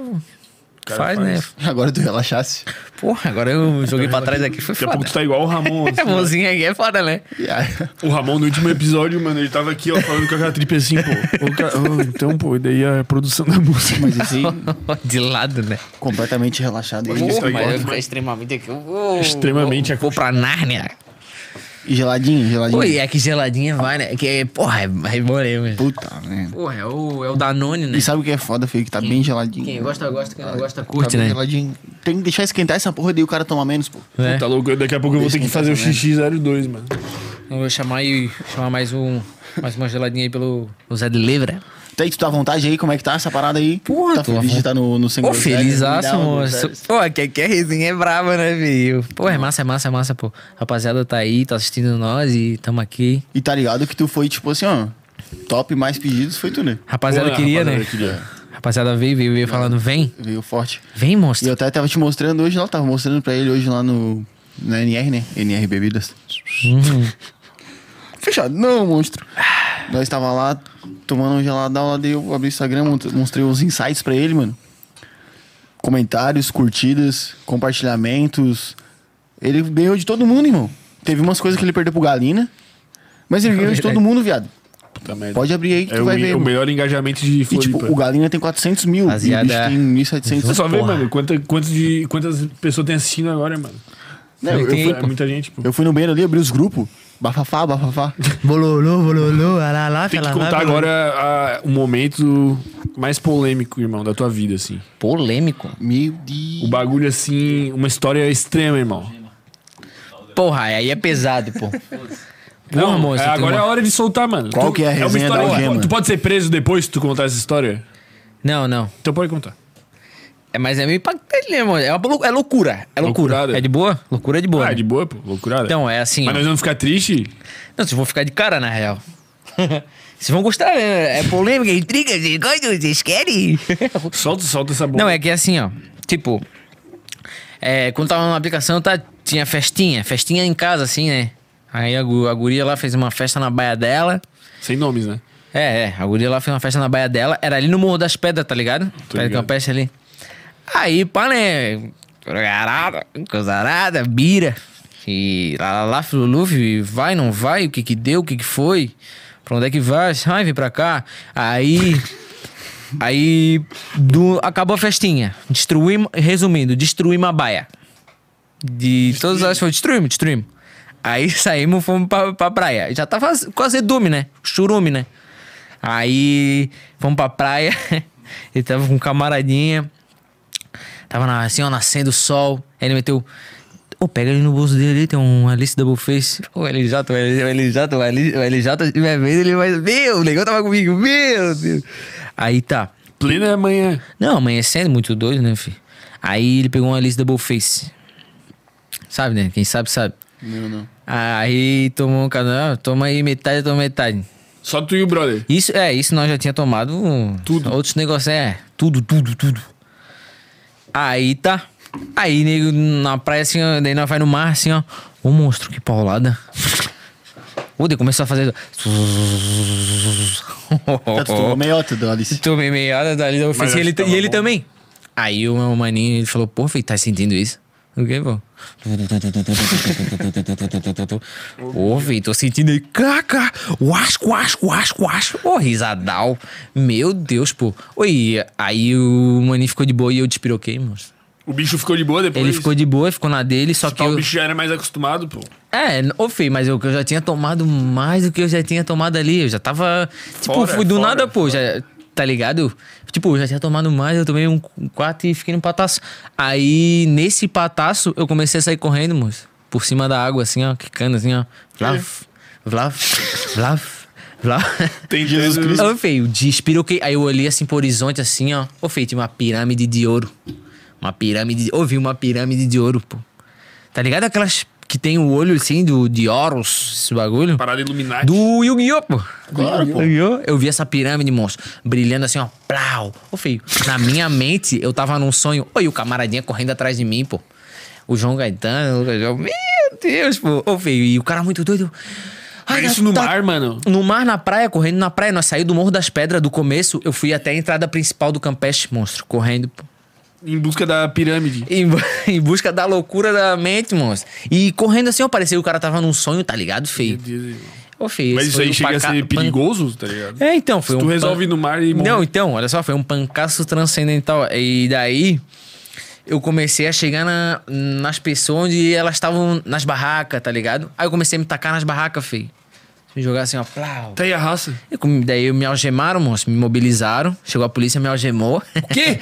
cara faz.
faz, né?
Agora tu relaxasse.
Porra, agora eu joguei pra trás aqui, foi
Daqui a
foda.
pouco tu tá igual o Ramon. assim,
É, mozinho aqui é foda, né?
Yeah.
O Ramon, no último episódio, mano, ele tava aqui, ó, falando com a Catripe assim, pô. Ô, ca- ô, então, pô, e daí a produção da música.
Mas assim,
De lado, né?
completamente relaxado.
Hoje isso
Porra,
aí
mas
é
eu tô extremamente aqui. eu vou-
Extremamente
vou, vou pra Nárnia.
E geladinho, geladinho.
Pô, e é que geladinha vai, né? Que, porra, é, é moreno, velho.
Puta, merda.
Porra, é o, é o Danone, né?
E sabe o que é foda, filho? Que tá bem geladinho.
Quem gosta, gosta. Quem não gosta,
Tá
curte,
bem
né?
geladinho. Tem que deixar esquentar essa porra, daí o cara toma menos, pô.
É.
Tá louco, daqui a pouco eu né? vou ter que fazer o xixi 02, mano.
Então, Eu vou chamar e chamar mais um. Mais uma geladinha aí pelo o Zé de é? Livra.
Tá aí, tu tá à vontade aí? Como é que tá essa parada aí?
Porra,
tá
tô à
feliz de
vontade.
estar no, no sem
Pô,
groselha?
feliz
Me dá
aço,
uma
moço.
um
groselha.
Pô, que, que a resenha é braba, né, filho? Pô, é massa, é massa, é massa, pô. Rapaziada tá aí, tá assistindo nós e tamo aqui.
E tá ligado que tu foi, tipo assim, ó. Top mais pedidos foi tu, né?
Rapaziada
Pô,
queria, né?
rapaziada queria.
Rapaziada veio, veio, veio falando, vem,
Veio forte.
vem,
E
monstro.
eu até tava te mostrando hoje lá, tava mostrando pra ele hoje lá no. Na NR, né? NR Bebidas.
Uhum.
Fechado, não, monstro. Nós tava lá tomando um geladão lá, daí eu abri o Instagram, mont- mostrei uns insights pra ele, mano. Comentários, curtidas, compartilhamentos. Ele ganhou de todo mundo, irmão. Teve umas coisas que ele perdeu pro Galina, mas ele ganhou de todo mundo, viado.
Puta merda.
Pode abrir aí que
É
tu
o,
vai
me-
ver.
o
mano.
melhor engajamento de
E tipo,
Floripa.
o Galina tem 400 mil e o
Rapaziada,
bicho tem 1.700.
Você só vê,
Porra.
mano, quanta, quantos de, quantas pessoas tem assistindo agora, mano.
Não, eu,
Tem-
fui,
É muita gente, pô.
eu fui no banheiro ali, abri os grupos. Bafafá, bafafá.
Bololô, bololô, alá, lá,
Tem que contar agora a- o momento mais polêmico, irmão, da tua vida, assim.
Polêmico.
Meu
O
Deus.
bagulho, assim, uma história extrema, irmão.
Porra, aí é pesado, pô. Porra,
Não,
monstro.
é,
tem
agora é
uma-
a hora de soltar, mano.
Qual que é a
uma
resenha
história
da
que-
algema?
Tu pode ser preso depois se tu contar essa história?
Não, não.
Então pode contar.
É, mas é meio impactante, né, mano? É, uma lou- é loucura. É loucura.
Loucurada.
É de boa? Loucura é de boa.
né? Ah,
né?
de boa, pô. Loucurada.
Então, é assim. ó.
Mas nós vamos ficar triste?
Não, vocês vão ficar de cara, na real. Vocês vão gostar, né? É polêmica, intriga, vocês gostam, vocês querem.
Solta, solta essa bomba.
Não, é que é assim, ó. é Tipo, É, quando tava na aplicação, tá, tinha festinha. Festinha em casa, assim, né? Aí a, gu- a guria lá fez uma festa na baia dela.
Sem nomes, né?
É, é. A guria lá fez uma festa na baia dela. Era ali no Morro das Pedras, tá ligado? Pedra
ligado.
Campestre ali. Aí, pá, né? Garada, cozarada, bira. E lá, lá, lá, filulu, fi, vai, não vai, o que que deu, o que que foi? Pra onde é que vai? Ai, vem pra cá. Aí... Aí do- acabou a festinha. Destruímos, resumindo, destruímos a baia. De todas as foi destruímos, destruímos. Aí saímos, fomos pra, pra praia. Já tava quase dume, né? Churume, né? Aí fomos pra praia. Ele tava com um camaradinha. Tava na, assim, ó, nascendo o sol. Aí ele meteu. Ô, pega ali no bolso dele ali, tem um Alice Double Face. Ô, LJ, o LJ, o LJ, o LJ, se tiver vendo, ele vai. Meu, o negão tava comigo, meu Deus. Aí tá.
Plena manhã.
Não, amanhecendo, muito doido, né, filho? Aí ele pegou uma Alice Double Face. Sabe, né? Quem sabe, sabe.
Meu não.
Aí tomou um canal, toma aí metade, toma metade.
Só tu e o brother.
Isso, é, isso nós já tinha tomado um-
Tudo.
Outros negócios, é. Tudo, tudo, tudo. Aí tá. Aí, nego, na praia, assim, ó, daí nós vai no mar, assim, ó. Ô, monstro, que paulada. Ô, daí começou a fazer...
Tá, tu tomou meiota do Alice.
Tomei meia hora tá dali da
acho
ofensa e ele,
que tava
e ele
bom.
também. Aí o meu maninho ele falou, pô, filho, tá sentindo isso? O que, pô? Pô, filho, tô sentindo aí. Caca! Uasco, uasco, uasco, uasco. Ô, risadal. Meu Deus, pô. Oi, aí o maninho ficou de boa e eu despiroquei, moço.
O bicho ficou de boa depois.
Ele ficou de boa, ficou na dele, só que
Tá, O
eu...
bicho já era mais acostumado, pô.
É, ô filho, mas eu, que eu já tinha tomado mais do que eu já tinha tomado ali. Eu já tava. Tipo,
Fora,
fui do
fora,
nada, pô, já. Tá ligado? Tipo, eu já tinha tomado mais, eu tomei um quatro e fiquei no pataço. Aí, nesse pataço, eu comecei a sair correndo, moço. Por cima da água, assim, ó, quicando, assim, ó. Vlaf, vlaf, vlaf, vlaf.
Tem Jesus Cristo.
Ô, feio, despiroquei. Aí eu olhei assim pro horizonte, assim, ó. Ô, feio, tinha uma pirâmide de ouro. Uma pirâmide. de- Ouvi uma pirâmide de ouro, pô. Tá ligado aquelas que tem o olho, assim, do, de Horus, esse bagulho?
Parada iluminada.
Do Yu-Gi-Oh, pô.
Claro, pô.
Yu-Gi-Oh! Eu vi essa pirâmide, monstro, brilhando assim, ó. Plau. Ô, feio, na minha mente, eu tava num sonho. Oi, o camaradinha correndo atrás de mim, pô. O João Gaetano, o Lucas João. Meu Deus, pô. Ô, feio, e o cara muito doido.
Mas
Ai, na-
É isso no
tá-
mar, mano.
no mar, na praia, correndo na praia. Nós saímos do Morro das Pedras do começo, eu fui até a entrada principal do Campestre, monstro, correndo. pô.
Em busca da pirâmide.
Em, bu- em busca da loucura da mente, monstro. E correndo assim, ó, parecia que o cara tava num sonho, tá ligado, feio?
Meu Deus, irmão.
Ô, feio,
Mas
esse
isso
foi
aí
um
chega a
panca-
ser
pan-
perigoso, tá ligado?
É, então, foi
Se tu
um. pan-
resolve ir no mar e morre.
Não, então, olha só, foi um pancaço transcendental. E daí eu comecei a chegar na- nas pessoas onde elas estavam nas barracas, tá ligado? Aí eu comecei a me tacar nas barracas, feio. Me jogar assim, ó, plau.
Tá aí a raça.
E com- Daí me algemaram, moço, me mobilizaram. Chegou a polícia, me algemou. O
quê?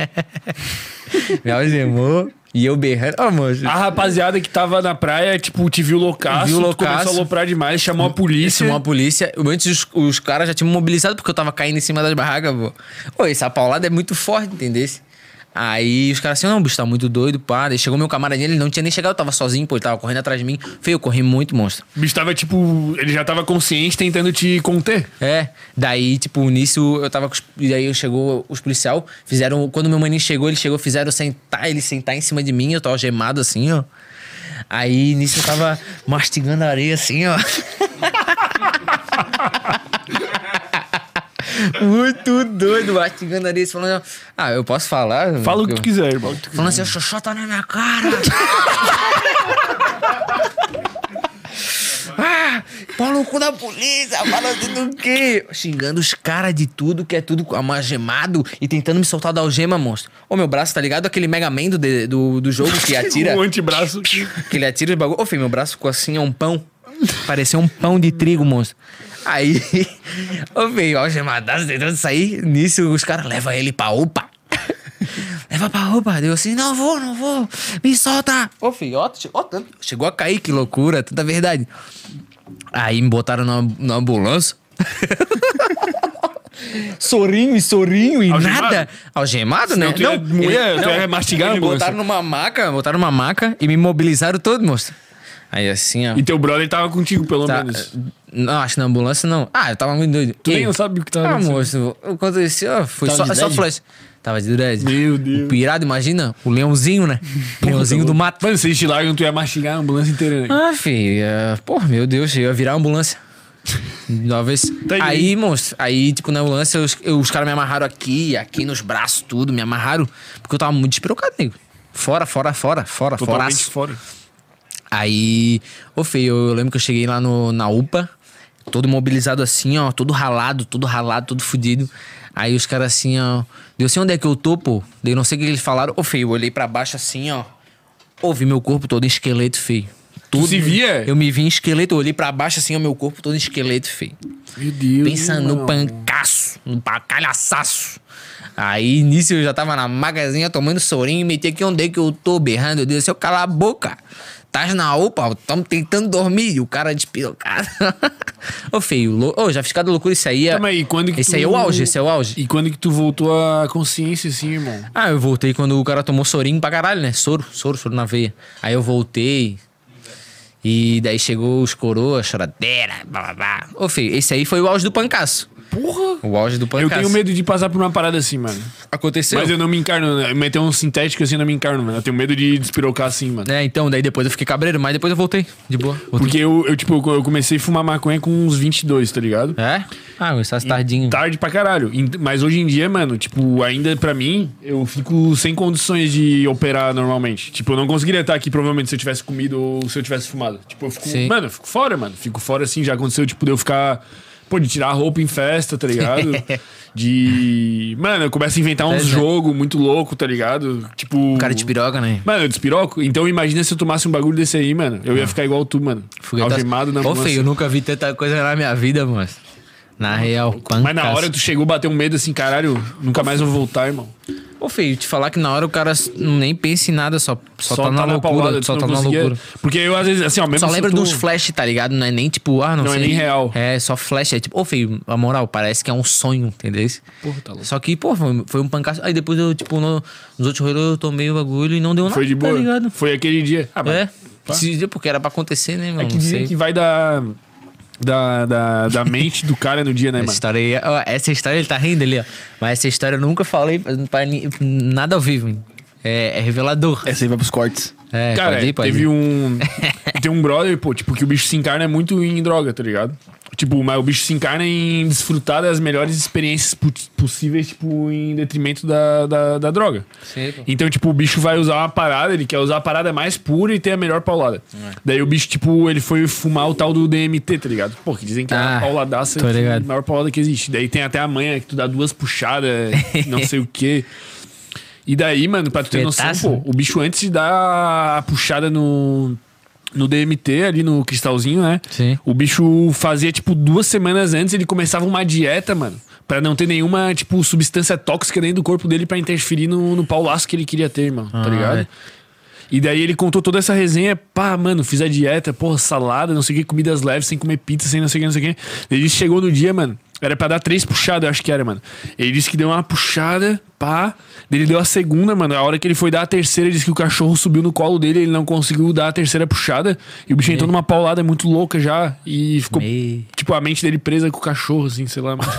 me algemou. E eu berrando. Ó, moço.
A rapaziada que tava na praia, tipo, te viu loucaço,
Viu
tu
loucaço.
começou a aloprar demais, chamou a polícia.
Chamou a polícia. Antes os, os caras já tinham me mobilizado porque eu tava caindo em cima das barracas, pô. Ô, essa paulada é muito forte, entendesse? Aí os caras assim, não, o bicho tá muito doido, pá. Daí chegou meu camaradinho, ele não tinha nem chegado, eu tava sozinho, pô, ele tava correndo atrás de mim. Feio, eu corri muito, monstro.
O bicho tava, tipo, ele já tava consciente tentando te conter.
É, daí, tipo, nisso eu tava com os, E aí chegou os policial, fizeram. Quando meu maninho chegou, ele chegou, fizeram eu sentar, ele sentar em cima de mim, eu tava gemado assim, ó. Aí nisso eu tava mastigando a areia assim, ó. Muito doido, mastigando a areia, falando, ó, ah, eu posso falar?
Fala o que
Eu-
tu quiser, irmão.
Falando assim, o xoxó tá na minha cara. ah, pau no cu da polícia, falando do quê? Xingando os caras de tudo, que é tudo amagemado e tentando me soltar da algema, monstro. Ô, meu braço, tá ligado? Aquele Mega Man do, de- do, do jogo que atira.
O antebraço.
Um Que ele atira os bagulho. Ô, filho, meu braço ficou assim, é um pão. Parecia um pão de trigo, monstro. Aí, ô, filho, algemadaço tentando sair. Nisso, os caras levam ele pra UPA. Leva pra UPA. Deu assim, não vou, não vou. Me solta. Ô, filho, ó, che- ó, tanto- chegou a cair, que loucura, tanta verdade. Aí me botaram na, na ambulância. Sorinho e sorinho e
Algemado?
nada. Algemado,
Senão
né?
tu ia moer, tu é né? ia mastigar a
eles
ambulância.
botaram numa maca, botaram numa maca e me mobilizaram todo, moço. Aí assim, ó.
E teu brother tava contigo, pelo
tá-
menos.
não, acho que na ambulância não. Ah, eu tava muito doido.
Tu
Ei,
nem assim. sabe o que tava
Ah,
acontecendo.
moço, aconteceu, ó, foi
Tava
só,
de
só
bad?
flash. Tava de dureza.
Meu Deus. Tá
O pirado, imagina? O leãozinho, né? leãozinho do mato.
Mano, vocês te largam, tu ia mastigar a ambulância inteira, né?
Ah, filho, é, porra, meu Deus, eu ia virar ambulância. Nova vez.
Tá aí.
aí, monstro, aí, tipo, na ambulância, os, eu- os caras me amarraram aqui, aqui nos braços, tudo, me amarraram, porque eu tava muito despirocado, nego. Fora, fora, fora, fora, fora.
Totalmente fora.
Aí, ô feio, eu lembro que eu cheguei lá no, na UPA, todo mobilizado assim, ó, todo ralado, todo ralado, todo fudido. Aí os caras assim, ó, deu sei onde é que eu tô, pô. Daí eu não sei o que eles falaram. Ô feio, eu olhei pra baixo assim, ó. Ouvi meu corpo todo em esqueleto, feio. Todo,
se via?
Eu me vi em esqueleto, eu olhei pra baixo assim, ó, meu corpo todo em esqueleto, feio.
Meu Deus.
Pensa no pancaço, no pacalhaçaço. Aí, nisso, eu já tava na magazinha tomando sorinho e meti aqui onde é que eu tô berrando. Eu disse, eu cala a boca. Tás na UPA, tamo tentando dormir. E o cara despirocado. Ô, feio, lou- ô, já fiz cada loucura. Isso aí é...
Calma aí, quando que
esse
tu-
aí é o auge, esse é o auge.
E quando que tu voltou à consciência, assim, irmão?
Ah, eu voltei quando o cara tomou sorinho pra caralho, né? Soro, soro, soro na veia. Aí eu voltei. E daí chegou os coroas, choradeira, blá blá blá. Ô, feio, esse aí foi o auge do pancaço.
Porra!
O auge do
Eu
pancaço.
tenho medo de passar por uma parada assim, mano.
Aconteceu.
Mas eu não me encarno, né? Meter um sintético assim eu não me encarno, mano. Eu tenho medo de despirocar assim, mano.
É, então, daí depois eu fiquei cabreiro, mas depois eu voltei. De boa. Voltei.
Porque eu, eu, tipo, eu comecei a fumar maconha com uns 22, tá ligado?
É? Ah, eu estava tardinho.
Tarde pra caralho. Ent- Mas hoje em dia, mano, tipo, ainda pra mim, eu fico sem condições de operar normalmente. Tipo, eu não conseguiria estar aqui provavelmente se eu tivesse comido ou se eu tivesse fumado. Tipo, eu fico.
Sim.
Mano, eu fico fora, mano. Fico fora assim. Já aconteceu, tipo, de eu ficar. Pô, de tirar a roupa em festa, tá ligado? De. Mano, eu começo a inventar uns
Festa.
jogos muito louco, tá ligado? Tipo.
O É, né? cara de piroca, né?
Mano, eu despiroco? Então imagina se eu tomasse um bagulho desse aí, mano. Eu ia ficar igual tu, mano.
Ah. Foguetaço.
Algemado na
Ô,
ambulância. Tá
feio, né? eu nunca vi tanta coisa na minha vida, mano. Na real, pancaço.
Mas na hora tu chegou, bateu um medo assim, caralho, nunca mais eu vou voltar, irmão.
Ô, feio, te falar que na hora o cara nem pensa em nada, só, só, tá, na loucura.
paulada,
só
tu
tá
não
na
conseguia-
loucura.
Porque eu, às vezes, assim, ó, mesmo
Só
se
lembra
eu tô-
dos flash, tá ligado? Não é nem tipo, ah, não,
Não é
sei.
nem real.
É, só flash. É tipo, ô, feio, a moral, parece que é um sonho, entendeu?
Porra, tá louco.
Só que, pô, foi, foi um pancaço. Aí depois eu, tipo, no- nos outros rolês eu tomei o bagulho e não deu nada.
Foi de boa.
Tá ligado?
Foi aquele dia. Ah, mas
É.
Pá. É
Se dizer porque era pra acontecer, né, mano?
que
Não
dizem
sei.
que vai da, da, da, da mente do cara no dia, né,
Essa
mano?
história aí, ó, essa história ele tá rindo ali, ó. Mas essa história eu nunca falei pra ni- nada ao vivo, hein? É, é revelador.
Essa aí vai pros cortes.
É,
Cara,
pode ir, pode
teve
ir.
um. Tem um brother, pô, tipo, que o bicho se encarna muito em droga, tá ligado? Tipo, mas o bicho se encarna em desfrutar das melhores experiências pu- possíveis, tipo, em detrimento da, da, da droga.
Sim, pô.
Então, tipo, o bicho vai usar uma parada, ele quer usar a parada mais pura e ter a melhor paulada. Daí o bicho, tipo, ele foi fumar o tal do DMT, tá ligado? Pô, que dizem que é
Ah,
a pauladaça,
tô
que- a
ligado.
maior paulada que existe. Daí tem até a manha que tu dá duas puxadas, não sei o quê. E daí, mano, pra tu ter noção,
Pretaço, né?
pô, o bicho antes de dar a puxada no, no DMT, ali no cristalzinho, né?
Sim.
O bicho fazia, tipo, duas semanas antes, ele começava uma dieta, mano. Pra não ter nenhuma, tipo, substância tóxica dentro do corpo dele pra interferir no, no paulaço que ele queria ter, irmão.
Ah,
tá ligado?
é.
E daí ele contou toda essa resenha. Pá, mano, fiz a dieta, porra, salada, não sei o que, comidas leves, sem comer pizza, sem não sei o que, não sei o que. Ele chegou no dia, mano. Era pra dar três puxadas, eu acho que era, mano. Ele disse que deu uma puxada, pá. Daí Ele deu a segunda, mano. A hora que ele foi dar a terceira, ele disse que o cachorro subiu no colo dele, ele não conseguiu dar a terceira puxada. E o bicho entrou numa paulada muito louca já. E ficou,
Meio.
tipo, a mente dele presa com o cachorro, assim, sei lá, mano.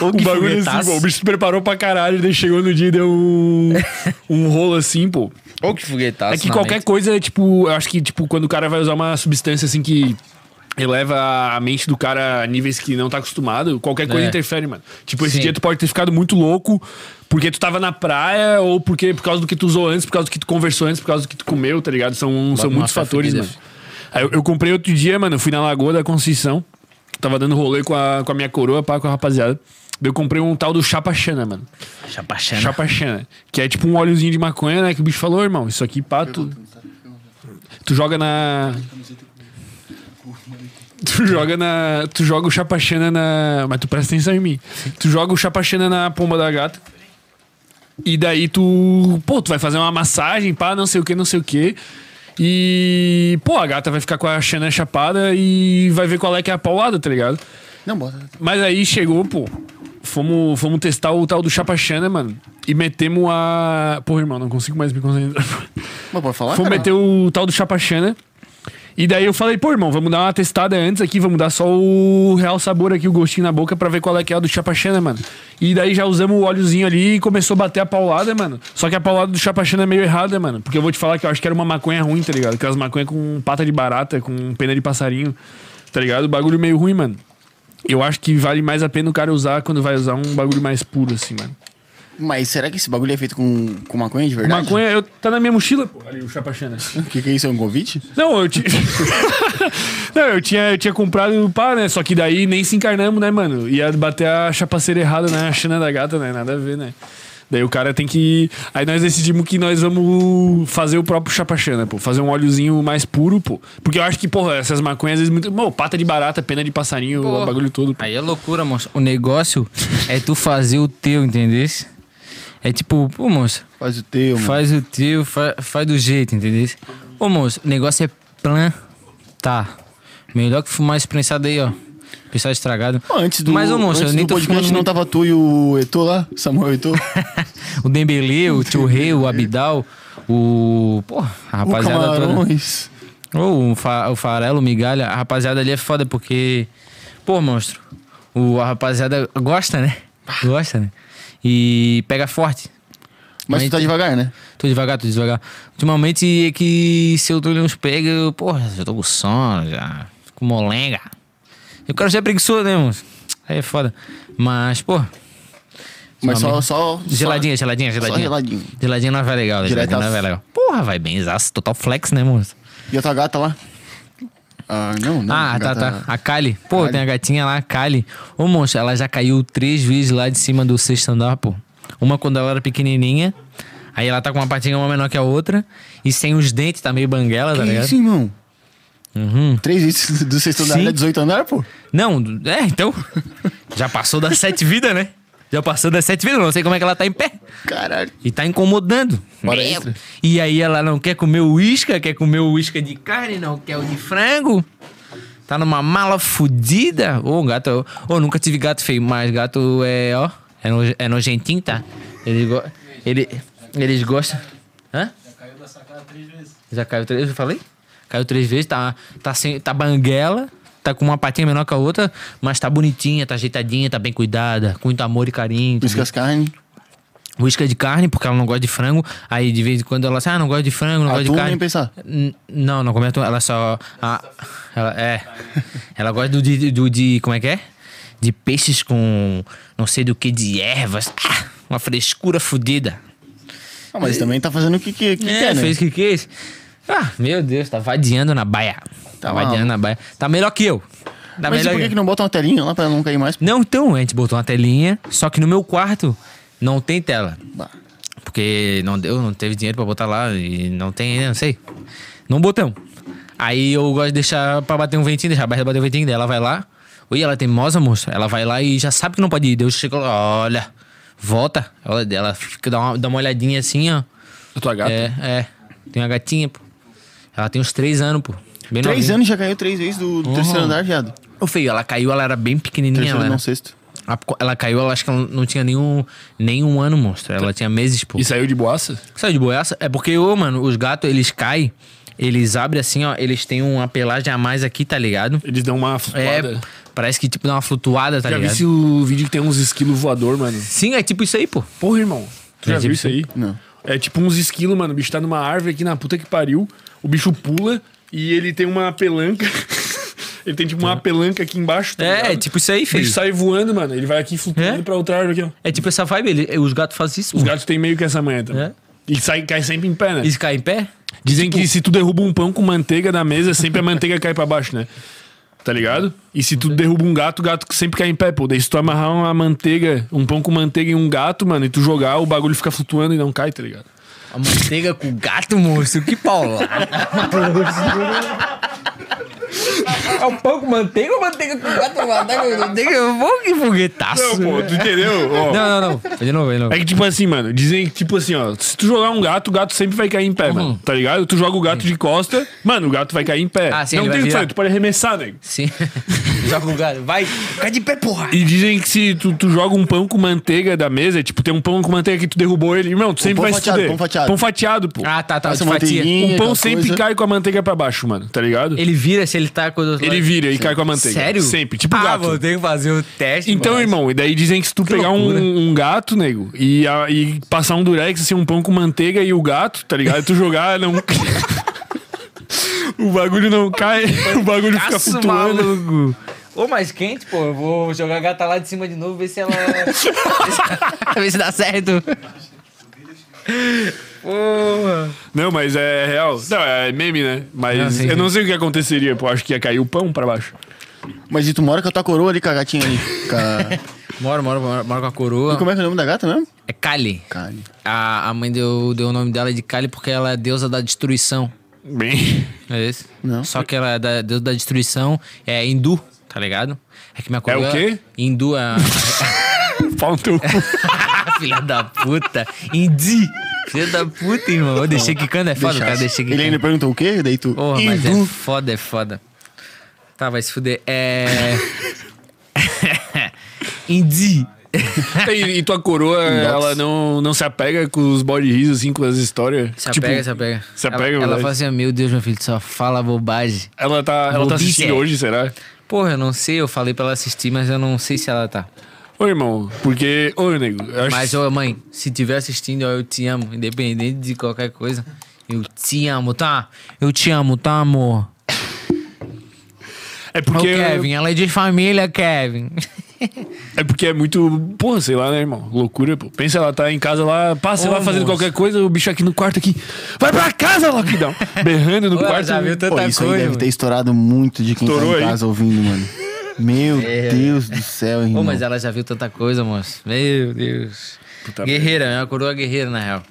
O
que
bagulho assim,
foguetaço.
pô. O bicho se preparou pra caralho, daí chegou no dia e deu um, um rolo assim, pô.
Ô, que foguetaço.
É que
na
qualquer
mente.
coisa, tipo, eu acho que, tipo, quando o cara vai usar uma substância assim que eleva a mente do cara a níveis que não tá acostumado, qualquer coisa
É.
interfere, mano. Tipo, esse
Sim.
dia tu pode ter ficado muito louco porque tu tava na praia ou porque por causa do que tu usou antes, por causa do que tu conversou antes, por causa do que tu comeu, tá ligado? São, são
uma
muitos
fé
fatores,
fudida,
mano. Aí eu, eu comprei outro dia, mano, eu fui na Lagoa da Conceição, tava dando rolê com a, com a minha coroa, pá, com a rapaziada. Daí Eu comprei um tal do Chapa Chana, mano.
Chapachana.
Chapa Xana. Que é tipo um óleozinho de maconha, né? Que o bicho falou, irmão, isso aqui pá, tu. Tu joga na. Tu joga na. Tu joga o Chapa Xana na. Mas tu presta atenção em mim. Tu joga o Chapa Xana na pomba da gata. E daí tu. Pô, tu vai fazer uma massagem, pá, não sei o que, não sei o que. E. Pô, a gata vai ficar com a Xana chapada e vai ver qual é que é a paulada, tá ligado?
Não, bota.
Mas aí chegou, pô. Fomos, fomos testar o tal do Chapa Xana, mano. E metemos a. Porra, irmão, não consigo mais me concentrar.
Mas pode falar?
fomos
cara?
meter o tal do Chapa Xana. né? E daí eu falei, pô, irmão, vamos dar uma testada antes aqui, vamos dar só o real sabor aqui, o gostinho na boca, pra ver qual é que é a do Chapachana, mano. E daí já usamos o óleozinho ali e começou a bater a paulada, mano. Só que a paulada do Chapachana é meio errada, mano. Porque eu vou te falar que eu acho que era uma maconha ruim, tá ligado? Aquelas maconhas com pata de barata, com pena de passarinho, tá ligado? Bagulho meio ruim, mano. Eu acho que vale mais a pena o cara usar quando vai usar um bagulho mais puro, assim, mano.
Mas será que esse bagulho é feito com, com maconha de verdade?
Maconha, eu, tá na minha mochila, pô, ali o né? Chapachana.
O que, que é isso? É um convite?
Não, eu tinha. não, eu tinha, eu tinha comprado pá, né? Só que daí nem se encarnamos, né, mano? Ia bater a chapaceira errada na China da gata, né? Nada a ver, né? Daí o cara tem que. Aí nós decidimos que nós vamos fazer o próprio chapachana, pô. Fazer um óleozinho mais puro, pô. Porque eu acho que, porra, essas maconhas às vezes muito. Mô, pata de barata, pena de passarinho,
Pô.
o bagulho todo. Pô.
Aí é loucura, moça. O negócio é tu fazer o teu, entendesse? É tipo, pô, moça,
Faz o teu, mano.
faz o teu, fa- faz do jeito, entendesse? Ô, moça, o negócio é plantar. Melhor que fumar esse prensado aí, ó. Pensado estragado.
Pô, antes do,
Mas, ô, moça, eu
antes
nem
do
tô
podcast
fumando
não tava tu e o Etô lá? Samuel Etô? tá-
O Dembele, o Tchurré, o Abidal, o. Pô, a
o
rapaziada toda.
Camarões.
Ou o, fa o Farelo, o Migalha. A rapaziada ali é foda porque. Pô, monstro. O, a rapaziada gosta, né? Gosta, né? E pega forte.
Mas tu tá devagar, né?
Tô devagar, tô devagar. Ultimamente é que se eu tô uns pega, eu, porra, já tô com sono, já fico molenga. E o cara já é preguiçoso, né, moço? Aí é foda. Mas, pô,
Mas só,
mesmo.
só.
geladinha, geladinha, geladinha.
geladinho.
Geladinha não vai legal, né?
Direto
geladinha não vai
às-
legal. Porra, vai bem, exaço, total flex, né,
só-
moço?
E a tua gata lá? Ah, não, não.
Ah,
a
tá,
gata-
tá. A Kali. Pô, tem a gatinha lá, a Kali. Ô, monstro, ela já caiu três vezes lá de cima do sexto andar, pô. Uma quando ela era pequenininha. Aí ela tá com uma patinha uma menor que a outra. E sem os dentes, tá meio banguela, tá
Que
ligado?
isso, irmão? Três itens do sexto andar
Sim.
é 18 andar, pô?
Não, é, então. Já passou das sete vidas, né? Já passou das sete vidas, não sei como é que ela tá em pé.
Caralho.
E tá incomodando.
Hora
Meu.
extra.
E aí ela não quer comer o uísca, quer comer o uísca de carne, não quer o de frango. Tá numa mala fodida. Ô, gato. Ô, nunca tive gato feio, mas gato é, ó. É, noje- é nojentinho, tá? Eles, go- ele- eles gostam. Hã? Já caiu três vezes, eu falei? Caiu três vezes, tá, tá, sem, tá banguela, tá com uma patinha menor que a outra, mas tá bonitinha, tá ajeitadinha, tá bem cuidada, com muito amor e carinho. tá
Por isso que as carnes.
Whisky de carne, porque ela não gosta de frango. Aí de vez em quando ela assim, ah, não gosta de frango, não
A
gosta de
tua
carne.
nem pensar.
N- Não, não come atum, ela só. a- ela, é. Ela gosta do de, do de. Como é que é? De peixes com não sei do que, de ervas. Ah, uma frescura fodida.
Ah, mas também tá fazendo o que, que, que
é,
quer, né?
fez o que quis. Ah, meu Deus, tá vadiando na baia. Tá
Tá
vadiando
maluco.
na baia. Tá melhor que eu. Tá
Mas e por
melhor que
que,
eu.
que não bota uma telinha lá pra ela não cair mais?
Não, então, a gente botou uma telinha, só que no meu quarto não tem tela.
Bah.
Porque não deu, não teve dinheiro pra botar lá e não tem, né, não sei. Não botamos. Aí eu gosto de deixar pra bater um ventinho, deixar a barra bater um ventinho, daí ela vai lá. Ui, ela é teimosa, moça. Ela vai lá e já sabe que não pode ir. Deus chega lá, olha, volta. Ela, ela fica, dá, uma, dá uma olhadinha assim, ó.
A tua gata?
É, é. Tem uma gatinha, pô. Ela tem uns três anos, pô. Bem
Três
novinha.
anos já caiu três vezes do, do terceiro andar, viado.
Ô, feio, ela caiu, ela era bem pequenininha.
Terceiro
Ela,
não,
Uhum. era-
sexto.
a- ela caiu, ela acho que ela não tinha nenhum, nenhum ano, monstro. Ela tinha meses, pô.
E saiu de boaça?
Saiu de boiaça? É porque, ô, mano, os gatos, eles caem, eles abrem assim, ó, eles têm uma pelagem a mais aqui, tá ligado?
Eles dão uma
É,
flutuada.
parece que tipo dá uma flutuada, tá
já vi
ligado?
esse o vídeo que tem uns esquilos voador, mano.
Sim, é tipo isso aí, pô.
Porra, irmão. Tu já
Já
viu
vi
isso aí?
Não.
É tipo uns esquilos, mano. O bicho tá numa árvore aqui na puta que pariu. O bicho pula e ele tem uma pelanca. ele tem tipo uma pelanca aqui embaixo. tá ligado?
Tá. É, é tipo isso aí,
O bicho
filho.
sai voando, mano. Ele vai aqui flutuando
É?
pra outra árvore aqui, ó.
É tipo essa vibe, ele- os gatos fazem isso,
Os
pô.
gatos têm meio que essa manha também.
É. tipo
E sai, cai sempre em pé, né?
Eles caem em pé?
Dizem que se tu derruba um pão com manteiga na mesa, sempre a manteiga cai pra baixo, né? Tá ligado? E se
Uhum.
tu derruba um gato, o gato sempre cai em pé, pô. Daí se tu amarrar uma manteiga, um pão com manteiga em um gato, mano, e tu jogar, o bagulho fica flutuando e não cai, tá ligado?
A manteiga com o gato, moço, que paulada. é o pão com manteiga ou manteiga com gato? Manteiga com manteiga? Pô, que foguetaço.
tu entendeu?
Não, não, não. De novo, de novo.
É que, tipo assim, mano, dizem que, tipo assim, ó, se tu jogar um gato, o gato sempre vai cair em pé,
Uhum.
mano. Tá ligado? Tu joga o gato de costa, mano, o gato vai cair em pé.
Ah, sim,
não
ele
tem
vai
o que
virar.
fazer, tu pode arremessar, nego.
Sim. Joga o galho. Vai, fica de pé, porra.
E dizem que se tu, tu joga um pão com manteiga da mesa, tipo, tem um pão com manteiga que tu derrubou ele, irmão, tu sempre
Um pão
vai
fatiado,
se fuder.
pão fatiado.
Pão fatiado, pô.
Ah, tá, tá.
Passa
de fatia.
manteiguinha.
o pão
aquela
sempre
coisa.
cai com a manteiga pra baixo, mano, tá ligado? Ele,
Ele vira se ele tá com o outro lado.
vira e cai com a manteiga.
Sério?
Sempre, tipo
ah,
gato.
vou ter que fazer o teste.
Então,
mano.
irmão, e daí dizem que se tu pegar
loucura.
um, um gato, nego, e, a- e passar um durex, assim, um pão com manteiga e o gato, tá ligado? E tu jogar, não. o bagulho não cai, o bagulho fica
Caço
flutuando.
maluco. Ô, mais quente, pô. Eu vou jogar a gata lá de cima de novo, ver se ela. ver se dá certo. Porra.
Não, mas é real. Não, é meme, né? Mas
Não, sim,
eu
sim.
não sei o que aconteceria, pô. Acho que ia cair o pão pra baixo.
Mas e tu mora com a tua coroa ali, com a gatinha ali? Com a-
Moro, moro, moro, moro com a coroa.
Como é que é o nome da gata mesmo?
É Kali.
Carne.
A, a mãe deu, deu o nome dela de Kali porque ela é deusa da destruição.
Bem.
É isso?
Não.
Só que ela é da, deusa da destruição, é hindu, tá ligado? É que minha coroa.
o quê?
Hindu é.
Pau no teu cu.
Filha da puta. Indi. Filha da puta, irmão. Eu deixei quicando, é foda, o cara. Deixei
Ele ainda
quicando.
perguntou o quê? Daí tu.
Porra, mas
Hindu.
é foda, é foda. Tá, vai se fuder. É. Indi.
E, e tua coroa, ela não, não se apega com os body risos, assim, com as histórias.
Se
Tipo,
apega, se apega.
se apega,
Ela, ela
moleque.
fala assim: Meu Deus, meu filho, tu só fala bobagem.
Ela tá, ela tá
Bobice,
assistindo
é.
hoje, será?
Porra, eu não sei, eu falei pra ela assistir, mas eu não sei se ela tá.
Ô, irmão, porque. Ô, nego, eu acho
Mas,
que
ô mãe, se tiver assistindo, ó, eu te amo. Independente de qualquer coisa. Eu te amo, tá? Eu te amo, tá, amor?
é
Ô,
porque.
Kevin, ela é de família, Kevin.
É porque é muito. Porra, sei lá, né, irmão? Loucura, pô. Pensa, ela tá em casa lá, passa
Ô,
lá fazendo
moço.
qualquer coisa, o bicho aqui no quarto aqui. Vai pra casa, Lockdown! Berrando no
Ô,
quarto. né?
já viu
Pô,
tanta
isso aí
coisa.
deve
mano.
ter estourado muito de quem
Estourou
tá
aí?
em casa ouvindo, mano. Meu Deus do céu, irmão.
Ô, É. mas é- ela já viu tanta coisa, moço. Meu Deus.
Puta
guerreira, é uma coroa guerreira, na real.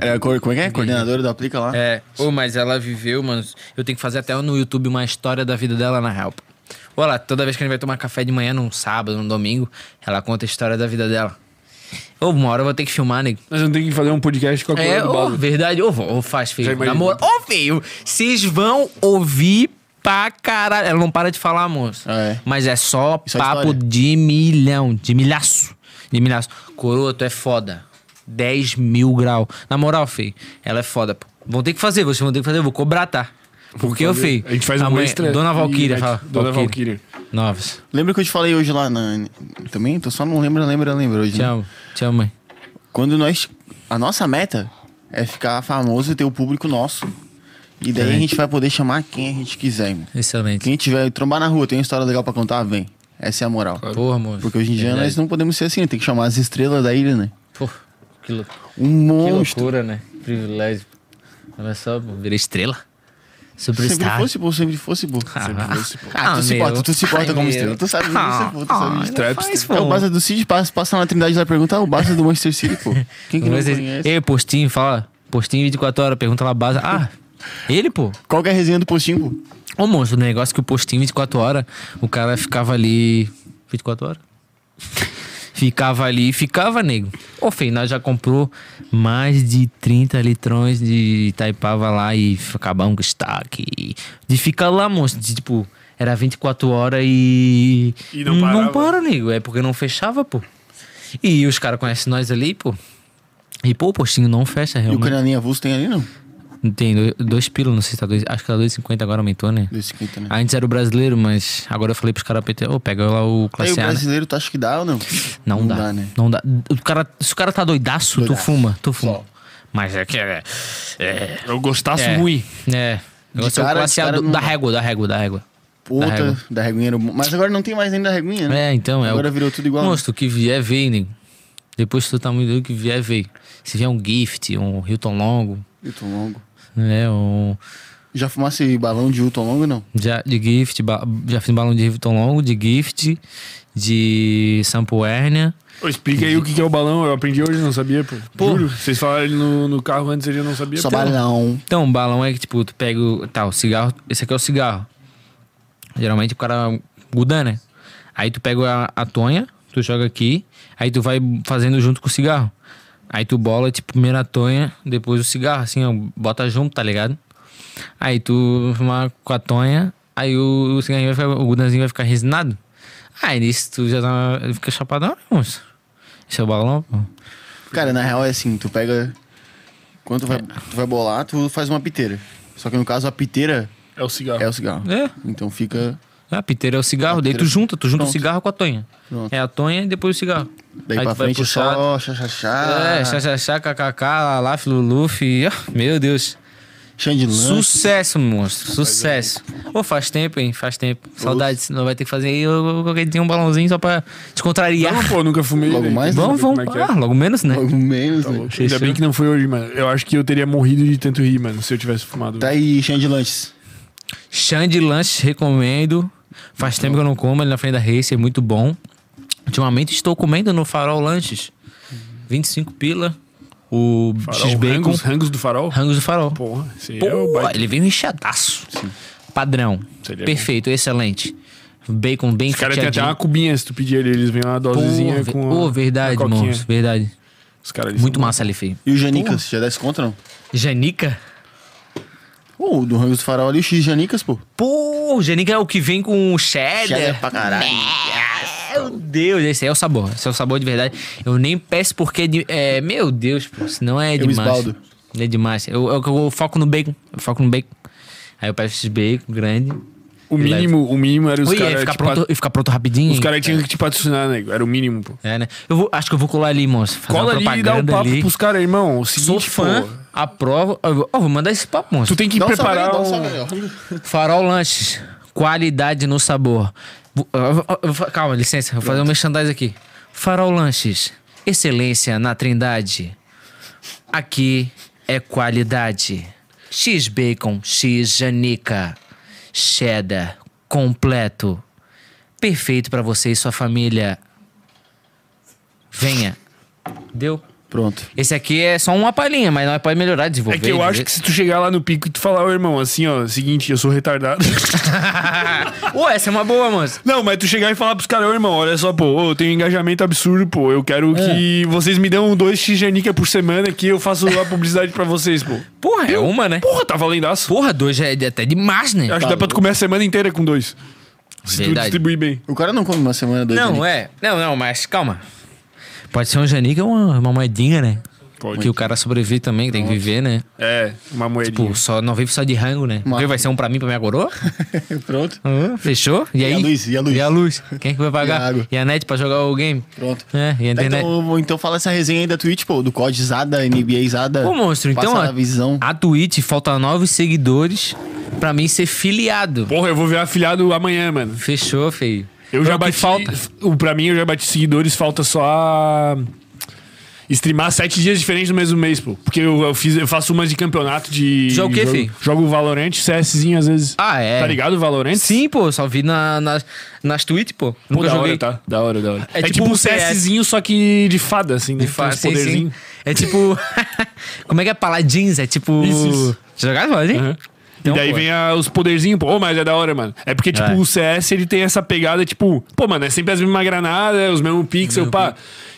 É, a cor- como é que é? Coordenadora do Aplica lá?
É, ô, mas ela viveu, mano. Eu tenho que fazer até no YouTube uma história da vida dela, na real. Olha, toda vez que a gente vai tomar café de manhã, num sábado, num domingo, ela conta a história da vida dela. Ô, uma hora eu vou ter que filmar, nego.
Nós não tem que fazer um podcast com a coroa
É,
do
ô,
Balo.
verdade. Ô, ô, faz,
Já
filho.
imaginou.
Namoro. Ô, filho, vocês vão ouvir pra caralho. Ela não para de falar, moço.
Ah, é?
Mas é só
Isso é
papo
história.
de milhão, de milhaço. De milhaço. Coroa, tu é foda. 10 mil graus. Na moral, filho, ela é foda, pô. Vão ter que fazer, vocês vão ter que fazer, eu vou cobrar, tá? Porque eu, filho.
A gente faz um
amanhã-
extra.
Dona
e
Valkyria,
mete-
fala.
Dona Valkyria.
Novas.
Lembra que eu te falei hoje lá na... Também? Tu só não lembra, lembra, lembra hoje.
Te
né?
amo. Te amo, mãe.
Quando nós... A nossa meta é ficar famoso e ter o público nosso. E daí a gente vai poder chamar quem a gente quiser, irmão.
Excelente.
Quem tiver trombar na rua, tem uma história legal pra contar, vem. Essa é a moral.
Porra, moço.
Porque hoje em dia
Verdade.
nós não podemos ser assim, tem que chamar as estrelas da ilha, né?
Porra, que louco.
Um
Que
monstro.
loucura, né? Privilégio. Olha só, pô, virei estrela.
Sempre
Superstar.
fosse, pô, sempre fosse, pô. Sempre
Ah,
fosse, pô.
ah,
tu se
meu.
porta, tu se porta
Ai,
como
meu. Ah,
estrela. Tu sabe disso, pô, tu sabe disso.
Trap,
faz,
É o
pô.
Barça do Cid, passa, passa na Trindade lá e pergunta, ah, o Barça do Manchester City, pô. Quem que não
Vocês-
conhece?
Ei, postinho, fala. Postinho 24 horas, pergunta lá base. Ah, ele, pô.
Qual que é a resenha do postinho, pô?
Ô, monstro, o negócio é que o postinho 24 horas, o cara ficava ali. 24 horas? Ficava ali, ficava, nego. Ô, feio, nós já comprou mais de 30 litrões de Itaipava lá e f- acabamos com o estoque. De ficar lá, monstro, de, tipo, era 24 horas e.
E não parava.
para, nego. É porque não fechava, pô. E os caras conhecem nós ali, pô. E, pô, o postinho não fecha,
E o
realmente.
Canelinha Avulso tem ali, não?
Tem dois, dois pila, não sei se tá dois. Acho que tá 2,50 agora aumentou, né?
250, né?
Antes era o brasileiro, mas agora eu falei pros caras PT, ô, pega lá o
Aí o
classe A. né?
brasileiro, tu acha que dá ou não?
Não, dá.
né?
Não dá. O cara, se o cara tá doidaço,
Doidaço.
tu fuma, tu fuma. Mas é que é. É.
Eu gostasse
é,
muito.
É. Eu
De
sou o
cara,
classe
de
A
cara
do-
não
da
dá.
régua, da régua, da régua.
Outra
régua.
da reguinha era tá bom. Mas agora não tem mais nem da reguinha, né?
É, então é.
Agora
o-
virou tudo igual, né?
Monstro, o que vier, veio, nego. Depois que tu tá muito doido, o que vier, veio. Se vier um gift, um Hilton Longo,
Hilton Longo.
né? Um.
Já fumasse balão de Hilton Longo, não?
Já, de gift, ba- já fiz balão de Hilton Longo, de gift, de Sampo Hernia.
Ô, Explica aí o que que é o balão. Eu aprendi hoje, não sabia, pô.
Pô.
Juro. Vocês falaram ele no, no carro antes, ele não sabia.
Só
pô.
balão.
Então, o balão é que, tipo, tu pega o. Tá, o cigarro. Esse aqui é o cigarro. Geralmente o cara gudan, né? Aí tu pega a, a tonha, tu joga aqui, aí tu vai fazendo junto com o cigarro. Aí tu bola, tipo, primeiro a tonha, depois o cigarro, assim, ó, bota junto, tá ligado? Aí tu fuma com a tonha, Aí o, o cigarrinho vai ficar, o gudanzinho vai ficar resinado. Aí nisso tu já tá, fica chapadão, né, moço? Esse é o balão, pô.
Cara, na real é assim, tu pega. Quando tu
É.
vai, tu vai bolar, tu faz uma piteira. Só que no caso a piteira
É o cigarro.
é o cigarro.
É.
Então fica.
Ah, piteira é o cigarro,
Ah,
daí tu
piteira.
junta, tu junta o
Pronto.
cigarro com a tonha.
Pronto.
É a tonha e depois o cigarro.
Daí
Aí
pra
tu vai
frente é
puxar-
só chá, chá, chá.
É, xá, xá, xá, kkk, lalaf, luluf, e, ó, meu Deus.
Chandelã.
Sucesso, monstro, sucesso. Ô, faz tempo, hein, faz tempo. Saudades, não vai ter que fazer aí eu- eu- qualquer dia um balãozinho só pra te contrariar.
Não, pô, nunca fumei.
Logo
velho.
mais,
Não
Vamos,
sei como
vamos,
é que é.
ah, logo menos, né?
Logo menos, né?
Ainda bem que não foi hoje, mano. Eu acho que eu teria morrido de tanto rir, mano, se eu tivesse fumado.
Tá aí, Chandelanches.
Xande Lanches, recomendo. Faz tempo que eu não como ali na frente da Race, é muito bom. Ultimamente estou comendo no Farol Lanches. 25 pila. O
Farol,
X-Bacon.
rangos, rangos do farol?
Rangos do Farol.
Porra, esse é o
Pô,
baita. é
ele é veio enxadaço. Padrão.
Seria
Perfeito, excelente. Bacon bem
Os caras têm até uma
fatiadinho.
cubinha, se tu pedir ali, eles vêm uma
Pô,
dosezinha
ve-
com. a-
Ô, verdade,
com a
mano.
coquinha.
Verdade.
Os caras ali
Muito
são-
massa ali, feio.
E o Janicas, já dá esse conta não?
Janica?
Ô, o do Rangos do Farol ali, o X Janicas, pô.
Pô, Janica é o que vem com cheddar.
Cheddar pra
É.
caralho.
Meu Deus, esse aí é o sabor. Esse é o sabor de verdade. Eu nem peço porque é de. É, meu Deus, pô, senão é demais.
esbaldo.
É demais. Eu, eu, eu foco no bacon. Eu foco no bacon. Aí eu peço esse bacon grande.
O
Ele
mínimo, o mínimo era os
Ui, e
caras.
ficar
te
pronto,
pat-
e ficar pronto rapidinho.
Os
hein?
caras tinham que te patrocinar, nego. Era o mínimo, pô.
É, né? Eu vou, acho que eu vou colar ali, moço. Fazer
Cola
uma
ali e
propaganda
dá o papo
ali.
pros caras, irmão. O
Sou
seguinte,
fã,
pô.
aprovo. Eu vou, ó, vou mandar esse papo, moço.
Tu tem que
Dá um salve aí,
preparar.
dá um
um-
salve aí, ó.
Farol Lanches, qualidade no sabor. Bu- eu vou- eu vou- Calma, licença, vou fazer um merchandising aqui. Farol Lanches, excelência na Trindade. Aqui é qualidade. X bacon, X janica, cheddar completo. Perfeito pra você e sua família. Venha. Deu?
Pronto.
Esse aqui é só uma palhinha, mas nós pode melhorar, desenvolver.
É que eu acho que se tu chegar lá no pico e tu falar, ô irmão, assim, ó, seguinte, eu sou retardado.
Ué, essa é uma boa, moço.
Não, mas tu chegar e falar pros caras, ô irmão, olha só, pô, ô, eu tenho um engajamento absurdo, pô. Eu quero
É.
que vocês me dão dois X-Janica por semana que eu faço a publicidade pra vocês, pô.
Porra, é uma, né?
Porra, tá valendaço.
Porra, dois já é de- até demais, né?
Eu acho que dá pra tu comer a semana inteira com dois. Se tu
Verdade.
distribuir bem.
O cara não come uma semana,
né?
dois
Não, é. Não, não, mas calma. Pode ser um janica ou uma, uma moedinha, né?
Pode.
Que o cara sobrevive também, que tem que viver, né?
É, uma moedinha.
Pô, só, não vive só de rango, né? Porque vai ser um pra mim, pra minha coroa?
é. Pronto.
Hã? fechou? E aí?
a luz, e a luz?
E a luz? Quem é que vai pagar?
E a água?
net pra jogar o game?
Pronto.
É, e a
Tá,
internet.
Então, eu vou- então fala essa resenha aí da Twitch, pô, do COD Zada, NBA Zada.
Ô, monstro, então.
Passa
ó,
a visão.
A Twitch falta nove seguidores pra mim ser filiado.
Porra, eu vou ver afiliado amanhã, mano.
Fechou, feio.
Eu
Foi
já
o que
bati.
Falta.
O, pra mim, eu já bati seguidores, falta só a- Streamar sete dias diferentes no mesmo mês, pô. Porque eu, eu fiz, eu faço umas de campeonato de.
Joga o quê,
jogo,
filho?
Jogo Valorant, CSzinho às vezes.
Ah, é.
Tá ligado o Valorant?
Sim, pô, só vi na, nas, nas tweets, pô.
Pô,
Nunca
da
joguei.
hora, tá? Da hora, da hora.
É
É,
tipo
tipo,
um
um CSzinho, só que de fada, assim, né?
De fato,
Tem uns poderzinho.
É tipo. Como é que é paladins? É tipo.
Isso, isso.
Jogar paladins?
Aham.
Então,
e daí
pô.
vem a- os poderzinhos, pô, Ô, mas é da hora, mano. É porque, tipo,
É.
o CS ele tem essa pegada, tipo, pô, mano, é sempre as mesmas granadas, é os mesmos pixels, pá.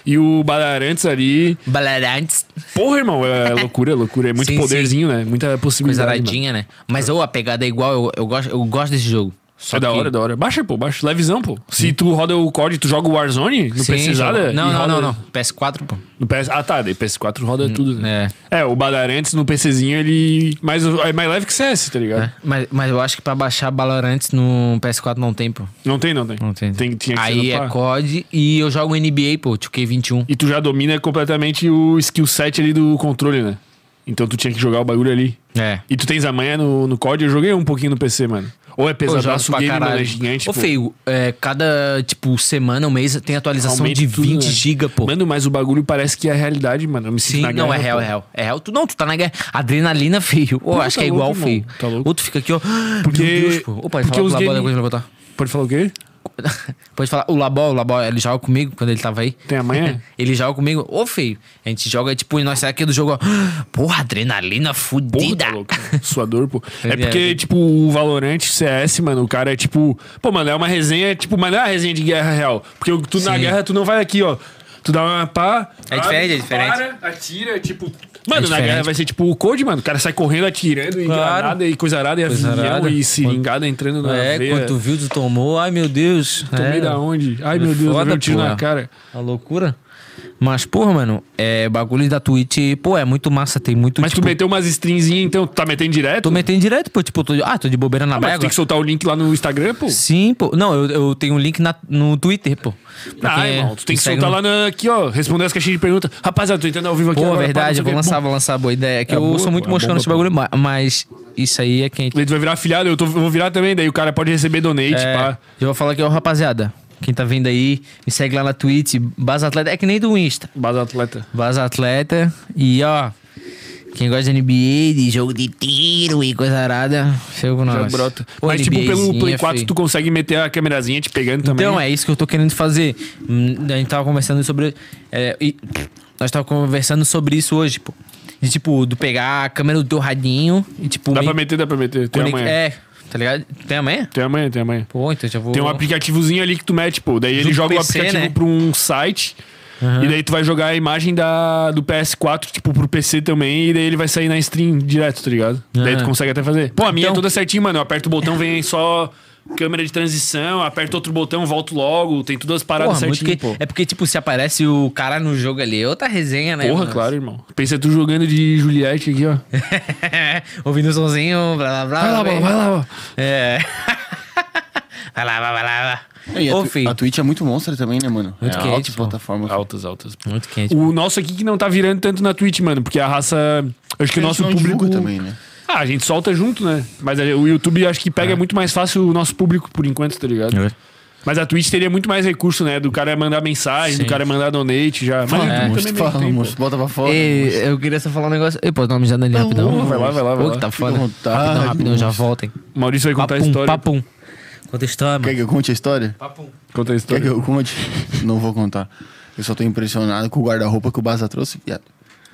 E o Balarantes ali.
Baladantes.
Porra, irmão, é loucura, é loucura. É muito
Sim,
poderzinho, né? Muita
Coisa
possibilidade. mano.
aradinha, né? Mas ou a pegada é igual, eu, eu, gosto, eu gosto desse jogo. Só
É da
que-
hora, é da hora. Baixa, pô, baixa. Levezão, pô. Se tu roda o COD, tu joga o Warzone, não
Sim,
precisa
jogo.
nada.
Não,
e
não,
roda
não, não. PS4, pô.
No PS... Ah, tá. Daí PS4 roda tudo, né?
É.
É, o Badarantes no PCzinho, ele. Mas é mais leve que CS, tá ligado?
É. Mas, mas eu acho que pra baixar Balorantes no PS4 não tem, pô.
Não tem, não tem.
Não tem.
Tem- tinha que
Aí
ser no
é
pá.
COD e eu jogo NBA, pô, 2K21.
E tu já domina completamente o skill set ali do controle, né? Então tu tinha que jogar o bagulho ali.
É.
E tu tens a manha no, no COD, eu joguei um pouquinho no PC, mano. Ou é
Pô, jogo
pesadaço o
pra
game, mano, é
caralho.
gigante,
Ô,
pô.
feio, é, cada, tipo, semana, um mês tem atualização
Aumenta
de
tudo,
20
né?
GB, pô.
Mano, mas o bagulho parece que é a realidade, mano. Eu me sinto
Sim,
na
não,
guerra,
é real,
pô.
é real. É real, tu não, tu tá na guerra. Adrenalina, feio. Ô,
Não,
acho
tá
que é igual,
louco,
feio.
irmão. Tá louco.
Outro fica aqui, ó.
Porque-
Meu Deus, pô. Ô, pode
porque
falar
os
com o Labó,
game-
depois eu vou botar.
Pode falar o quê?
Pode falar, o Labó, o Labó, ele joga comigo quando ele tava aí.
Tem a manha?
Ele joga comigo. Ô, feio. A gente joga, tipo, e nós saímos aqui do jogo, ó. Porra, adrenalina
Porra,
fudida.
tá louco. Suador, pô. É
Ele é,
porque,
ele-
tipo, o Valorant CS, mano, o cara é tipo. Pô, mano, é uma resenha, tipo, mas não é uma resenha de guerra real. Porque tu na
Sim.
guerra, tu não vai aqui, ó. Tu dá uma pá.
É diferente, é diferente.
Para, atira, tipo. Mano, na
diferente.
guerra vai ser tipo o Code, mano. O cara sai correndo, atirando, e
Claro.
granada, e coisa arada, e
Coisa
avião,
arada.
e seringada entrando na
É,
veia.
quando tu viu, tu tomou. Ai, meu Deus.
Tomei
é,
da onde? Ai, meu
É
Deus,
foda,
meu tiro
pô.
na cara.
A loucura. Mas, porra, mano, é, o bagulho da Twitch, pô, é muito massa. Tem muito,
Mas tu
tipo...
meteu umas stringzinhas, então tu tá metendo direto?
Tô metendo direto, pô. Tipo, tô de- ah, tô de bobeira na
Ah, mas tu
brega.
tem que soltar o link lá no Instagram, pô.
Sim, pô. Não, eu, eu tenho um link na- no Twitter, pô. Pra
Ah,
quem é-
irmão, tu tem que
me segue
soltar
no-
lá na, aqui, ó, responder as caixinhas de pergunta. Rapaziada, tô entrando ao vivo aqui
Pô,
agora. pá, não
verdade,
sei
eu
o
vou
quê.
lançar, vou lançar a boa ideia. Que
É
eu
boa,
sou
pô, é
muito moscando
bomba,
nesse bagulho, ma- mas isso aí é quem.
Ele vai virar afiliado, eu, tô, eu vou virar também, daí o cara pode receber donate,
É,
pá.
eu vou falar que é o rapaziada. Quem tá vendo aí, me segue lá na Twitch, Baza Atleta. É que nem do Insta.
Base atleta.
Baza Atleta. E ó, quem gosta de NBA, de jogo de tiro e coisa arada, chega com
Já
nós.
brota.
Ô,
Mas, tipo, pelo
NBAzinha,
Play 4,
fi.
tu consegue meter a câmerazinha te pegando também.
Então, é isso que eu tô querendo fazer. Hum, A gente tava conversando sobre. é, e- nós tava conversando sobre isso hoje, pô. De tipo, do pegar a câmera do teu radinho e tipo.
Dá
meio
pra meter, dá pra meter. Tem
conect-
amanhã.
É, tá ligado? Tem amanhã?
Tem amanhã, tem amanhã.
Pô, então já vou.
Tem um aplicativozinho ali que tu mete, pô. Daí ele
Do
joga o
PC,
aplicativo
né?
pra um site. E daí tu vai jogar a imagem da, do PS4, tipo, pro PC também. E daí ele vai sair na stream direto, tá ligado? Daí tu
Aham.
consegue até fazer. Pô, a minha
Então-
é toda certinha, mano. Eu aperto o botão, vem só câmera de transição. Aperto outro botão, volto logo. Tem todas as paradas
Porra, muito
certinho,
que-
pô.
É porque, tipo, se aparece o cara no jogo ali, é outra resenha, né?
Porra,
mano?
claro, irmão. Pensa tu jogando de Juliette aqui, ó.
Ouvindo o somzinho, blá blá blá.
Vai lá,
blá,
bola, vai lá, ó.
É. vai lá, vai lá,
É, e
vai
a,
lá. Ô,
Twi-
filho.
a Twitch é muito monstra também, né, mano?
Muito
é
quente,
altas
pô.
plataformas.
Altas, altas.
Muito quente.
O nosso aqui que não tá virando tanto na Twitch, mano, porque a raça. Acho que o
A gente
nosso
não
público.
divulga também, né?
Ah, a gente solta junto, né? Mas a- o YouTube acho que
É.
pega muito mais fácil o nosso público por enquanto, tá ligado?
É.
Mas a Twitch teria muito mais recurso, né? Do cara mandar mensagem, do cara mandar donate já. Mas o YouTube
é.
também
Moço,
meio
fala,
tem, pô.
moço, bota pra fora.
Ei, eu queria só falar um negócio. Eu posso dar uma mijada ali rapidão?
vai lá, vai lá, vai
Pô,
lá.
que tá
Tá Fica à
foda.
vontade,
Rapidão, rapidão, já
moço.
voltem.
Maurício vai contar a
Papum,
história.
papum. Conta a história,
Quer
mano.
que eu conte a história?
Conta a
Quer que
história.
eu conte? Não vou contar. Eu só tô impressionado com o guarda-roupa que o Baza trouxe, viado.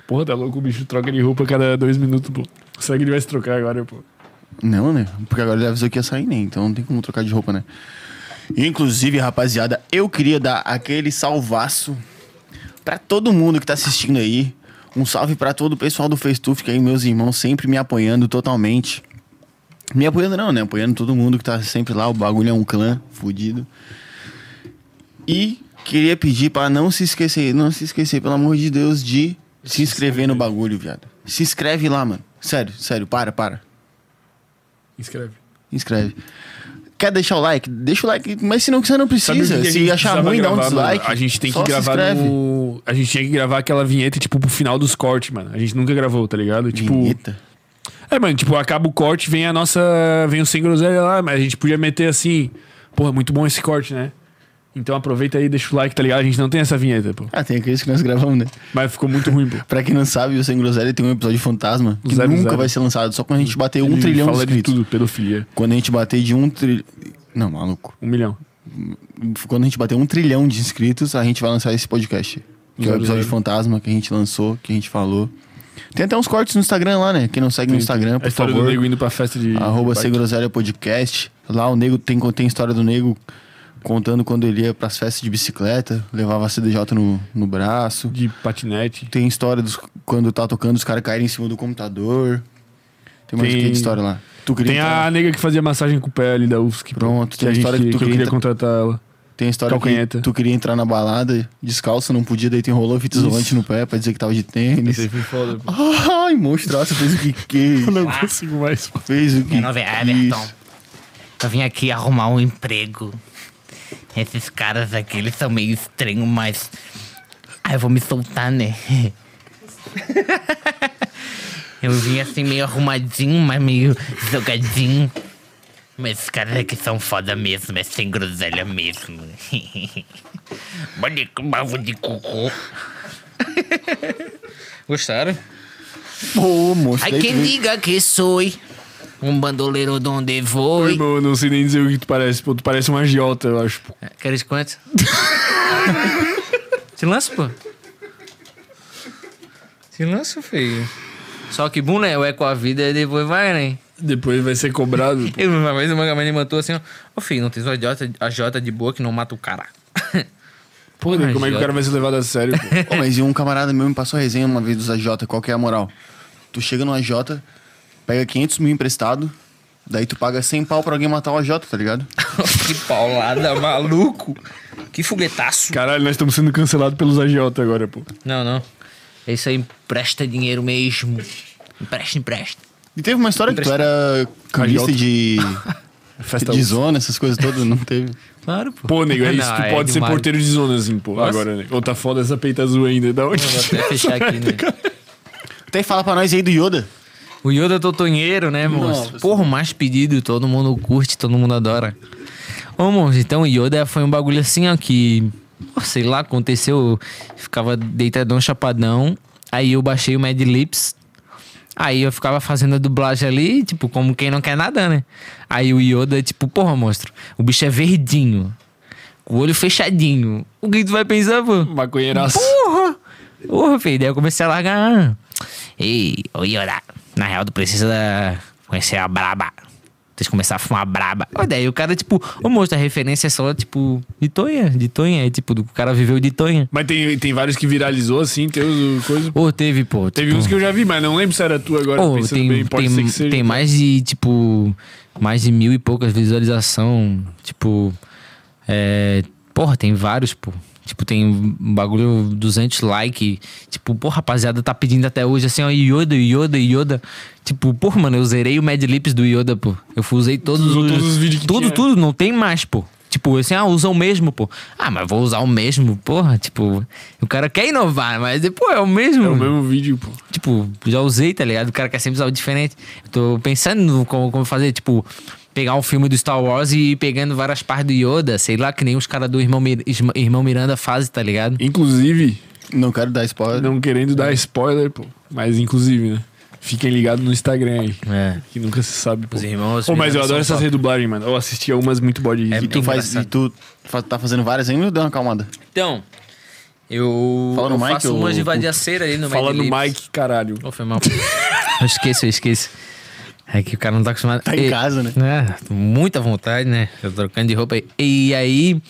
Porra, tá louco, o bicho troca de roupa a cada dois minutos, pô. Será que ele vai se trocar agora, pô?
Não, né? Porque agora ele avisou que ia sair, né? Então não tem como trocar de roupa, né? Inclusive, rapaziada, eu queria dar aquele salvaço pra todo mundo que tá assistindo aí. Um salve pra todo o pessoal do Festuf, que aí meus irmãos sempre me apoiando totalmente. Me apoiando não, né? Apoiando todo mundo que tá sempre lá. O bagulho é um clã fudido. E queria pedir pra não se esquecer, não se esquecer, pelo amor de Deus, de se inscrever no bagulho, viado. Se inscreve lá, mano. Sério, sério, para, para
Escreve.
inscreve. Quer deixar o like? Deixa o like, mas se não quiser, não
Sabe o que
precisa.
que a
Se
gente
achar
precisava
ruim, dá um
gravar, mano?
dislike.
A gente tem
Só
que
se
gravar
inscreve.
no... A gente tinha que gravar aquela vinheta, tipo, pro final dos cortes, mano. A gente nunca gravou, tá ligado? Tipo...
Vinheta.
É, mano, tipo, acaba o corte, vem a nossa. Vem o sem groselha lá, mas a gente podia meter assim. Porra, muito bom esse corte, né? Então aproveita aí, deixa o like, tá ligado? A gente não tem essa vinheta, pô.
Ah, tem aqueles que nós gravamos, né?
Mas ficou muito ruim, pô.
Pra quem não sabe, o Sem Groselha tem um episódio fantasma que
Zero,
nunca
zero.
vai ser lançado. Só quando a gente bater um
Ele
trilhão de
fala de
inscritos.
tudo, pedofilia.
Quando a gente bater de um trilhão... Não, maluco.
Um milhão.
Quando a gente bater um trilhão de inscritos, a gente vai lançar esse podcast. Que é o
Zero,
episódio
zero.
fantasma que a gente lançou, que a gente falou. Tem até uns cortes no Instagram lá, né? Quem não segue no Instagram,
a
por
história do
favor.
nego indo pra festa de.
Arroba
de
Sem
bike.
Groselha Podcast. Lá o Nego tem, tem história do Nego contando quando ele ia pras festas de bicicleta, levava a CDJ no, no braço.
De patinete.
Tem história dos, quando tá tocando, os caras caírem em cima do computador. Tem mais
Tem-
que de história lá. Tu queria
Tem
entrar-
a nega que fazia massagem com o pé ali da UFSC. pô,
Pronto,
que
tem
a
a
gente,
história tá-
que,
que tu
eu
queria
queria
entrar-
contratar ela.
tem a história
calcanheta.
que tu queria entrar na balada descalço, não podia, daí tu enrolou fita isolante no pé pra dizer que tava de tênis.
é foda, pô.
Ai, monstruosa, fez o que que?
Eu não consigo mais. pô.
Fez o que
Meu nome é Everton.
quis.
Eu vim aqui arrumar um emprego. Esses caras aqui, eles são meio estranhos, mas. Ah, eu vou me soltar, né? Eu vim assim meio arrumadinho, mas meio jogadinho. Mas esses caras aqui são foda mesmo, é sem groselha mesmo. Mano, bavo de cocô.
Gostaram?
Pô, monstro,
Ai,
daí tu
quem
vem-
diga que sou um bandoleiro de onde vou.
Pô, irmão, eu não sei nem dizer o que tu parece, pô. Tu parece um agiota, eu acho. pô.
É,
Queres quantos? Te lança, pô. Te lança, feio. Só que bom, né? O é com a vida e depois vai, né?
Depois vai ser cobrado, pô.
Eu, uma vez o Mangaman me matou assim, ó. Ô, filho, não tem só idiota, a Jota de boa que não mata o cara.
Pô, daí como é que o
agiota.
cara vai ser levado a sério? pô?
Ô, mas e um camarada meu me passou a resenha uma vez dos AJ, qual que é a moral? Tu chega no AJ, pega 500 mil emprestado, daí tu paga 100 pau pra alguém matar o AJ, tá ligado?
que paulada, maluco. Que foguetaço.
Caralho, nós estamos sendo cancelados pelos agiota agora, pô.
Não, não. É Isso aí empresta dinheiro mesmo. Empresta, empresta.
E teve uma história que tu era
Carioca.
cambista de,
Festa
de zona, essas coisas todas, não teve.
Claro, pô.
Pô, nego, é isso.
Não,
tu
é
pode ser
demais.
porteiro de zona, assim, pô. Agora, né? Ou tá foda essa peita azul ainda. Da onde?
Vou até fechar aqui, né?
Até fala pra nós aí do Yoda.
O Yoda Totonheiro, né, moço?
Porra, o mais pedido, todo mundo curte, todo mundo adora. Ô, moço, então Yoda foi um bagulho assim, ó, que. pô, sei lá, aconteceu. eu Ficava deitadão, chapadão. Aí eu baixei o Mad Lips. Aí eu ficava fazendo a dublagem ali, tipo, como quem não quer nada, né? Aí o Yoda, tipo, porra, monstro, o bicho é verdinho. Com o olho fechadinho. O que tu vai pensar, pô?
Maconheiraço.
Porra! Porra, filho. Daí eu comecei a largar. Ei, ô Iorá, na real, tu precisa conhecer a braba. Vocês começaram a fumar braba. Ô, daí o cara, tipo, ô moço, a referência é só, tipo, de Tonha, de Tonha. É tipo, do- o cara viveu de Tonha.
Mas tem, tem vários que viralizou, assim, tem os coisas.
Ô, teve, pô.
Teve
tipo,
uns que eu já vi, mas não lembro se era tu agora,
Ô,
pensando
tem,
bem, pode
tem,
ser que seja. então.
tem mais de, tipo, mais de mil e poucas visualização. Tipo, é, porra, tem vários, pô. Tipo, tem um bagulho 200 like. Tipo, porra, rapaziada, tá pedindo até hoje assim, ó, Yoda, Yoda, Yoda. Tipo, porra, mano, eu zerei o Mad Lips do Yoda, pô. Eu usei todos os,
Usou todos os vídeos que
Tudo,
tinha.
tudo, não tem mais, pô. Tipo, assim, ah, usa o mesmo, pô. Ah, mas vou usar o mesmo, porra. Tipo, o cara quer inovar, mas, pô, é o mesmo.
É o mesmo vídeo, pô.
Tipo, já usei, tá ligado? O cara quer sempre usar o diferente. Eu tô pensando no como, como fazer, tipo, pegar um filme do Star Wars e ir pegando várias partes do Yoda, sei lá, que nem os caras do irmão, Mir- Isma- irmão Miranda fazem, tá ligado?
Inclusive,
Não quero dar spoiler.
não querendo dar spoiler, pô. Mas inclusive, né? Fiquem ligados no Instagram aí.
É.
Que nunca se sabe, pô.
Os irmãos.
Ô, mas eu adoro essas redublagens, mano. Eu assisti algumas muito body.
E tu faz. E tu fa- tá fazendo várias ainda ou deu uma acalmada?
Então, eu,
Fala no
eu
mic,
faço
ô,
umas de
puto.
vadiaceira ali no
Fala
Mad
no
Libs.
Mike, caralho.
Ô, foi mal. eu esqueço, eu esqueço. É que o cara não tá acostumado.
Tá em
E-
casa, né?
né? Muita vontade, né? Eu trocando de roupa aí. E aí.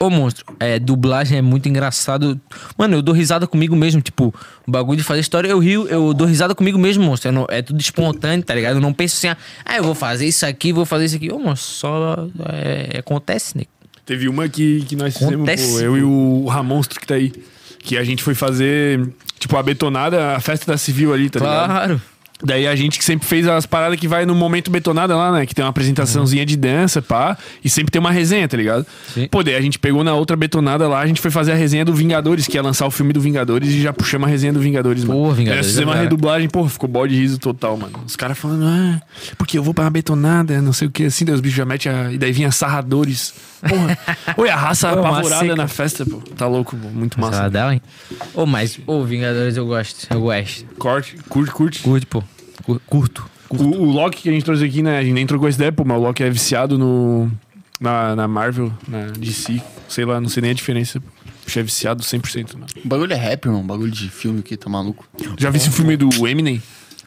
Ô, monstro, é, dublagem é muito engraçado. Mano, eu dou risada comigo mesmo. Tipo, o bagulho de fazer história, eu rio, eu dou risada comigo mesmo, monstro. Eu não- é tudo espontâneo, tá ligado? Eu não penso assim, ah, ah, eu vou fazer isso aqui, vou fazer isso aqui. Ô, monstro, só é, acontece, né?
Teve uma que, que nós fizemos, pô,
Acontece.
eu e o Ramonstro que tá aí. Que a gente foi fazer, tipo, a betonada, a festa da civil ali, tá ligado?
Claro.
Daí a gente que sempre fez as paradas que vai no momento betonada lá, né? Que tem uma apresentaçãozinha de dança, pá. E sempre tem uma resenha, tá ligado?
Uhum. Sim.
Pô, daí a gente pegou na outra betonada lá, a gente foi fazer a resenha do Vingadores, que ia lançar o filme do Vingadores e já puxamos a resenha do Vingadores, mano.
Pô, Vingadores
Daí nós
é
fizemos uma
cara.
redublagem, porra, ficou bode riso total, mano. Os caras falando, ah, porque eu vou pra uma betonada, não sei o que, assim, daí os bichos já metem a... E daí vinha sarradores. Porra. Oi, a raça
Pô, é uma
apavorada
seca.
na festa, pô. Tá louco, pô. Muito massa.
Saladão, hein? Ô, mas, ô, Vingadores eu gosto. Eu gosto.
Corte, curte, curte.
Curte, pô. Cur- Curto.
O, o Loki que a gente trouxe aqui, né? A gente nem trocou esse ideia, pô, mas o Loki é viciado no, na, na Marvel, na DC. Sei lá, não sei nem a diferença. Puxa, é viciado 100%. Mano.
O bagulho é rap, irmão. O bagulho de filme aqui, tá maluco.
Já vi esse filme do Eminem?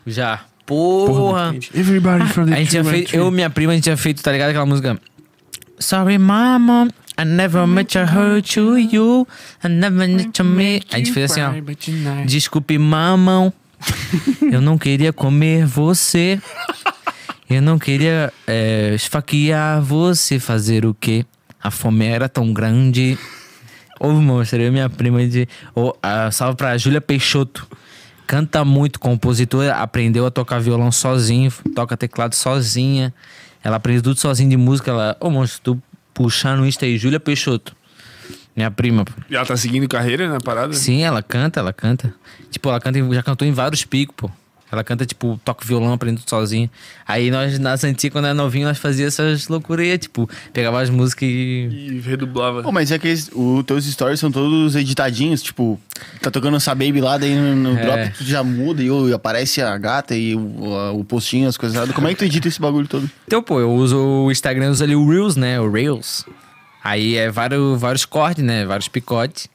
Já. Porra.
muito quente. Everybody from the
A gente tinha
tree,
feito,
tree.
eu e minha prima, a gente tinha feito, tá ligado? Aquela música. Sorry, mama, I never meant to hurt you, you, I never meant to me. A gente fez assim, ó. Desculpe, mamão. Eu não queria comer você. Eu não queria é, esfaquear você. Fazer o quê? A fome era tão grande. Ô, monstro, eu e minha prima de. Ô, ah, salve pra Júlia Peixoto. Canta muito, compositora, aprendeu a tocar violão sozinho, toca teclado sozinha. Ela aprendeu tudo sozinha de música. Ela, ô, monstro, tu puxar no Insta aí, Júlia Peixoto. Minha prima, pô.
E Ela tá seguindo carreira na parada?
Sim, ela canta, ela canta. Tipo, ela canta, em- já cantou em vários picos, pô. Ela canta, tipo, toca violão, aprende tudo sozinha. Aí nós, na Santia, quando era novinho, nós fazia essas loucuras aí, tipo, pegava as músicas e.
E redublava.
Pô, mas é que eles- os teus stories são todos editadinhos, tipo, tá tocando essa baby lá, daí no, no
É.
drop tu já muda e, o- e aparece a gata e o, a- o postinho, as coisas lá. Como é que tu edita esse bagulho todo?
Então, pô, eu uso o Instagram, eu uso ali o Reels, né? O Reels. Aí é vários, vários cortes, né? Vários picotes.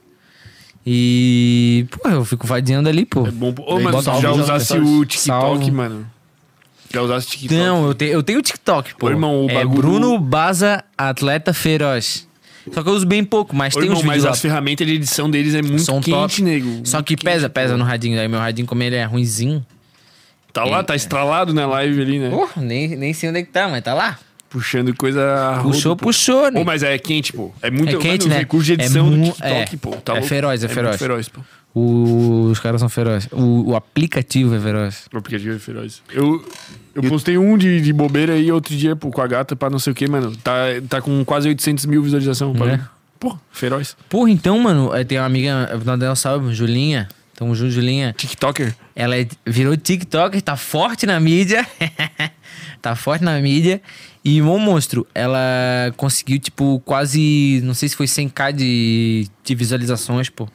E. Pô, eu fico vadiando ali, pô.
É bom. pô. Ô,
Daí
mano,
bota
se já
alguns
usasse
atores.
o TikTok,
Salvo.
mano. Já usasse o TikTok.
Não, eu, te, eu tenho o TikTok, pô.
Ô, irmão, o
é
bagulho-
Bruno Baza Atleta Feroz. Só que eu uso bem pouco, mas
Ô,
tem
irmão,
uns
mas
vídeos lá.
as ferramentas de edição deles é muito
São
quente,
top.
nego.
Só que pesa, pesa no radinho. Aí meu radinho, como ele é ruinzinho,
Tá lá, tá estralado na live ali, né?
Porra, nem, nem sei onde é que tá, mas tá lá.
Puxando coisa. a
Puxou,
rodo, pô.
puxou, né?
Ô, mas é quente, pô. É muito
É quente,
mano,
né?
Os recursos de
É
edição do
mu-
TikTok,
é.
pô. Tá
É
louco.
feroz, é
muito
feroz.
feroz, pô.
O- os caras são ferozes. O, o aplicativo é feroz.
O aplicativo é feroz. Eu, eu postei um de, de bobeira aí outro dia, pô, com a gata pra não sei o que, mano. Tá, tá com quase 800 mil visualizações.
Né?
É. Pô, feroz.
Porra, então, mano, eh, tem uma amiga, eu vou dar um salve, Julinha. Tamo junto, Julinha.
TikToker.
Ela é- virou TikToker, tá forte na mídia. tá forte na mídia. E um monstro, ela conseguiu, tipo, quase, não sei se foi 100k de, de visualizações, pô.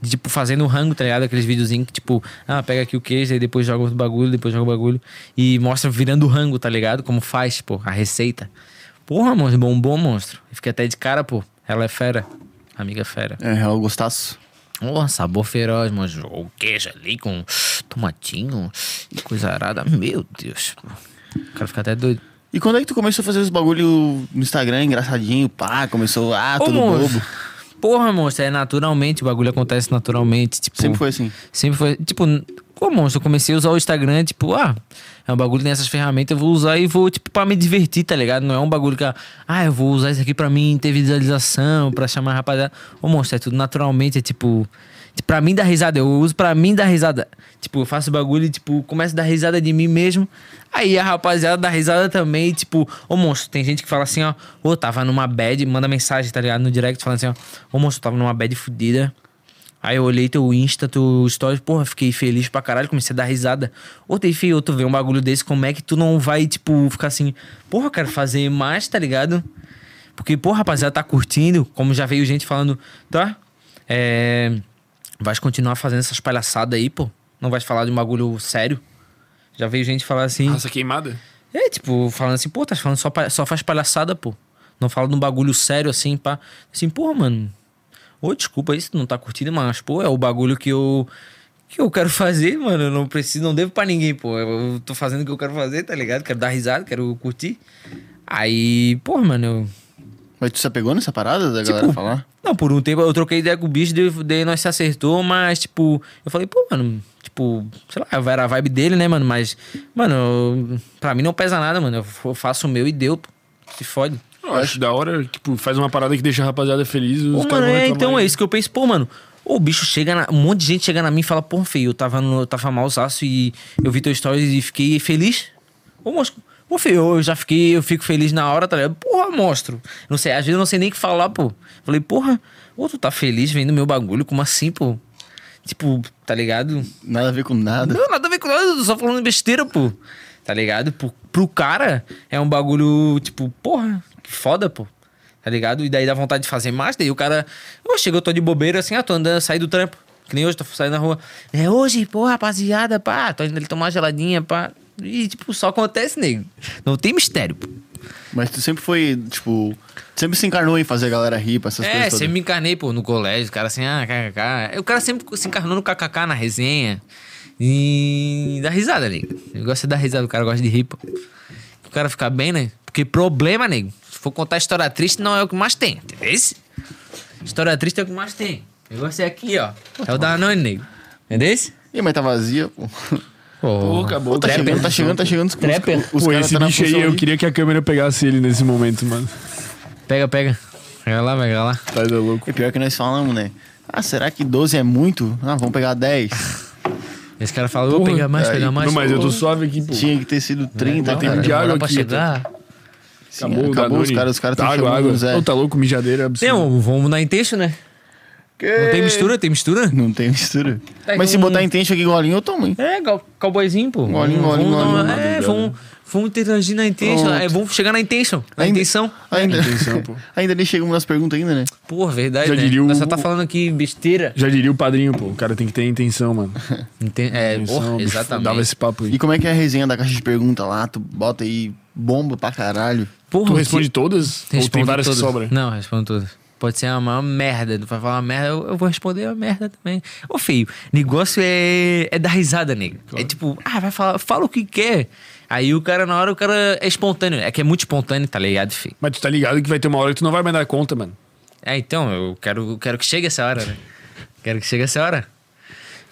De, tipo, fazendo rango, tá ligado? Aqueles videozinhos que, tipo, ah, pega aqui o queijo, aí depois joga outro bagulho, depois joga o bagulho. E mostra virando o rango, tá ligado? Como faz, pô, a receita. Porra, monstro, bombom, monstro. Eu Fiquei até de cara, pô. Ela é fera. Amiga fera.
É, real gostaço.
Oh, sabor feroz, mas o queijo ali com tomatinho e coisa arada. Meu Deus. O cara fica até doido.
E quando é que tu começou a fazer os bagulho no Instagram, engraçadinho, pá, começou, ah,
Ô,
todo
monstro.
bobo.
Porra, monstro, é naturalmente, o bagulho acontece naturalmente. Tipo,
Sempre foi assim.
Sempre foi. Tipo, pô, monstro, eu comecei a usar o Instagram, tipo, ah, é um bagulho nessas ferramentas, eu vou usar e vou, tipo, pra me divertir, tá ligado? Não é um bagulho que, ah, eu vou usar isso aqui pra mim ter visualização, pra chamar a rapaziada. Ô, monstro, é tudo naturalmente, é tipo. tipo, Pra mim dar risada, eu uso pra mim dar risada. Tipo, eu faço bagulho e, tipo, começo a dar risada de mim mesmo. Aí a rapaziada dá risada também, e, tipo, ô monstro, tem gente que fala assim, ó, ô, tava numa bad, manda mensagem, tá ligado? No direct falando assim, ó, ô monstro, tava numa bad fudida. Aí eu olhei teu Insta, teu stories, porra, fiquei feliz pra caralho, comecei a dar risada. Ô, tem feio, tu vê um bagulho desse, como é que tu não vai, tipo, ficar assim, porra, quero fazer mais, tá ligado? Porque, porra, rapaziada, tá curtindo, como já veio gente falando, tá? É. Vais continuar fazendo essas palhaçadas aí, pô. Não vais falar de um bagulho sério. Já veio gente falar assim.
Raça queimada.
É, tipo, falando assim, pô, tá falando só, pa- só faz palhaçada, pô. Não fala de um bagulho sério assim, pá. Assim, pô, mano. Ô, desculpa isso, não tá curtindo, mas, pô, é o bagulho que eu. Que eu quero fazer, mano. Eu não preciso, não devo pra ninguém, pô. Eu, eu tô fazendo o que eu quero fazer, tá ligado? Quero dar risada, quero curtir. Aí, pô, mano, eu.
Mas tu se apegou nessa parada da galera falar?
Não, por um tempo eu troquei ideia com o bicho, daí, daí nós se acertou, mas, tipo, eu falei, pô, mano, tipo, sei lá, era a vibe dele, né, mano? Mas, mano, eu- pra mim não pesa nada, mano. Eu f- eu faço o meu e deu, pô. Se fode.
Eu acho da hora, tipo, faz uma parada que deixa a rapaziada feliz. Os
Pô,
caras
mano,
vão
é,
reclamar
então é
aí.
isso que eu penso, pô, mano. ô, O bicho chega na. Um monte de gente chega na mim e fala, pô, feio, eu tava, no, eu tava malzaço e eu vi teu stories e fiquei feliz. Ô, monstro. Pô, feio, eu já fiquei, eu fico feliz na hora, tá ligado? Porra, monstro. Não sei, às vezes eu não sei nem o que falar, pô. Falei, porra, ô, tu tá feliz vendo meu bagulho? Como assim, pô? Tipo, tá ligado?
Nada a ver com nada.
Não, nada a ver com nada, eu tô só falando besteira, pô. Tá ligado? Pro, pro cara, é um bagulho, tipo, porra, que foda, pô. Tá ligado? E daí dá vontade de fazer mais, daí o cara. Ô, chega, eu tô de bobeira assim, ah, tô andando, saí do trampo. Que nem hoje, tô saindo na rua. É hoje, pô, rapaziada, pá, tô indo ali tomar uma geladinha, pá. E, tipo, só acontece, nego. Não tem mistério, pô.
Mas tu sempre foi, tipo, sempre se encarnou em fazer a galera rir pra essas
É,
coisas
sempre
todas.
me encarnei, pô, no colégio, o cara assim, ah, kkk. O cara sempre se encarnou no kkk, na resenha. E dá risada, nego. Eu gosto de dar risada, o cara gosta de rir, pô. O cara fica bem, né? Porque problema, nego. Se for contar história triste, não é o que mais tem, entendeu? História triste é o que mais tem. O negócio é aqui, ó. É o da Danone, nego. Entendeu?
Ih, mas tá vazia, pô.
Pô, acabou.
Pô, tá chegando, tá chegando, tá chegando. Os,
Trapper.
os- os
Pô,
caras
esse
tá na
bicho aí,
é
função
eu
ali.
queria que a câmera pegasse ele nesse momento, mano.
Pega, pega. Pega lá, pega lá.
Tá é louco.
É pior que nós falamos, né? Ah, será que 12 é muito? Ah, vamos pegar 10.
Esse cara fala, vou pegar mais, pegar mais.
Não, mas eu tô suave aqui, pô.
Tinha que ter sido 30,
tem
cara.
de água aqui.
chegar.
Sim,
Acabou, o
acabou os
Danone.
caras, os é. caras tão
Água,
chamando
água.
o Zé.
Ô, tá louco, mijadeira absurda.
Não, um, vamos dar em texto, né? Não tem mistura? Tem mistura?
Não tem mistura.
Pega
Mas se
um-
botar em tencho aqui golinho, eu tomo, hein?
É, gal- cowboyzinho, pô.
Golinho,
Vamos-
golinho,
vamos dar uma-
golinho.
É, vamos, vamos interagir na intenção.
Pronto.
É, vamos chegar na intenção. Na
Ainda-
intenção.
Ainda,
É, Intenção, pô.
ainda nem chegamos nas perguntas ainda, né?
Pô, verdade,
Já
né?
diria o-
Nós só tá falando aqui besteira.
Já diria o padrinho, pô. O cara tem que ter intenção, mano.
Enten- É,
Intenção,
porra,
bicho,
exatamente.
Dava esse papo aí.
E como é que é a resenha da caixa de pergunta lá? Tu bota aí bomba pra caralho.
Porra,
Tu
que-
responde todas? Ou tem
respondo
várias que
todas.
sobra?
Não, respondo todas. Pode ser a maior merda. Tu vai falar uma merda, eu, eu vou responder a merda também. Ô, feio, negócio é, é dar risada, nego. É tipo, ah, vai falar, fala o que quer. Aí o cara, na hora, o cara é espontâneo. É que é muito espontâneo, tá ligado, feio?
Mas tu tá ligado que vai ter uma hora que tu não vai mais dar conta, mano.
É, então, eu quero, eu quero que chegue essa hora, né? Quero que chegue essa hora.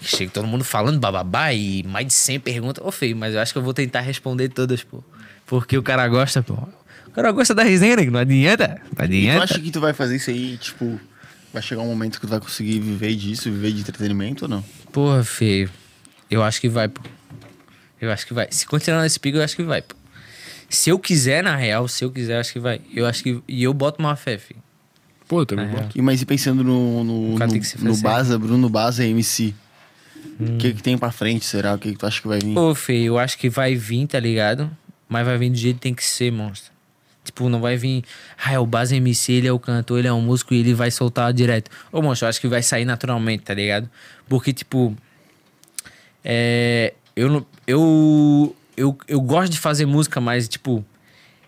Que chegue todo mundo falando bababá e mais de 100 perguntas. Ô, feio, mas eu acho que eu vou tentar responder todas, pô. Porque o cara gosta, pô. O cara gosta da resenha, né? Não adianta. Não
Tu
adianta.
acha que tu vai fazer isso aí, tipo, vai chegar um momento que tu vai conseguir viver disso, viver de entretenimento ou não?
Porra, feio. Eu acho que vai, pô. Eu acho que vai. Se continuar nesse pico, eu acho que vai, pô. Se eu quiser, na real, se eu quiser, eu acho que vai. Eu acho que. E eu boto uma fé, filho.
Pô, eu também
É.
boto.
E mas e pensando no, no,
O cara
no,
tem que se
no
fazer.
Baza, Bruno Baza MC. O que, que tem pra frente, será? O que, que tu acha que vai vir?
Pô, Fê, eu acho que vai vir, tá ligado? Mas vai vir do jeito que tem que ser, monstro. Tipo, não vai vir. Ah, é o Base MC, ele é o cantor, ele é um músico e ele vai soltar direto. Ô, monstro, eu acho que vai sair naturalmente, tá ligado? Porque, tipo. É. Eu não. Eu. Eu, eu gosto de fazer música, mas, tipo.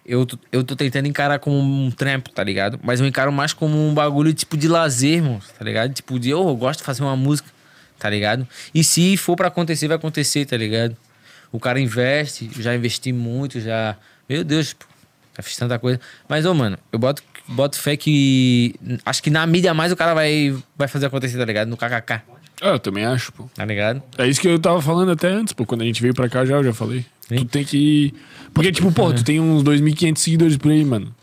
Eu, tô- eu tô tentando encarar como um trampo, tá ligado? Mas eu encaro mais como um bagulho, tipo, de lazer, monstro, tá ligado? Tipo, de. "Ô, eu gosto de fazer uma música tá ligado? E se for pra acontecer, vai acontecer, tá ligado? O cara investe, já investi muito, já. Meu Deus, pô, já fiz tanta coisa. Mas, ô, mano, eu boto, boto fé que. Acho que na mídia mais o cara vai, vai fazer acontecer, tá ligado? No KKK,
Ah, eu também acho, pô.
tá ligado?
É isso que eu tava falando até antes, pô. Quando a gente veio pra cá já, eu já falei. Tu tem que. Porque, tipo, pô,
É.
tu tem uns 2.500 seguidores por aí, mano.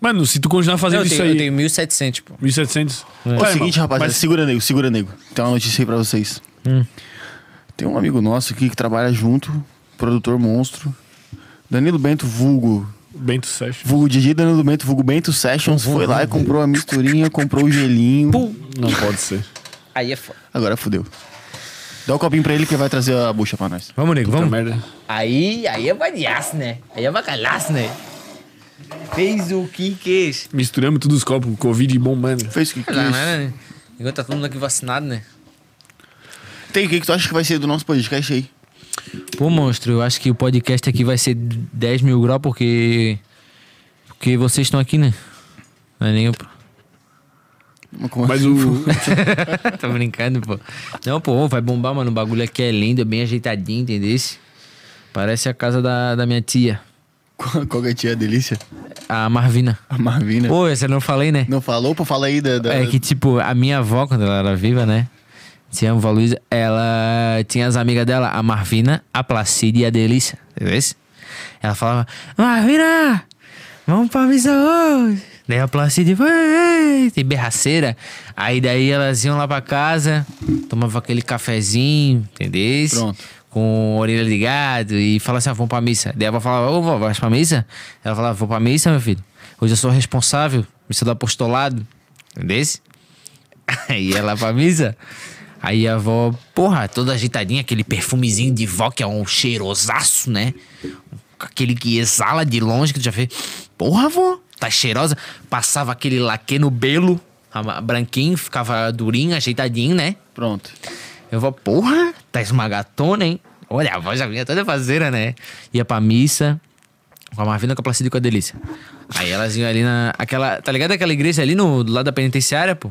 Mano, se tu continuar fazendo
eu,
isso
tenho,
aí.
eu tenho 1700, pô.
1.700.
É o seguinte, rapaziada, segura nego, segura nego. Tem uma notícia aí pra vocês. Tem um amigo nosso aqui que trabalha junto, produtor monstro. Danilo Bento Vulgo.
é-
Bento Session.
Vulgo Didi Danilo Bento, Vulgo Bento Sessions. Foi lá e comprou a misturinha, comprou o gelinho.
Não pode ser.
Aí é foda.
Agora fudeu. Dá o copinho pra ele que vai trazer a bucha pra nós.
Vamos, nego,
Puta
vamos.
merda.
Aí, aí é vadiaço, né? Aí é bacalhaço, né? Fez o que quis.
Misturamos todos os copos, Covid e bombando.
Fez o que quis.
Né? Enquanto tá todo mundo aqui vacinado, né?
Tem, o que, que tu acha que vai ser do nosso podcast aí?
Pô, monstro, eu acho que o podcast aqui vai ser 10 mil graus porque. Porque vocês estão aqui, né? Não é nem eu. pô.
Uma
Mas
conversa-
o.
Tô brincando, pô. Não, pô, vai bombar, mano. O bagulho aqui é lindo, é bem ajeitadinho, entendeu? Parece a casa da, da minha tia,
Qual qual que é a tia delícia?
a Marvina.
A Marvina.
Pô, essa eu não falei, né?
Não falou? Pô, fala aí da... da-
É que, tipo, a minha avó, quando ela era viva, né? Te amo, vó Luísa. Ela tinha as amigas dela, a Marvina, a Placida e a Delícia. Entendeu? Ela falava, Marvina, vamos pra missa hoje. Daí a Placida, vai, tem berraceira. Aí daí elas iam lá pra casa, tomavam aquele cafezinho, entendeu?
Pronto.
Com a orelha ligada e falava assim, ah, vamos pra missa. Daí a avó falava, ô vó, vais pra missa? Ela falava, vou pra missa, meu filho. Hoje eu sou responsável, missa do apostolado. Entendeu? Aí ia lá pra missa. Aí a avó, porra, toda ajeitadinha, aquele perfumezinho de vó que é um cheirosaço, né? Aquele que exala de longe, que tu já fez. Porra, avó, tá cheirosa. Passava aquele laque no belo, ama- branquinho, ficava durinho, ajeitadinho, né?
Pronto.
Eu vou, porra, tá esmagatona, hein? Olha, a voz já vinha toda fazeira, né? Ia pra missa, com a Marvina, com a Placida e com a Delícia. Aí elas iam ali na... Aquela, tá ligado aquela igreja ali no, do lado da penitenciária, pô?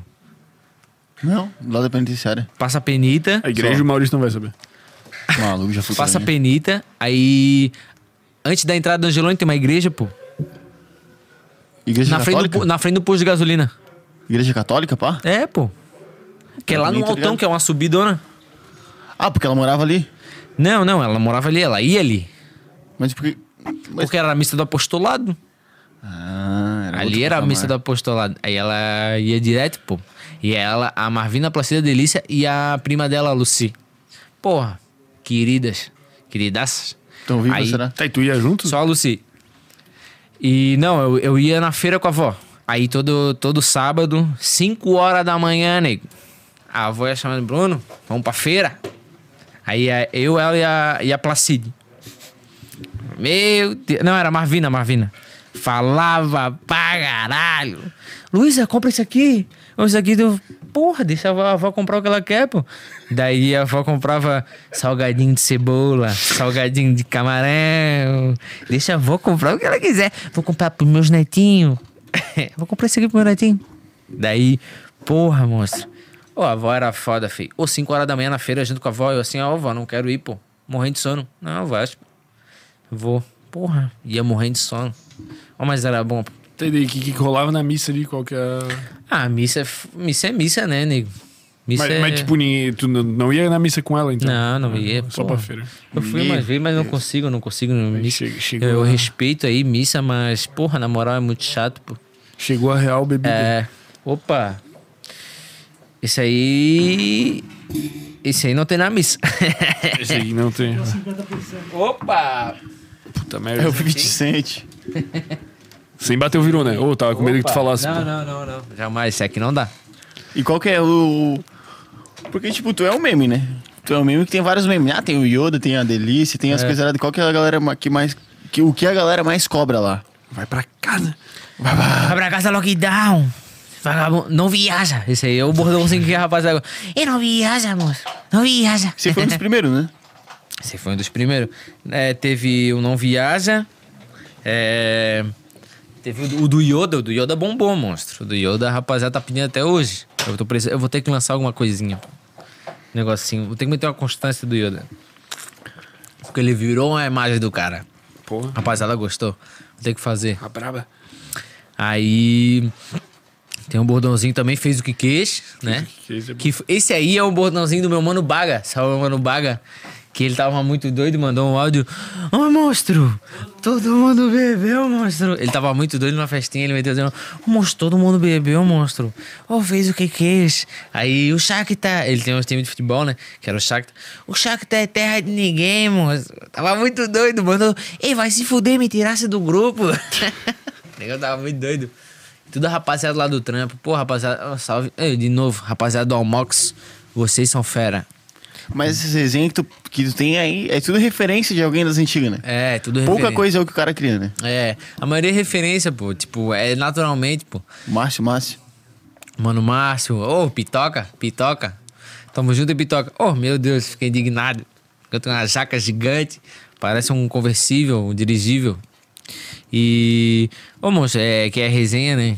Não, lá da penitenciária.
Passa a penita,
A igreja o Maurício não vai saber.
Maluco, já fui
passa a
pra mim.
penita, aí... Antes da entrada do Angelone tem uma igreja, pô.
Igreja
Na frente, do,
católica?
pu- na frente do posto de gasolina.
Igreja católica, pá?
É, pô. Que é lá no
Tá ligado?
altão, que é uma subidona.
Ah, porque ela morava ali.
Não, não, ela morava ali, ela ia ali.
Mas porque... Mas...
Porque era a missa do apostolado.
Ah, era
Ali
outro
era a missa do
patamar.
apostolado. Aí ela ia direto, pô. E ela, a Marvina Placida Delícia e a prima dela, a Lucy. Porra, queridas. Queridaças.
Tão viva,
Aí-
será?
Tá, e tu ia junto?
Só a Lucy. E não, eu, eu ia na feira com a avó. Aí todo, todo sábado, 5 horas da manhã, nego. A avó ia chamando Bruno, vamos pra feira. Aí a- eu, ela e a, e a Placide. Meu Deus. Não, era a Marvina, a Marvina. Falava pra caralho. Luísa, compra isso aqui. Ou Isso aqui do. Porra, deixa a avó- a avó comprar o que ela quer, pô. Daí a avó comprava salgadinho de cebola, salgadinho de camarão. Deixa a avó comprar o que ela quiser. Vou comprar pros meus netinhos. Vou comprar isso aqui pro meu netinho. Daí, porra, monstro. Ô, a avó era foda, filho. Ô, 5 horas da manhã na feira, junto com a avó, eu assim, ó, avó, não quero ir, pô. Morrendo de sono. Não, vó, acho Vou. Porra, ia morrendo de sono. Ó, mas era bom. pô.
Tá, e daí, O que, que rolava na missa ali? Qual que era...
Ah, missa é, f- missa é missa, né, nego? Missa
mas,
é...
mas, tipo, ninguém- tu n- não ia na missa com ela, então?
Não, não ia,
Só
porra.
pra feira.
Eu fui uma vez, mas não consigo, não consigo no missa.
che- chegou
Eu
lá.
respeito aí missa, mas, porra, na moral é muito chato, pô.
Chegou a real bebida.
É. Opa! Isso aí. Isso aí não tem na missa.
Esse aí não tem.
Opa!
Puta merda.
É o 50 Cent.
Sem bater o virou, né? Ô, tava com medo que tu falasse. pô.
Não, não, não, não. Jamais, isso aqui não dá.
E qual que é o. Porque, tipo, tu é um meme, né? Tu é um meme que tem vários memes. Ah, tem o Yoda, tem a Delícia, tem as coisas. Qual que é a galera ma- que mais. Que, o que a galera mais cobra lá?
Vai pra casa.
Vai pra casa lockdown! Vagabundo, não viaja! Esse aí é o bordãozinho que a rapaziada. agora. E não viaja, moço! Não viaja!
Você foi um dos primeiros, né?
Você foi um dos primeiros. É, teve o Não Viaja. é, teve o do- o do Yoda. O do Yoda bombou, monstro. O do Yoda, a rapaziada, tá pedindo até hoje. Eu, tô precis... eu vou ter que lançar alguma coisinha. Um negocinho. Vou ter que manter uma constância do Yoda. Porque ele virou a imagem do cara.
Porra.
Rapaziada, gostou. Vou ter que fazer.
Tá
A braba.
Aí. Tem um bordãozinho também, fez o que quis, né?
que quis, é bom.
Que f- esse aí é um bordãozinho do meu mano Baga. Salve, meu mano Baga. Que ele tava muito doido, mandou um áudio. Ô, monstro! Todo mundo bebeu, monstro! Ele tava muito doido numa festinha, ele meteu dizendo: "Ô, monstro, todo mundo bebeu, monstro! Ô, fez o que quis! Aí o Shakhtar, ele tem uns times de futebol, né? Que era o Shakhtar. O Shakhtar é terra de ninguém, monstro! Tava muito doido, mandou: Ei, vai se fuder, me tirasse do grupo! O negão tava muito doido. Tudo a rapaziada lá do trampo. Pô, rapaziada, ó, salve. Ei, de novo, rapaziada do Almox, vocês são fera.
Mas esses resenhas que tu, que tu tem aí é tudo referência de alguém das antigas, né?
É, tudo
Pouca
referência.
coisa é o que o cara cria, né?
É, a maioria é referência, pô. Tipo, é naturalmente, pô.
Márcio, Márcio.
Mano Márcio, ô, Pitoca, Pitoca. Tamo junto, Pitoca. Oh, meu Deus, fiquei indignado. Eu tenho uma jaca gigante, parece um conversível, um dirigível. E. Ô, moço, é que é resenha, né?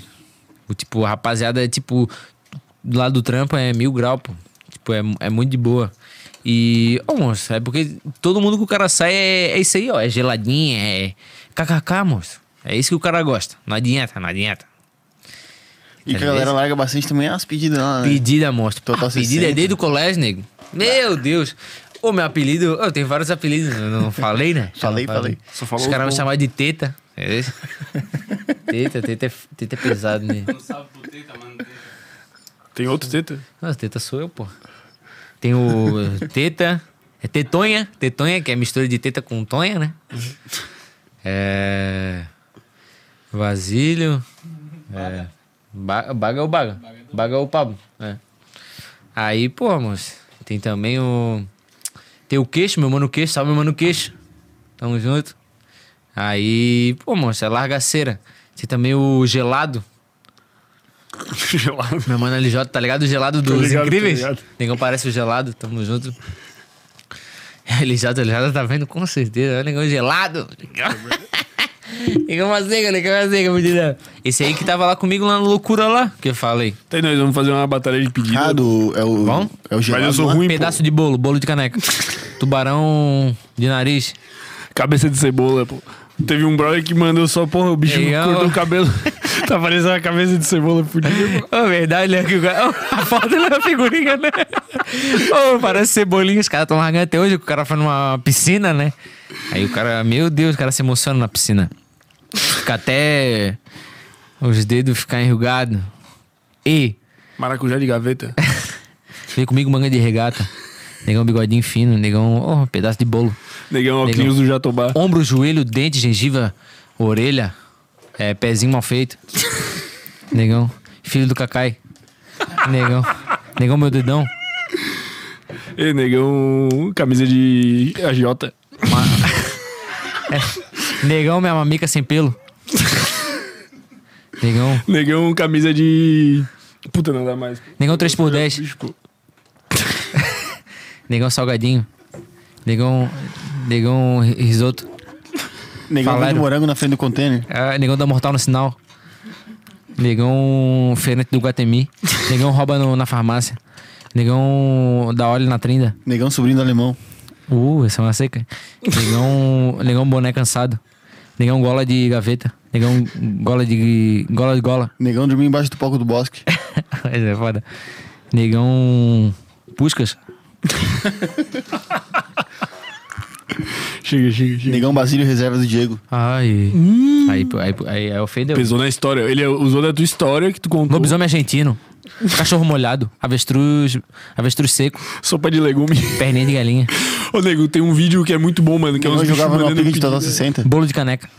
O tipo, a rapaziada é tipo. Do lado do trampo é mil grau, pô. Tipo, é, é muito de boa. E. Ô, moço, é porque todo mundo que o cara sai é, é isso aí, ó. É geladinha, é. KKK, moço. É isso que o cara gosta. Não adianta, não adianta.
E que a
Beleza.
galera larga bastante também as pedidas lá, né?
Pedida, monstro.
Total
Ah, pedida
60.
é desde o colégio, nego. Meu Deus. Ô, meu apelido... Eu tenho vários apelidos. Eu não falei, né?
Falei,
Eu não
falei.
Só falou
Os caras
o-
me chamavam de teta. É isso? teta, teta é, f- teta é pesado, né?
Um salve pro Teta, mano. Teta.
Tem outro teta?
Nossa, teta sou eu, pô. Tem o eh, teta... É tetonha. Tetonha, que é a mistura de teta com tonha, né? É... Vasílio... É... Ba- Baga é o Baga. Baga é o Pablo. É. Aí, pô, moço. Tem também o. Tem o queixo, meu mano queixo. Salve, meu mano queixo. Tamo junto. Aí, pô, moço, é largaceira. Tem também o gelado.
Gelado.
Meu mano LJ, tá ligado? O gelado dos
ligado, tô
incríveis.
ligado.
Negão parece o gelado, tamo junto. LJ, LJ tá vendo com certeza. Olha, negão gelado. Negão maziga, negão maziga, menina. Esse aí que tava lá comigo lá no Loucura lá, que eu falei.
Tá aí, nós vamos fazer uma batalha de pedido.
Ah, do- é o.
Bom?
É o gelado.
Mas eu sou
lá.
ruim,
Pedaço de bolo, bolo de caneca. Tubarão de nariz.
pô. Cabeça de cebola, pô. Teve um brother que mandou só, porra, o bicho
Legal.
cortou o cabelo. tá parecendo uma cabeça de cebola fudida, pô.
Ô, verdade, né? Que o cara- Ô, a foto não é uma figurinha, né? Ô, parece cebolinha. Os caras estão largando até hoje. que O cara foi numa piscina, né? Aí o cara, meu Deus, o cara se emociona na piscina. Fica até os dedos ficar enrugados. E
Maracujá de gaveta.
vem comigo manga de regata. Negão bigodinho fino, negão, ó, pedaço de bolo.
Negão, óculos
Negão.
do Jatobá.
Ombro, joelho, dente, gengiva, orelha, é, pezinho mal feito. Negão. Filho do Cacai. Negão. Negão, meu dedão.
E negão, camisa de agiota.
Negão, minha mamica sem pelo. Negão.
Negão, camisa de... Puta, não dá mais.
Negão 3x10.
Bicho, pô.
Negão salgadinho. Negão. Negão ri- risoto.
Negão
Falaram.
de morango na frente do container.
Ah, negão da mortal no sinal. Negão ferente do Guatemi. Negão rouba no- na farmácia. Negão dá óleo na trinda.
Negão sobrinho do alemão.
Uh, essa é uma seca. Negão, negão boné cansado. Negão gola de gaveta. Negão gola de. gola de gola.
Negão dormia embaixo do palco do bosque.
Mas é foda. Negão. Puscas.
Chega, chega, chega.
Negão Basílio reserva do Diego.
Ai. Aí, aí, aí, aí ofendeu.
Pesou na história. Ele é- usou da tua história que tu contou.
Lobisomem argentino. Cachorro molhado. Avestruz. Avestruz seco.
Sopa de legume.
Perninha de galinha.
Ô, nego, tem um vídeo que é muito bom, mano. Que é uns
Negão
bichos
jogava numa
mandando
pica de Totó
pedido.
60.
Bolo de caneca.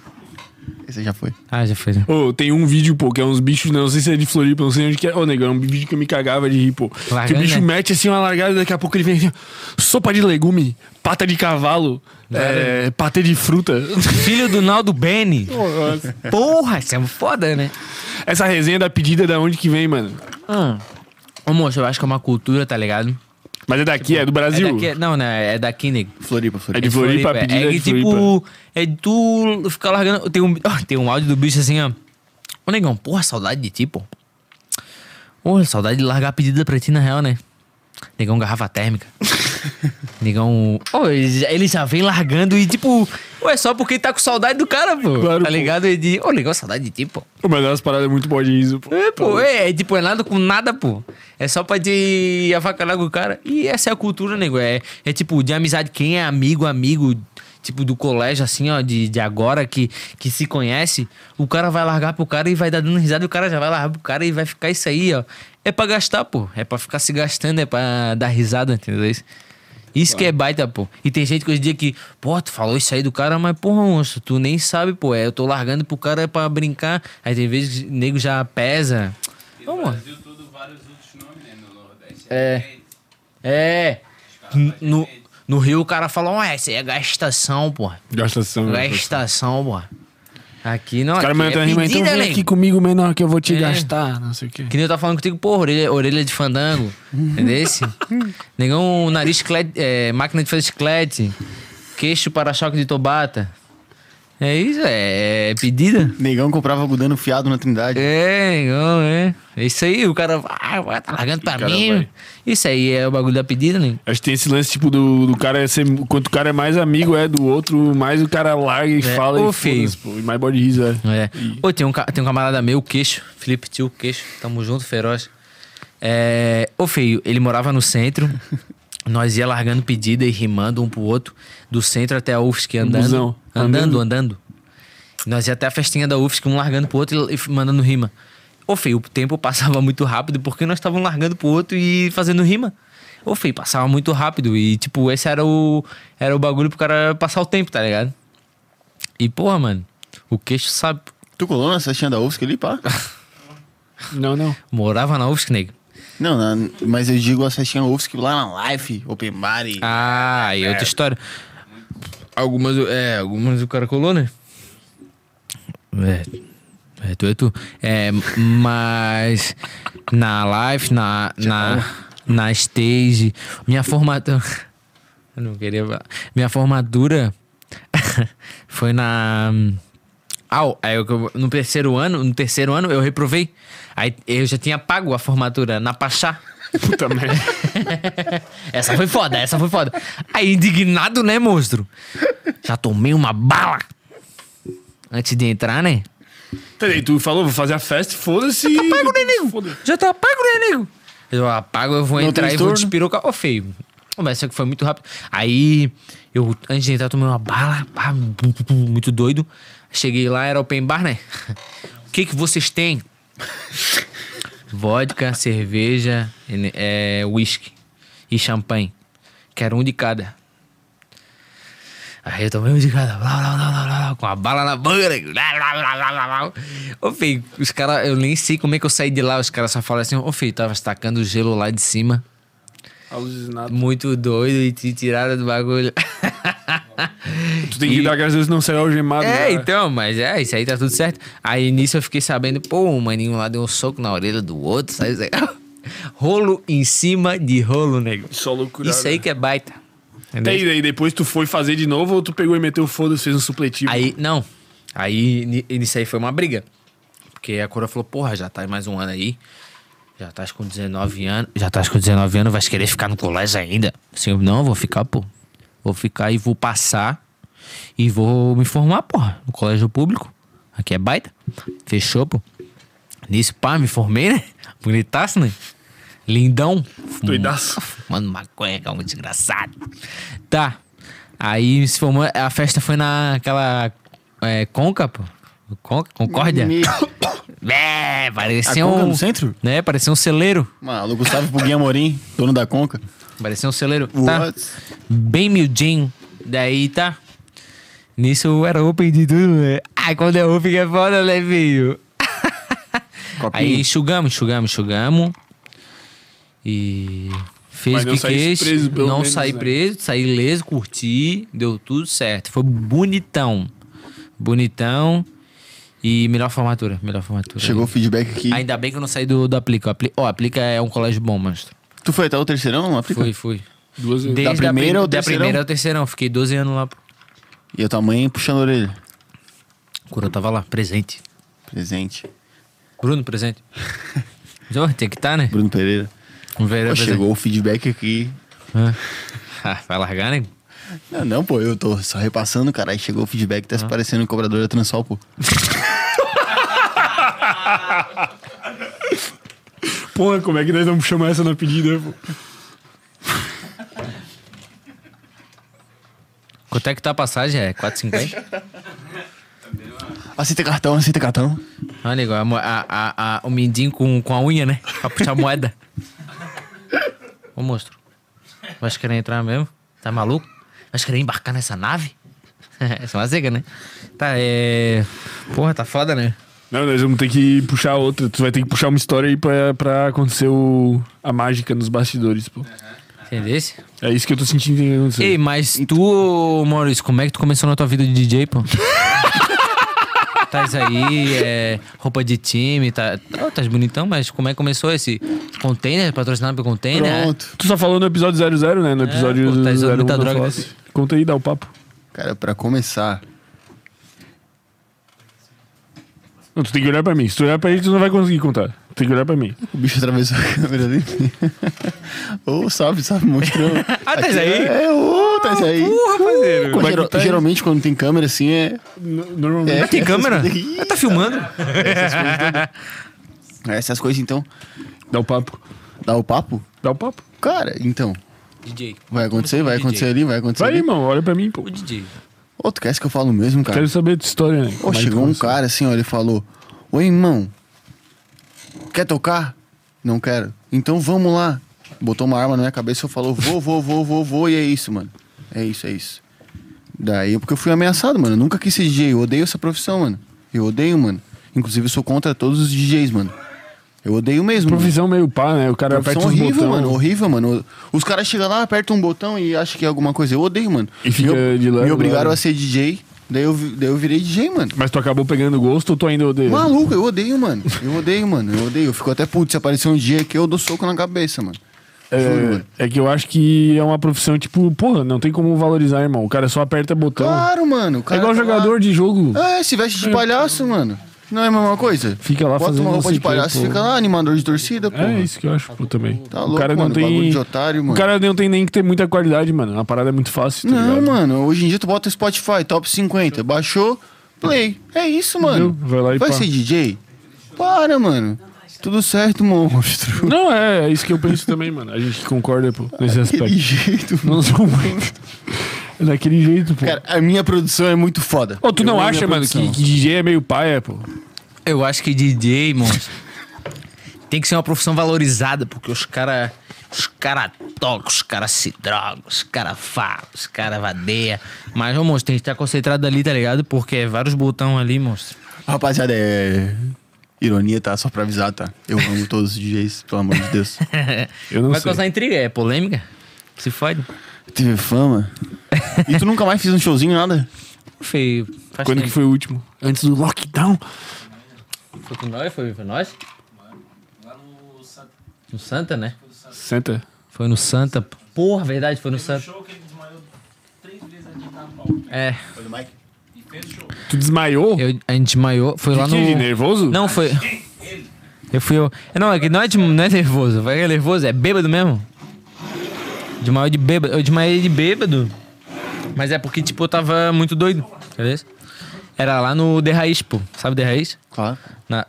Esse já foi.
Ah, já foi. né?
Ô, tem um vídeo, pô, que é uns bichos, não sei se é de Floripa, não sei onde que é. Ô, nego, é um vídeo que eu me cagava de rir, pô. que
Largando,
o bicho
né?
mete assim uma largada e daqui a pouco ele vem assim, ó, sopa de legume, pata de cavalo, é, patê de fruta.
Filho do Naldo Bene. Porra, isso é foda, né?
Essa resenha da pedida é da onde que vem, mano?
Ah. Ô, moço, eu acho que é uma cultura, tá ligado?
Mas é daqui, é do
É
Brasil.
daqui, não, né? É daqui, nego.
Floripa,
É
Floripa.
de Floripa, a
é.
pedida é,
É
de
que,
Floripa.
tipo, é de tu ficar largando. Tem um, ó, tem um áudio do bicho assim, ó. Ô, negão, porra, saudade de ti, pô. Ô, saudade de largar a pedida pra ti, na real, né? Negão, garrafa térmica. negão. Ô, ele já- ele já vem largando e, tipo, ué, só porque tá com saudade do cara, pô.
Claro,
tá
pô.
ligado? E de, ô, negão, saudade de ti, pô.
Mas as paradas é muito boa de riso, pô.
É, pô, é, é tipo, é nada com nada, pô. É só pra te avacalhar com o cara. E essa é a cultura, nego. É, é tipo, de amizade, quem é amigo, amigo, tipo, do colégio, assim, ó, de, de agora, que, que se conhece, o cara vai largar pro cara e vai dar dando risada, e o cara já vai largar pro cara e vai ficar isso aí, ó. É pra gastar, pô. É pra ficar se gastando, é pra dar risada, entendeu? Isso, isso que é baita, pô. E tem gente que hoje em dia que, pô, tu falou isso aí do cara, mas porra, moço, tu nem sabe, pô. É, eu tô largando pro cara pra brincar. Aí tem vezes que o nego já pesa.
E
Ô,
no
mano.
Brasil todo, vários outros nomes, né? No Nordeste.
É. É. No, no Rio o cara fala, ué, isso aí é gastação, pô.
Uhum. Gastação.
Gastação, pô. Aqui não.
O cara
aqui
manda
é
é rima, então
pedida,
vem
nego.
aqui comigo menor que eu vou te
É.
gastar, não sei o quê.
Que nem eu tava falando contigo, pô, orelha, orelha de fandango. Entendeu? Negão, nariz, chiclete, é, máquina de fazer chiclete. Queixo para-choque de tobata. É isso, é, é pedida.
Negão comprava algodão fiado na Trindade.
É, negão, é. É isso aí, o cara ah, vai, tá largando pra
cara
mim.
vai.
Isso aí é o bagulho da pedida, né?
Acho que tem esse lance, tipo, do, do cara ser. Quanto o cara é mais amigo é do outro, mais o cara larga e
É.
fala
Ô,
e
feio.
foda-se, pô. E mais bode riso, é.
É. Pô, tem um, ca- tem um camarada meu, Queixo, Felipe Tio, Queixo, tamo junto, feroz. É, ô, feio, ele morava no centro, nós ia largando pedida e rimando um pro outro, do centro até a UFSC andando.
busão.
Andando, andando. Nós ia até a festinha da UFSC, um largando pro outro e e mandando rima. Ô, feio, o tempo passava muito rápido porque nós estávamos largando pro outro e fazendo rima. Ô, feio, passava muito rápido e, tipo, esse era o, era o bagulho pro cara passar o tempo, tá ligado? E, porra, mano, o queixo sabe.
Tu colou na festinha da UFSC ali, pá?
Não, não.
Morava na UFSC, nego.
Não, na- mas eu digo a festinha UFSC lá na Life, Open Bar. e-
Ah, aí é outra história. Algumas, é, algumas o cara colou, né? É, é tu, é tu. É, mas na live, na, na, na stage, minha formatura... Eu não queria falar. Minha formatura foi na... Ah, o- aí eu, no terceiro ano, no terceiro ano eu reprovei. Aí eu já tinha pago a formatura na Pachá.
Puta merda.
Essa foi foda, essa foi foda. Aí, indignado, né, monstro? Já tomei uma bala. Antes de entrar, né?
Peraí, tu falou, vou fazer a festa, foda-se. Tá pago,
Nego, já tá pago, né, nego? Eu apago, eu vou
Não
entrar
tem
e vou
estorno?
despirocar. Ô, feio. Ô, Mas só que foi muito rápido. Aí, eu, antes de entrar, tomei uma bala. pá, um bu- bu- bu- Muito doido. Cheguei lá, era open bar, né? O que que vocês têm? Vodka, cerveja, ene- é, whisky e champanhe. Quero um de cada. Aí eu tomei um de cada, blá, blá, blá, blá, blá, blá, com a bala na boca. né? Blá, blá, blá, blá, blá, blá. Ô, filho, os caras, eu nem sei como é que eu saí de lá. Os caras só falam assim, ô, filho, tava estacando gelo lá de cima. Muito doido e te tiraram do bagulho.
Tu tem que
E-
dar graças a Deus não ser algemado. né?
É,
cara.
então, mas é, isso aí tá tudo certo. Aí nisso eu fiquei sabendo, pô, o maninho lá deu um soco na orelha do outro, sabe? isso aí? Rolo em cima de rolo, nego.
Só loucura.
Isso aí né? que é baita.
Daí, daí, depois tu foi fazer de novo ou tu pegou e meteu foda-se, fez um supletivo?
Aí, não. Aí, ni- nisso aí foi uma briga. Porque a coroa falou, porra, já tá aí mais um ano aí. Já estás com 19 anos. Já estás com 19 anos, vais querer ficar no colégio ainda. Assim, eu, não, vou ficar, pô. Vou ficar e vou passar. E vou me formar, porra, no colégio público. Aqui é baita. Fechou, pô. Nisso, pá, me formei, né? Bonitaço, né? Lindão.
Doidaço.
Mano, maconha, que é um desgraçado. Tá. Aí se formou, a festa foi naquela é, Conca, pô. Conca, Concórdia?
Me-
É, parecia
A Conca
um.
no centro?
Né, parecia um celeiro.
Mano, Gustavo Puguinha Morim, dono da Conca.
Parecia um celeiro. Tá?
What?
Bem miudinho. Daí tá. Nisso eu era open de tudo, né? Ai, quando é open é foda, né, filho? Aí
Copinho.
enxugamos, enxugamos, enxugamos. E fez
Mas
o
não
que
saísse
quis.
preso, pelo
não
menos,
saí
né?
preso, saí leso, curti, deu tudo certo. Foi bonitão. Bonitão. E melhor formatura, melhor formatura.
Chegou o feedback aqui.
Ainda bem que eu não saí do, do Aplica. O Apli- Ó, Aplica é um colégio bom, mas
Tu foi até o terceirão, não aplica?
fui, fui.
Duas vezes.
Desde a
primeira
prim-
ao
da
terceirão?
primeira ao terceirão. Fiquei 12 anos lá. pô.
E a tua mãe puxando a orelha.
Cura tava lá, presente.
Presente.
Bruno, presente. Então, tem que estar, tá, né?
Bruno Pereira.
Um velho
Pô,
presente.
chegou o feedback aqui.
Ah, vai largar, né?
Não, não, pô, eu tô só repassando, cara. Aí chegou o feedback,
Ah.
tá se parecendo o cobrador da Transol, pô.
Porra, como é que nós vamos chamar essa na pedida, pô?
Quanto é que tá a passagem? É 4,50?
Aceita cartão, aceita cartão.
Olha, igual a mo- a- a- a- o mindinho com, com a unha, né? Pra puxar a moeda. Ô, monstro. Vais querer entrar mesmo? Tá maluco? Vais querer embarcar nessa nave? Essa é uma zega, né? Tá, é... Porra, tá foda, né?
Não, nós vamos ter que puxar outra. Tu vai ter que puxar uma história aí pra, pra acontecer o- a mágica nos bastidores, pô.
Entendesse?
É isso que eu tô sentindo que aconteceu.
Ei, mas tu, Maurício, como é que tu começou na tua vida de DJ, pô? Tás aí, é, roupa de time, tá, tá, tás bonitão, mas como é que começou esse container, patrocinado pelo
É, né?
container?
Pronto.
Tu só falou no episódio 00, né? No episódio
pô, tá usando
01 da
muita droga.
Fosse. Conta aí, dá o papo.
Cara, pra começar,
Não, tu tem que olhar pra mim. Se tu olhar pra ele, tu não vai conseguir contar. Tu tem que olhar pra mim.
o bicho atravessou a câmera ali. Ô, salve, salve, monstrão. ah,
tá aí?
É, ô, tá aí. Pô,
Como é que
geral-
tá aí?
geralmente, quando tem câmera assim, é.
N- Normalmente.
é
Tem câmera? Ah, tá filmando.
Essas coisas, então.
É. Dá o papo.
Dá o papo?
Dá o papo.
Cara, então.
DJ.
Vai acontecer, vai acontecer ali, vai acontecer
Vai aí,
ali.
irmão. Olha pra mim, pô.
O DJ.
Ô, tu quer que eu falo mesmo, cara?
Quero saber a tua história, né?
Ô,
Como é que
chegou um
começou.
cara assim, ó, ele falou: Oi, irmão, quer tocar? Não quero. Então vamos lá. Botou uma arma na minha cabeça e falou: Vou, vou, vou, vou, vou, e é isso, mano. É isso, é isso. Daí, porque eu fui ameaçado, mano. Eu nunca quis ser DJ. Eu odeio essa profissão, mano. Eu odeio, mano. Inclusive, eu sou contra todos os DJs, mano. Eu odeio mesmo. mano.
Provisão meio pá, né? O cara
Profissão
aperta os
horrível,
botões.
mano. Horrível, mano. Os caras chegam lá, apertam um botão e acham que é alguma coisa. Eu odeio, mano.
E fica
me,
de lado, né?
me obrigaram
lado.
a ser DJ. Daí eu, vi- daí eu virei DJ, mano.
Mas tu acabou pegando gosto ou tu ainda odeia?
Maluco, eu odeio, mano. Eu odeio, mano. Eu odeio. Eu fico até puto. Se aparecer um dia aqui, eu dou soco na cabeça, mano.
Então,
Juro, mano.
É, é que eu acho que é uma profissão, tipo, porra, não tem como valorizar, irmão. O cara só aperta botão.
Claro, mano. o
é
cara
igual
tá
jogador
lá.
de jogo.
É, se veste de palhaço, mano. Não é a mesma coisa?
Fica lá
Bota
fazendo
uma
não
roupa
sei
de
o quê,
palhaço,
pô.
fica lá animador de torcida, pô.
É, isso que eu acho, pô, também.
Tá louco, mano. Bagulho de otário, mano.
O cara não tem nem que ter muita qualidade, mano. A parada é muito fácil, tá
Não,
ligado?
mano. Hoje em dia tu bota o Spotify, top 50. Baixou, play. É isso, mano.
Entendeu? Vai lá e
Vai
pá.
ser DJ? Para, mano. Tudo certo, monstro.
Não, é, é isso que eu penso também, mano. A gente concorda, pô, nesse
Daquele
aspecto.
jeito.
Não sou muito. É daquele jeito, pô.
Cara, a minha produção é muito foda.
Ô, tu
Eu
não
amo
acha,
minha
mano, que,
produção.
que DJ é meio paia, pô?
Eu acho que DJ, monstro, tem que ser uma profissão valorizada, porque os caras. Os caras tocam, os caras se drogam, os caras falam, os caras vadeiam. Mas, ô, monstro, tem que estar concentrado ali, tá ligado? Porque é vários botão ali, monstro.
Rapaziada, é. Ironia, tá? Só pra avisar, tá? Eu amo todos os DJs, pelo amor de Deus.
Eu não
Vai
sei.
causar intriga, é polêmica. Se fode.
Teve fama. E tu nunca mais fez um showzinho, nada?
Foi. Faz
Quando que
tempo.
foi o último? Antes do lockdown?
Foi com nós? Foi, foi nós? No Santa, né?
Senta.
Foi no Santa. Porra, verdade, foi no Santa. É,
Tu desmaiou?
eu, a gente maiou. Foi lá
Que
no.
que, nervoso?
Não, foi. Eu fui eu. Não, é que não é, de, não é nervoso. Vai que é nervoso, é bêbado mesmo. De maior de bêbado. Eu desmaiei de bêbado. Mas é porque, tipo, eu tava muito doido. Beleza? Era lá no The Raiz, pô. Sabe The Raiz?
Claro.
Na...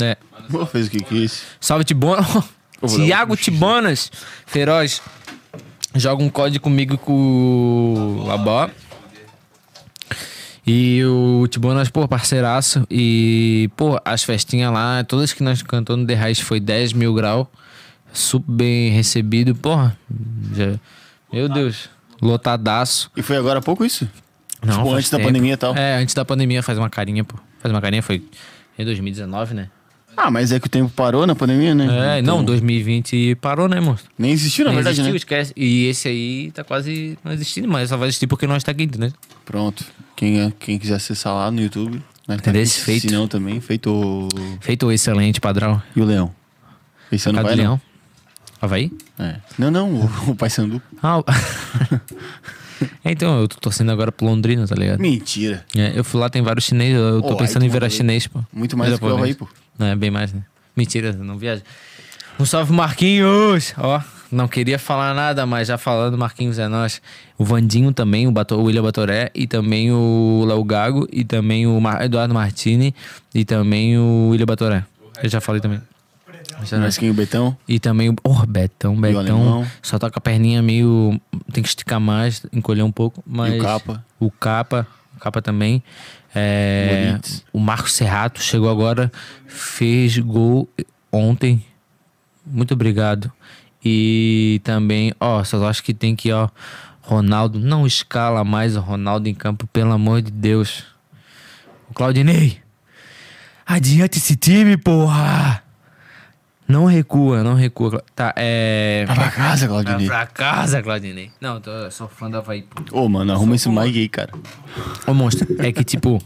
É.
Pô, fez o que quis.
Salve Tibona.
um
Tiago Tibonas. Feroz. Joga um código comigo e com o Labó. E o Tibonas, pô, parceiraço. E, pô, as festinhas lá, todas que nós cantamos no The Raiz foi 10 mil grau. Super bem recebido, porra. já- Meu Deus. Lotadaço.
E foi agora há pouco isso?
Não,
Tipo,
faz
antes da pandemia e tal.
É, antes da pandemia, faz uma carinha, pô. Faz uma carinha, foi em 2019, né?
Ah, mas é que o tempo parou na pandemia, né?
É, não, 2020 parou, né, moço?
Nem existiu, na
Não
verdade,
existiu,
né?
esquece. E esse aí tá quase não existindo, mas só vai existir porque nós tá aqui, né?
Pronto. Quem, é- quem quiser acessar lá no YouTube. Né?
Desse feito.
Se não também, feito o...
Feito o excelente padrão.
E o Leão. Esse ano
Cadê
vai,
o Leão? Havaí?
não? É. Não, não, o, o Paysandu.
Ah, o- É, então, eu tô torcendo agora pro Londrina, tá ligado?
Mentira.
É, eu fui lá, tem vários chineses, eu tô
Oh,
pensando
aí
em
tu
virar
mandou.
chinês, pô.
Muito mais do que o Havaí, pô.
Não, é bem mais, né? Mentira, não viaja. Um salve, Marquinhos! Ó, não queria falar nada, mas já falando, Marquinhos é nós. O Vandinho também, o, Bato, o William Batoré, e também o Léo Gago, e também o Mar- Eduardo Martini, e também o William Batoré. Eu já falei também. Já
Mas quem o Betão?
e também o. Oh, Betão, Betão.
alemão.
Só tá com a perninha meio. Tem que esticar mais, encolher um pouco. Mas
Capa.
O Capa. O Capa também. É,
Benítez.
o Marco Serrato chegou agora, fez gol ontem. Muito obrigado. E também, ó, só acho que tem que, ó. Ronaldo, não escala mais o Ronaldo em campo, pelo amor de Deus. O Claudinei, adianta esse time, porra! Não recua, não recua. Cla- Tá, é.
Vai pra casa, Claudinei.
Pra casa, Claudinei. Não, eu tô, eu sou fã da Havaí, pô.
Ô, mano, arruma esse mic aí, cara.
Ô, monstro, é que tipo,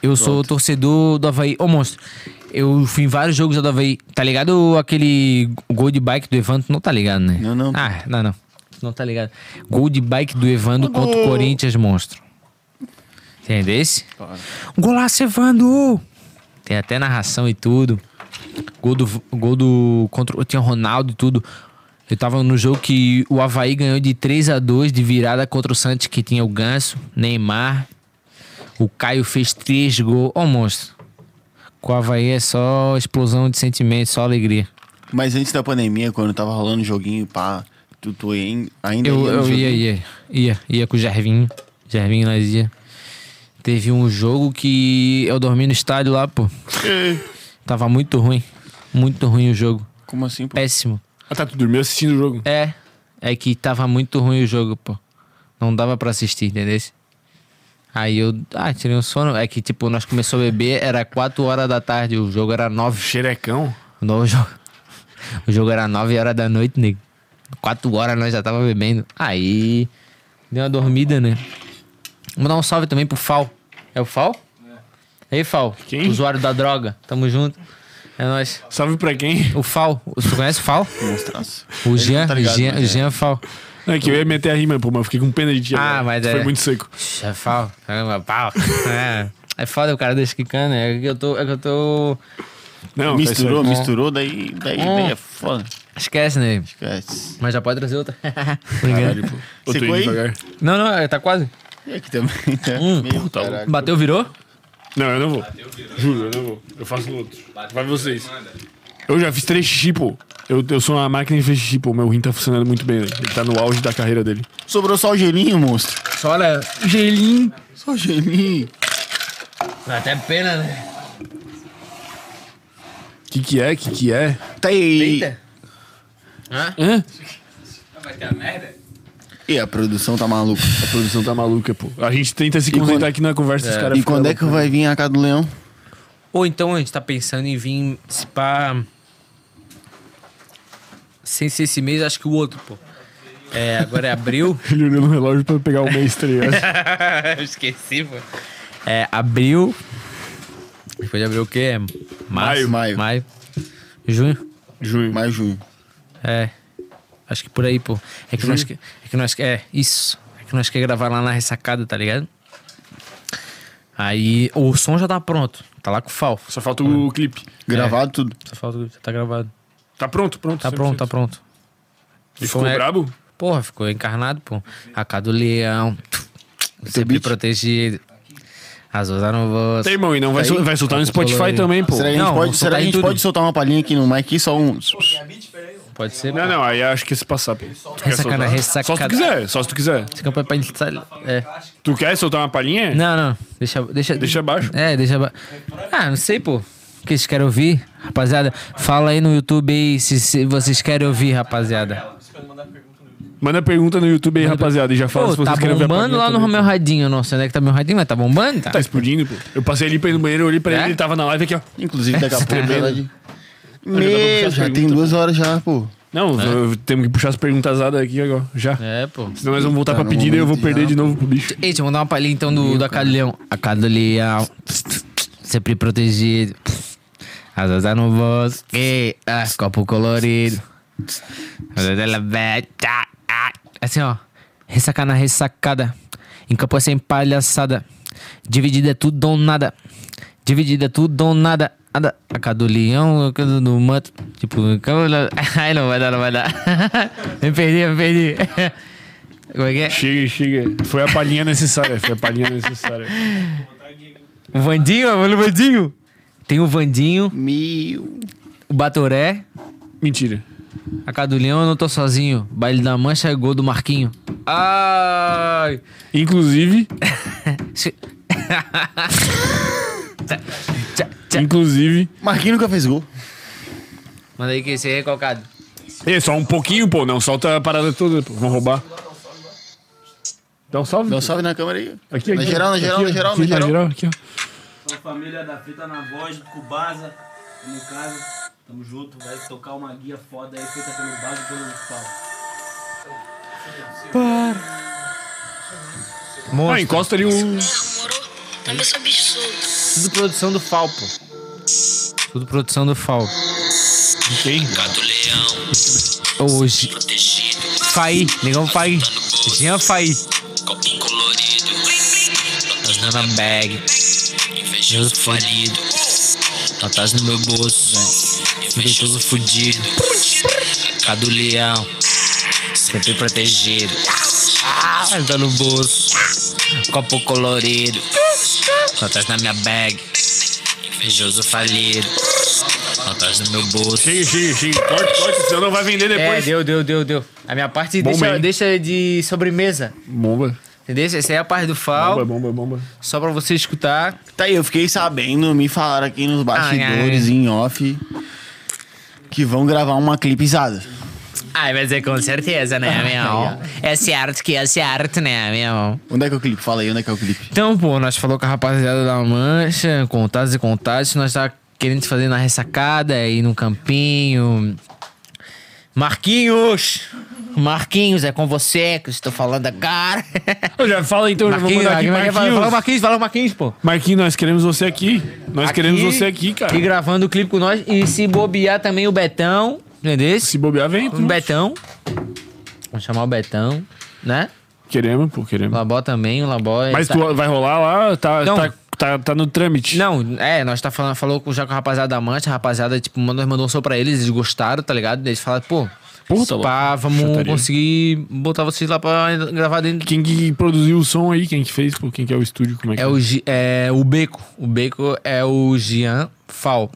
eu sou torcedor do Havaí. Ô, monstro, eu fui em vários jogos do Havaí. Tá ligado aquele gol de bike do Evandro? Não tá ligado, né?
Não, não.
Ah, não, não. Não tá ligado. Gol de bike do Evandro contra o Corinthians, monstro. Entendesse? Golaço, Evandro! Tem até narração e tudo. Gol do. Gol do contra, tinha Ronaldo e tudo. Eu tava no jogo que o Havaí ganhou de 3 a 2 de virada contra o Santos, que tinha o Ganso, Neymar. O Caio fez três gols. Ô, monstro. Com o Havaí é só explosão de sentimentos, só alegria.
Mas antes da pandemia, quando tava rolando joguinho, pá, tu, tu ia- ainda
Eu,
ia no
eu
joguinho?
ia, ia, ia, ia com o Gervinho. Gervinho nós ia. Teve um jogo que eu dormi no estádio lá, pô. Tava muito ruim. Muito ruim o jogo.
Como assim, pô?
Péssimo.
Ah, tá, tu dormiu assistindo o jogo.
É, é que tava muito ruim o jogo, pô. Não dava pra assistir, entendeu? Aí eu, ah, tirei um sono. É que, tipo, nós começamos a beber, era 4 horas da tarde, o jogo era 9.
Xerecão?
O novo jogo. O jogo era 9 horas da noite, nego. 4 horas nós já tava bebendo. Aí. Deu uma dormida, né? Vou dar um salve também pro Fal. É o Fal? É. Ei, Fal.
Quem?
Usuário da droga. Tamo junto. É nóis.
Salve pra quem?
O Fal. Tu conhece o Fal?
Monstraço.
O
Ele
Jean.
não tá ligado,
Jean,
mas é.
Jean Fal.
É que eu ia meter a rima, pô, mas eu fiquei com pena de ti.
Ah,
agora.
mas
Tu Foi
é-
muito seco.
É Fal. Caramba, pau. É. É foda o cara desse quicando, é que eu tô. É que eu tô.
Não, tá isso aí.
Misturou, misturou, daí, daí, daí é foda.
Esquece, né?
Esquece.
Mas já pode trazer outra.
Caralho, pô. Eu tô
Secou
indo
aí?
devagar.
não, não, tá quase.
E aqui também, tá?
Hum,
Meu, caralho.
Bateu, virou?
Não, eu não vou. Juro, eu não vou. Eu faço no outro. Vai vocês. Eu já fiz três xixi, pô. Eu, eu sou uma máquina de fazer xixi, pô. Meu rim tá funcionando muito bem, né? Ele tá no auge da carreira dele.
Sobrou só o gelinho, monstro.
Olha, gelinho.
Só o gelinho.
Dá até pena, né?
Que que é? Que que é?
Tá aí.
Hã?
Vai ter a merda?
E a produção tá maluca.
A produção tá maluca, pô. A gente tenta se
quando-
concentrar aqui na conversa dos caras.
E quando é que
né?
vai vir a casa do leão?
Ou então a gente tá pensando em vir se pá. Sem ser esse mês, acho que o outro, pô. É, agora é abril.
Ele olhou no relógio pra pegar o mês, tá ligado?
Eu esqueci, pô. É, abril. Depois de abril o quê? É março,
Maio.
maio. Junho.
Junho.
Mais junho.
É. Acho que por aí, pô. É que nós que, é que nós que- é isso. É que nós quer gravar lá na ressacada, tá ligado? Aí o som já tá pronto. Tá lá com o Fal.
Só falta o clipe.
Gravado tudo.
Só falta o- já tá gravado.
Tá pronto, pronto.
Tá pronto, tá
100%.
pronto.
E ficou
Como é-
brabo?
Porra, ficou encarnado, pô. A cara do leão. Sempre
beat?
protegido. As outras eu não vou.
Tem, irmão, e não vai,
Tá
Aí?
sol- vai soltar no Spotify
aí.
também, pô.
Será que a gente,
Não,
pode,
vou
será
soltar
que a
em
gente
tudo.
pode soltar uma palhinha aqui no mic? Só um.
Pode ser.
Ah, Não, não, aí acho que se passar. pô. Tu quer
Ressacada,
soltar?
ressacada.
Só se tu quiser, só se tu quiser.
Esse campo é pra gente. É.
Tu quer soltar uma palhinha?
Não, não. Deixa, deixa,
Deixa abaixo.
É, deixa abaixo. Ah, não sei, pô. O que vocês querem ouvir? Rapaziada, fala aí no YouTube aí se, se vocês querem ouvir, rapaziada.
Manda pergunta no YouTube aí, rapaziada, e já fala
Pô,
se vocês
tá
querem ver a
bombando
palhinha
lá no
também.
Romeu Radinho. Não sei onde é que tá meu radinho, mas tá bombando, tá?
Tá explodindo, pô. Eu passei ali pra ir no banheiro, eu olhei pra
É?
ele, ele tava na live aqui, ó.
Inclusive, daqui a pouco. verdade.
puxar
Meu,
as
já tem
perguntas,
duas horas já, pô.
Não, eu- temos que puxar as perguntas azadas aqui agora, já.
É, pô.
Senão nós vamos voltar
Tá
pra
no
pedida e eu vou
momento
perder
já,
de novo pro bicho.
Ei, deixa eu mandar uma palhinha então do, da Cadeleão. A Cadeleão. Sempre protegido. Azazar no bosque. Ah, copo colorido. Ela beta. Ah. Assim, ó. Ressaca na ressacada. Em campo é sem palhaçada. Dividida é tudo ou nada. Dividida é tudo ou nada. Nada. A cada leão, a cada do manto. Tipo, ai, não vai dar, não vai dar. me perdi, me perdi. Como é que é?
Chega, chega. Foi a palhinha necessária, foi a palhinha necessária.
O Vandinho, olha o Vandinho. Tem o Vandinho,
Meu.
o Batoré,
Mentira.
a Cadulhão, eu não tô sozinho. Baile da Mancha é gol do Marquinho. Ai!
Inclusive,
Se- Tchá, tchá.
inclusive.
Marquinhos nunca fez gol.
Manda aí que esse aí é recalcado.
Ei, só um pouquinho, pô. Não solta a parada toda, pô. Vão roubar. Dá um salve.
Dá um
pô.
salve na câmera aí.
Aqui,
na
aqui,
geral, na
aqui,
geral,
ó.
na geral, na
Aqui,
geral.
aqui, ó.
Sou família da fita na voz, do Cubasa, no caso. Tamo junto, vai tocar uma guia foda aí feita pelo Baso e pelo Paulo.
Ah, encosta ali um.
Morou? Também sou bicho solto.
Tudo produção do Falpo. Tudo produção do Falpo.
Quem?
Hoje. Faí, negão Faí. Jean Faí. Usando a bag. Invejoso falido. Fantasma no meu bolso, velho. Invejoso fudido. Cadu Leão. Sempre protegido. Ah, tá no bolso. Copo colorido. Fantasma na minha bag. Invejoso falido. Fantasma no meu bolso.
Chega, chega, chega. Corte, corte, senão não vai vender
É,
depois.
deu, deu, deu, deu. A minha parte
Bom,
deixa,
hein?
deixa de sobremesa.
bomba.
Entendeu? Essa é a parte do
Bomba,
FAO,
bomba, bomba.
só pra você escutar.
Tá aí, eu fiquei sabendo, me falaram aqui nos bastidores, em off, que vão gravar uma clipezada.
Ai, mas é com certeza, né, meu? É certo que é certo, né, meu?
Onde é que é o clipe? Fala aí, onde é que é o clipe?
Então, pô, nós falou com a rapaziada da Mancha, contatos e contatos, nós tá querendo fazer na ressacada, aí no campinho. Marquinhos! Marquinhos, é com você que eu estou falando agora.
Eu já fala então, eu já vou
Marquinhos,
mandar aqui.
Marquinhos, fala fala
Marquinhos.
Marquinhos, fala Marquinhos, pô.
Marquinhos, nós queremos você aqui. Nós queremos você aqui, cara.
E gravando o clipe com nós. E se bobear também o Betão. Entendeu?
Se bobear, vem. tu.
O Um Betão. Vamos chamar o Betão, né?
Queremos, pô,
O
queremos.
Labó também, o Labó. ele
Mas
tá-
tu vai rolar lá? Tá,
Não.
tá, tá, tá no trâmite.
Não, é, nós tá falando, falou com, já com a rapaziada da Mancha, a rapaziada, tipo, mandou, mandou um som pra eles, eles gostaram, tá ligado? Eles falaram, pô,
Porra,
se
tá
pá,
louco.
vamos
Chutaria.
conseguir botar vocês lá pra gravar dentro.
Quem que produziu o som aí? Quem que fez? Pô, quem que é o estúdio? Como é que
É o, Gi- é o Beco. O Beco é o Jean Fal.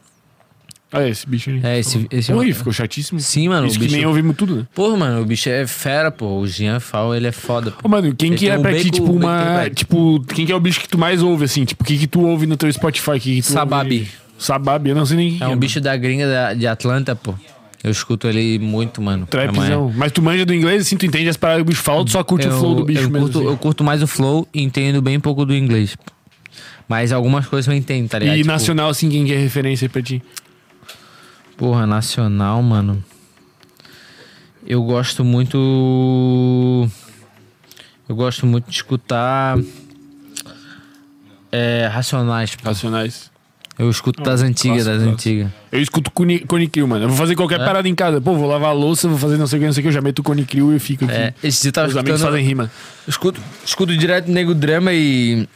Ah, é esse bicho aí.
É, esse- esse é
Porra,
o-
aí, ficou chatíssimo.
Sim, mano,
Isso
o
que
bicho.
nem ouvimos tudo, né?
Porra, mano, o bicho é fera, pô. O Jean Fal, ele é foda, pô.
Ô, mano, quem
Ele
que
tem um
é
o
pra ti,
Bacon-
tipo,
o Bacon
uma...
Black.
Tipo, quem que é o bicho que tu mais ouve, assim? Tipo, o que que tu ouve no teu Spotify? Que que tu
Sababi.
ouve? Sababi, eu não sei nem quem
É um bicho da gringa da- de Atlanta, pô. Eu escuto ele muito, mano.
Trapzão. Mas tu manja do inglês, assim, tu entende as paradas que o bicho fala, tu só curte
eu,
o flow do bicho
eu
mesmo.
curto,
assim.
eu curto mais o flow e entendo bem pouco do inglês. Mas algumas coisas eu entendo, tá ligado?
E
Tipo,
nacional, assim, quem que é referência pra ti?
Porra, nacional, mano. Eu gosto muito. Eu gosto muito de escutar. É, racionais. pô.
Nacionais.
Eu escuto das antigas,
Hum, clássico,
das
clássico.
antigas.
Eu escuto Cone- Cone Crew, mano. Eu vou fazer qualquer parada em casa. Pô, vou lavar a louça, vou fazer não sei o que, não sei o que. Eu já meto Cone Crew e tá eu fico aqui.
É, esse dia eu tava
Os amigos
escutando.
fazem rima.
Escuto, escuto direto Nego Drama e.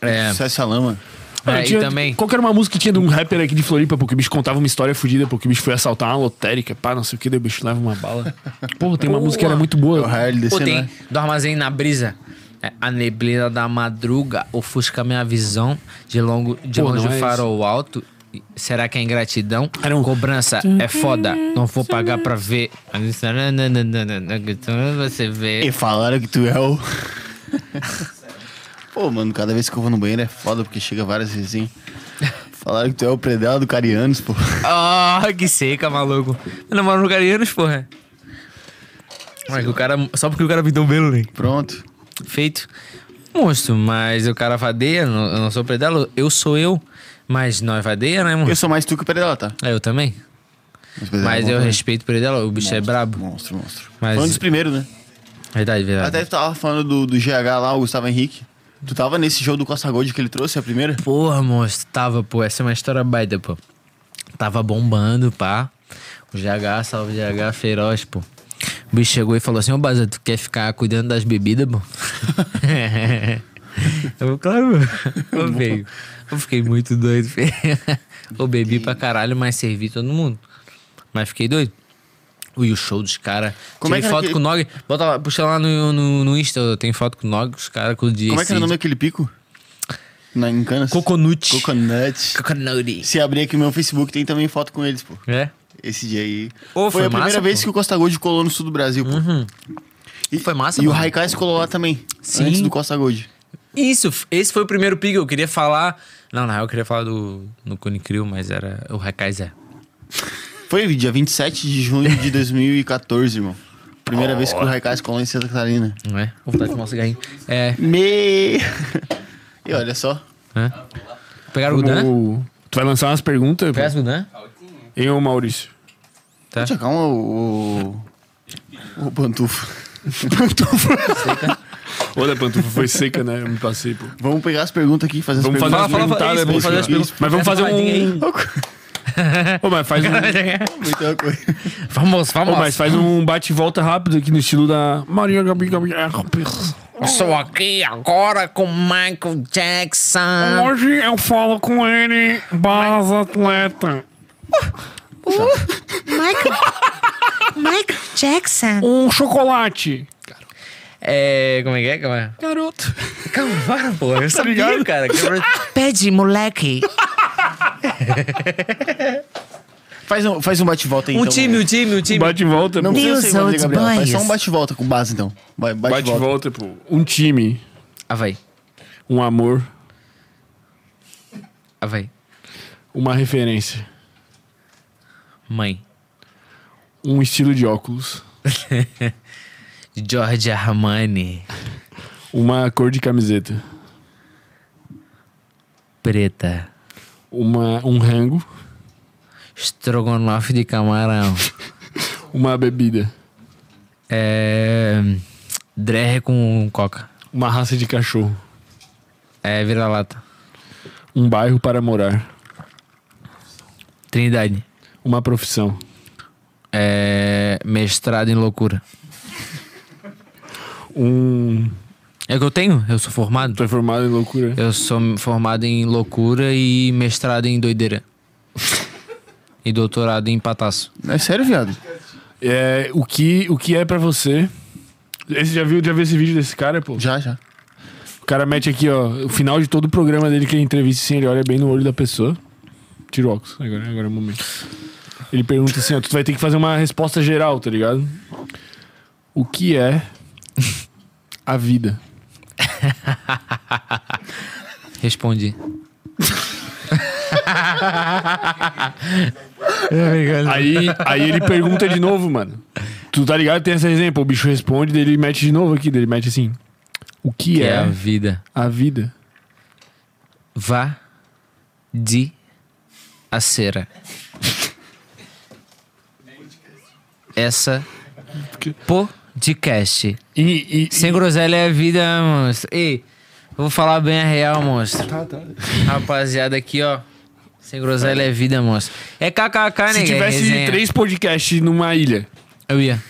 É.
Sucesso essa lama.
Mano,
É, e
tinha-
também-
Qual que era uma música que tinha de um rapper aqui de Floripa, porque o bicho contava uma história fodida, porque o bicho foi assaltar uma lotérica, pá, não sei o que, daí o bicho leva uma bala. Porra, tem uma música que era muito
É o
boa.
Harley
Pô,
desse,
tem
né?
do armazém na brisa. É, A neblina da madruga ofusca minha visão de longo de
Pô,
longe
não
o
é
farol alto. E Será que é ingratidão?
Era um-
Cobrança é foda, não vou pagar pra ver. Você vê.
E falaram que tu é o. Pô, mano, cada vez que eu vou no banheiro é foda porque chega várias vezes. hein? Falaram que tu é o predel do Carianos, pô.
Ah, que seca, maluco. Eu namoro no Garianos, porra. Olha, que o cara, só porque o cara pintou o belo, né?
Pronto.
feito. Monstro, mas o cara vadeia, eu não eu não sou predelo, eu sou eu, mas nós vadeia, né, mano?
Eu sou mais tu que o predel, tá?
É, Eu também.
Mas, Predella é
Mas
bom
eu
também.
respeito o predelo, o bicho
No.
é brabo.
Monstro, monstro.
Mas-
Foi um dos primeiros, né?
Verdade, verdade.
Até tu tava falando do, do GH lá, o Gustavo Henrique. Tu tava nesse jogo do Costa Gold que ele trouxe, a primeira?
Porra, monstro, tava, pô, essa é uma história baita, pô. Tava bombando, pá. O GH, salve GH, feroz, pô. O bicho chegou e falou assim, ô Baza, tu quer ficar cuidando das bebidas, pô? eu, claro, eu veio. Eu fiquei muito doido. feio. eu bebi pra caralho, mas servi todo mundo. Mas fiquei doido. E o show dos caras.
Como é
Tirei
que era
foto
que-
com o Nog. Bota lá, puxa lá no, no, no Insta, eu tenho foto com o Nog, os caras com o DJ
Como é que era o nome daquele pico? Na, em Canas?
Coconut.
Coconut.
Coconut.
Se abrir aqui o meu Facebook, tem também foto com eles, pô.
É?
Esse dia aí. foi,
Ô, foi
a primeira
massa,
vez
pô. Uhum.
que o Costa Gold colou no sul do Brasil, pô. E,
Foi massa,
E o
mano.
Raikais colou lá também.
Sim.
Antes do Costa Gold.
Isso, f- esse foi o primeiro pick que eu queria falar. Não, na real eu queria falar do no Cone Crew, mas era o é, Hakaiser.
Foi dia 27 de junho de 2014, irmão. Primeira vez que o Raikais colou em Santa Catarina.
Não é? Vou vontade de fumar um cigarrinho. É.
Me... e olha só.
Hã? né? Pegaram o Gudan?
O- Tu vai lançar umas perguntas? pô?
Pegaram o Gudan?
Eu, Maurício.
Tá.
Deixa calma o... O, o Pantufo. Pantufo.
Olha, pantufa foi seca, né? Eu me passei, pô.
Vamos pegar as perguntas aqui, fazer as
Vamos fazer
perguntas.
umas
fala, fala,
perguntadas,
isso,
pô.
vamos fazer as perguntas.
Mas vamos fazer um... Ô, mas faz um...
Muita coisa.
vamos,
Ô,
vamos.
mas faz um bate e volta rápido aqui no estilo da Maria Gabi Gabi. Ah,
Estou aqui agora com Michael Jackson.
Hoje eu falo com ele, base atleta.
Michael Jackson.
Um chocolate.
É. Como é que é? Como é?
Garoto.
Calma, para, pô. Eu sabia,
ligado?
cara.
Pede, moleque.
Faz um, faz um bate-volta aí,
Um
então.
time, um time, um time.
Bate e volta,
Não
pô.
precisa ser
Deus,
igual a
old
Gabriel. Faz só
boys.
um bate-volta com base, então. Vai,
Bate e
bate-volta.
volta, pô. Um time,
Ah, vai.
um amor,
Ah, vai.
uma referência,
Mãe.
um estilo de óculos,
George Armani.
uma cor de camiseta,
Preta.
uma, um rango,
Estrogonofe de camarão.
uma bebida,
É. Drerre com coca.
uma raça de cachorro,
É vira-lata.
um bairro para morar,
Trindade.
uma profissão,
É. Mestrado em loucura.
um...
É o que eu tenho? Eu sou formado?
Tô formado em loucura.
Eu sou formado em loucura e mestrado em doideira. e doutorado em pataço.
É sério, viado?
É, o, que, o que é pra você... Esse, já viu, já viu esse vídeo desse cara, pô?
Já, já.
O cara mete aqui, ó, o final de todo o programa dele que ele entrevista, assim, ele olha bem no olho da pessoa. Tira o óculos, agora, agora é o momento. Ele pergunta assim, ó, tu vai ter que fazer uma resposta geral, tá ligado? O que é a vida?
Respondi.
Aí, aí ele pergunta de novo, mano. Tu tá ligado? Tem essa exemplo, o bicho responde, daí ele mete de novo aqui, daí ele mete assim. O que,
Que
é,
é a vida.
a vida?
Vá de a cera. Essa podcast.
E, e- e-
Sem groselha é vida, monstro. Ei, eu vou falar bem a real, monstro.
Tá,
Rapaziada aqui, ó. Sem groselha é vida, monstro. É kkk, né?
se tivesse três podcasts numa ilha.
Eu ia.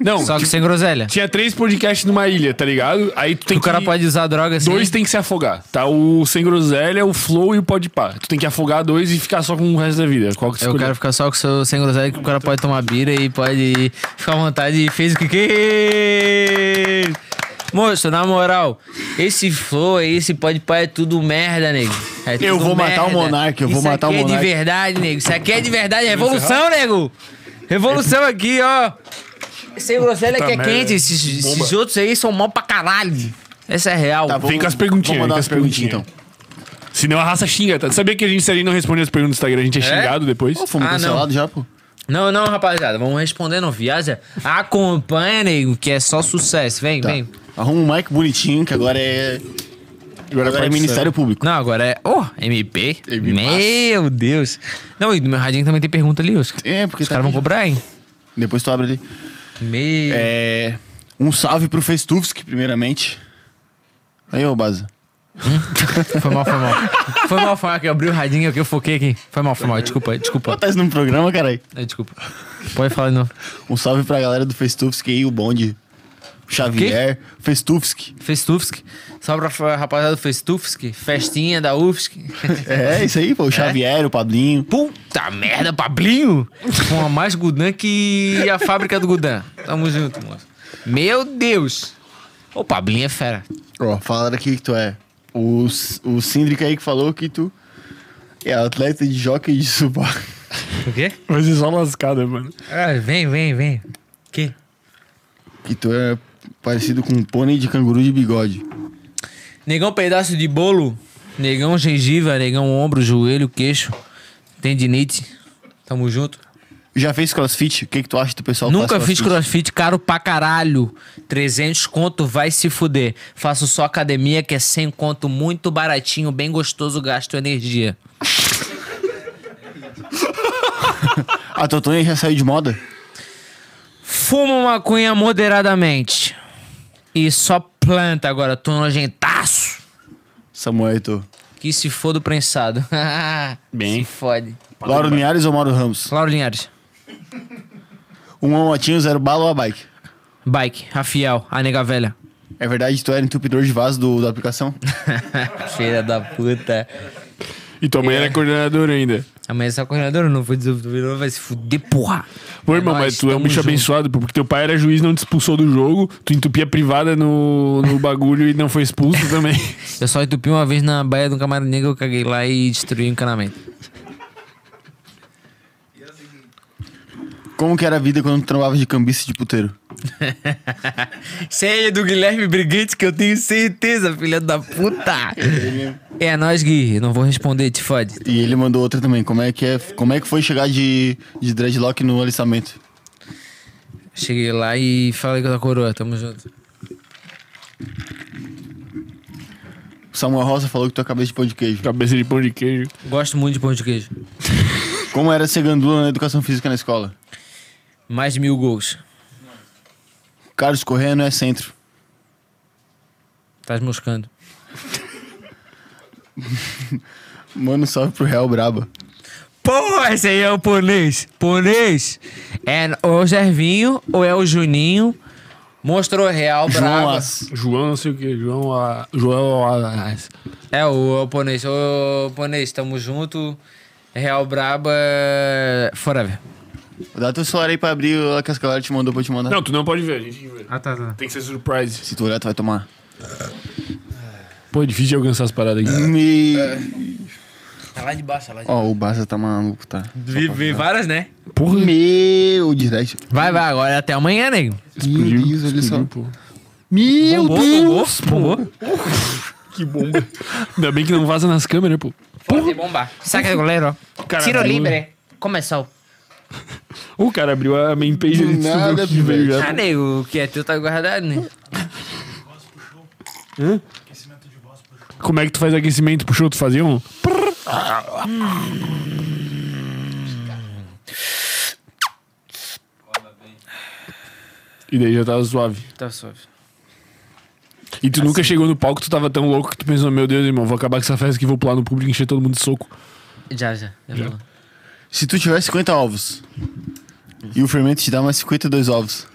Não,
Só que
tipo,
sem groselha.
tinha três podcasts numa ilha, tá ligado? Aí tu tem
O
que...
cara pode usar droga assim.
Dois tem que se afogar, tá? O Sem Groselha, o Flow e o Pode Pá. Tu tem que afogar dois e ficar só com É, o resto da vida. Qual que tu
É, Eu
escolheu?
quero ficar só com o seu sem groselha, que o cara pode tomar bira e pode ficar à vontade e fez o que quis. Moço, na moral, esse flow aí, esse pode pai é tudo merda, nego. É
Eu
tudo
vou matar o
merda.
Monark, eu vou
Isso
matar o
aqui
Monark.
É de verdade, nego. Isso aqui é de verdade, é revolução, nego. Revolução aqui, ó. Sem groselha que é
merda.
quente, esses, esses outros aí são mal pra caralho. Essa é real.
Tá,
Vem
vamos-
com as perguntinhas, vem
Vamos mandar
com
as
as perguntinhas.
perguntinhas, então.
Senão a raça xinga, tá? Sabia que a gente, se a gente não responder as perguntas do Instagram, a gente é, xingado depois?
Pô, então. fomos
Ah, não.
cancelados já, pô.
Não, não, rapaziada, vamos responder, não viaja. Acompanha, nego, que é só sucesso. Vem,
Tá.
vem.
Arruma um mic bonitinho, que agora é... Agora, é Ministério Público.
Não, agora é. Oh, MP.
MP,
Meu Deus. Não, e do meu radinho também tem pergunta ali, Oscar.
É, porque
Os caras vão cobrar, hein?
Depois tu abre ali.
Meu.
É... Um salve pro Festufsk, primeiramente. Aí, ô, Baza.
Foi mal, foi mal. Foi mal, foi mal, que eu abri o radinho que eu foquei aqui. Foi mal, foi mal. Desculpa, desculpa.
Tá isso no programa, caralho.
É, Desculpa. Pode falar de novo.
Um salve pra galera do Festufsk aí, o bonde. O Xavier, Festufsk.
Festufsk. Só pra fa- rapaziada do Festufsk. Festinha da UFSC.
É, isso aí, pô. O Xavier, o Pablinho.
Puta merda, Pablinho! Com a mais Gudan que a fábrica do Gudan. Tamo junto, moço. Meu Deus! Ô, Pablinho é fera.
Ó, falaram aqui que tu é. O, S- o Sindrica aí que falou que tu é atleta de jockey de subar.
O quê?
Mas é só lascada, mano.
Ah, vem, vem, vem. Que?
Que tu é parecido com um pônei de canguru de bigode.
Negão pedaço de bolo. Negão gengiva, negão ombro, joelho, queixo. Tendinite. Tamo junto.
Já fez crossfit? O que, que tu acha do pessoal que
Nunca
faz
fiz crossfit caro pra caralho. 300 conto vai se fuder. Faço só academia que é 100 conto, muito baratinho, bem gostoso, gasto energia.
A Totonha já saiu de moda?
Fumo maconha moderadamente. E só planta agora, tô nojentaço.
Samuel Eto'o.
Que se foda o prensado. Bem. Se fode.
Lauro Linhares ou Mauro Ramos?
Lauro Linhares.
Uma motinho, zero bala ou a bike?
Bike, Rafael, a nega velha.
É verdade que tu era entupidor de vaso do, da aplicação?
Filha da puta.
E tua mãe era coordenadora ainda.
Amanhã você é coordenador, não foi desenvolvedor, vai se fuder, porra.
Pô, irmão,
nóis,
mas tu é um
tamo
bicho
junto.
abençoado, pô, porque teu pai era juiz, não te expulsou do jogo, tu entupia privada no, no bagulho e não foi expulso também.
Eu só entupi uma vez na Baía do Camarão Negro, eu caguei lá e destruí o encanamento.
Como que era a vida quando tu trampava de cambista de puteiro?
Sério é do Guilherme Brigante, que eu tenho certeza, filha da puta. é nóis, Gui, eu não vou responder, te fode.
E ele mandou outra também. Como é que, é, como é que foi chegar de, de dreadlock no alistamento?
Cheguei lá e falei com a coroa, tamo junto.
O Samuel Rosa falou que tu é cabeça de pão de queijo.
Cabeça de pão de queijo.
Gosto muito de pão de queijo.
Como era ser gandula na educação física na escola?
Mais de mil gols.
Carlos Correia não é centro.
Tás moscando.
Mano, salve pro Real Braba.
Porra, esse aí é o Ponês. Ponês. É ou o Gervinho ou é o Juninho. Mostrou real,
João
brava.
As.
João, não sei o que, João, a, João, a,
É o, é o Ponês. Ô, Ponês, tamo junto. Real braba. Forever.
Dá teu celular aí pra abrir o que as galera te mandou pra eu te mandar.
Não, tu não pode ver, a gente tem que ver.
Ah, tá, tá.
Tem que ser surprise.
Se tu olhar, tu vai tomar.
Pô, é difícil de alcançar as paradas aqui.
Me...
Tá lá de baixo, tá lá de
Ó, o Barça tá maluco, tá?
baixo. Vi várias, né?
Porra,
Meu direct.
Vai, vai, agora é até amanhã, nego.
Meu Deus, olha só.
Meu Deus! Bombou, bombou.
que bomba. Ainda bem que não vaza nas câmeras, pô.
Pode bombar. tá Saca do goleiro, ó.
Cara,
Tiro
o-
livre. Começou.
O cara abriu a main page
Do
ele descobriu
nada,
que veio
pivete.
já.
Ah, nego, o que é teu tá guardado, né?
Como é que tu faz aquecimento pro show? Tu fazia um? E daí já tava suave.
Tá suave.
E tu
Assim.
nunca chegou no palco, tu tava tão louco que tu pensou, meu Deus, irmão, vou acabar com essa festa que vou pular no público e encher todo mundo de soco.
Já, já. já.
Se tu tiver 50 ovos e o fermento te dá mais 52 ovos,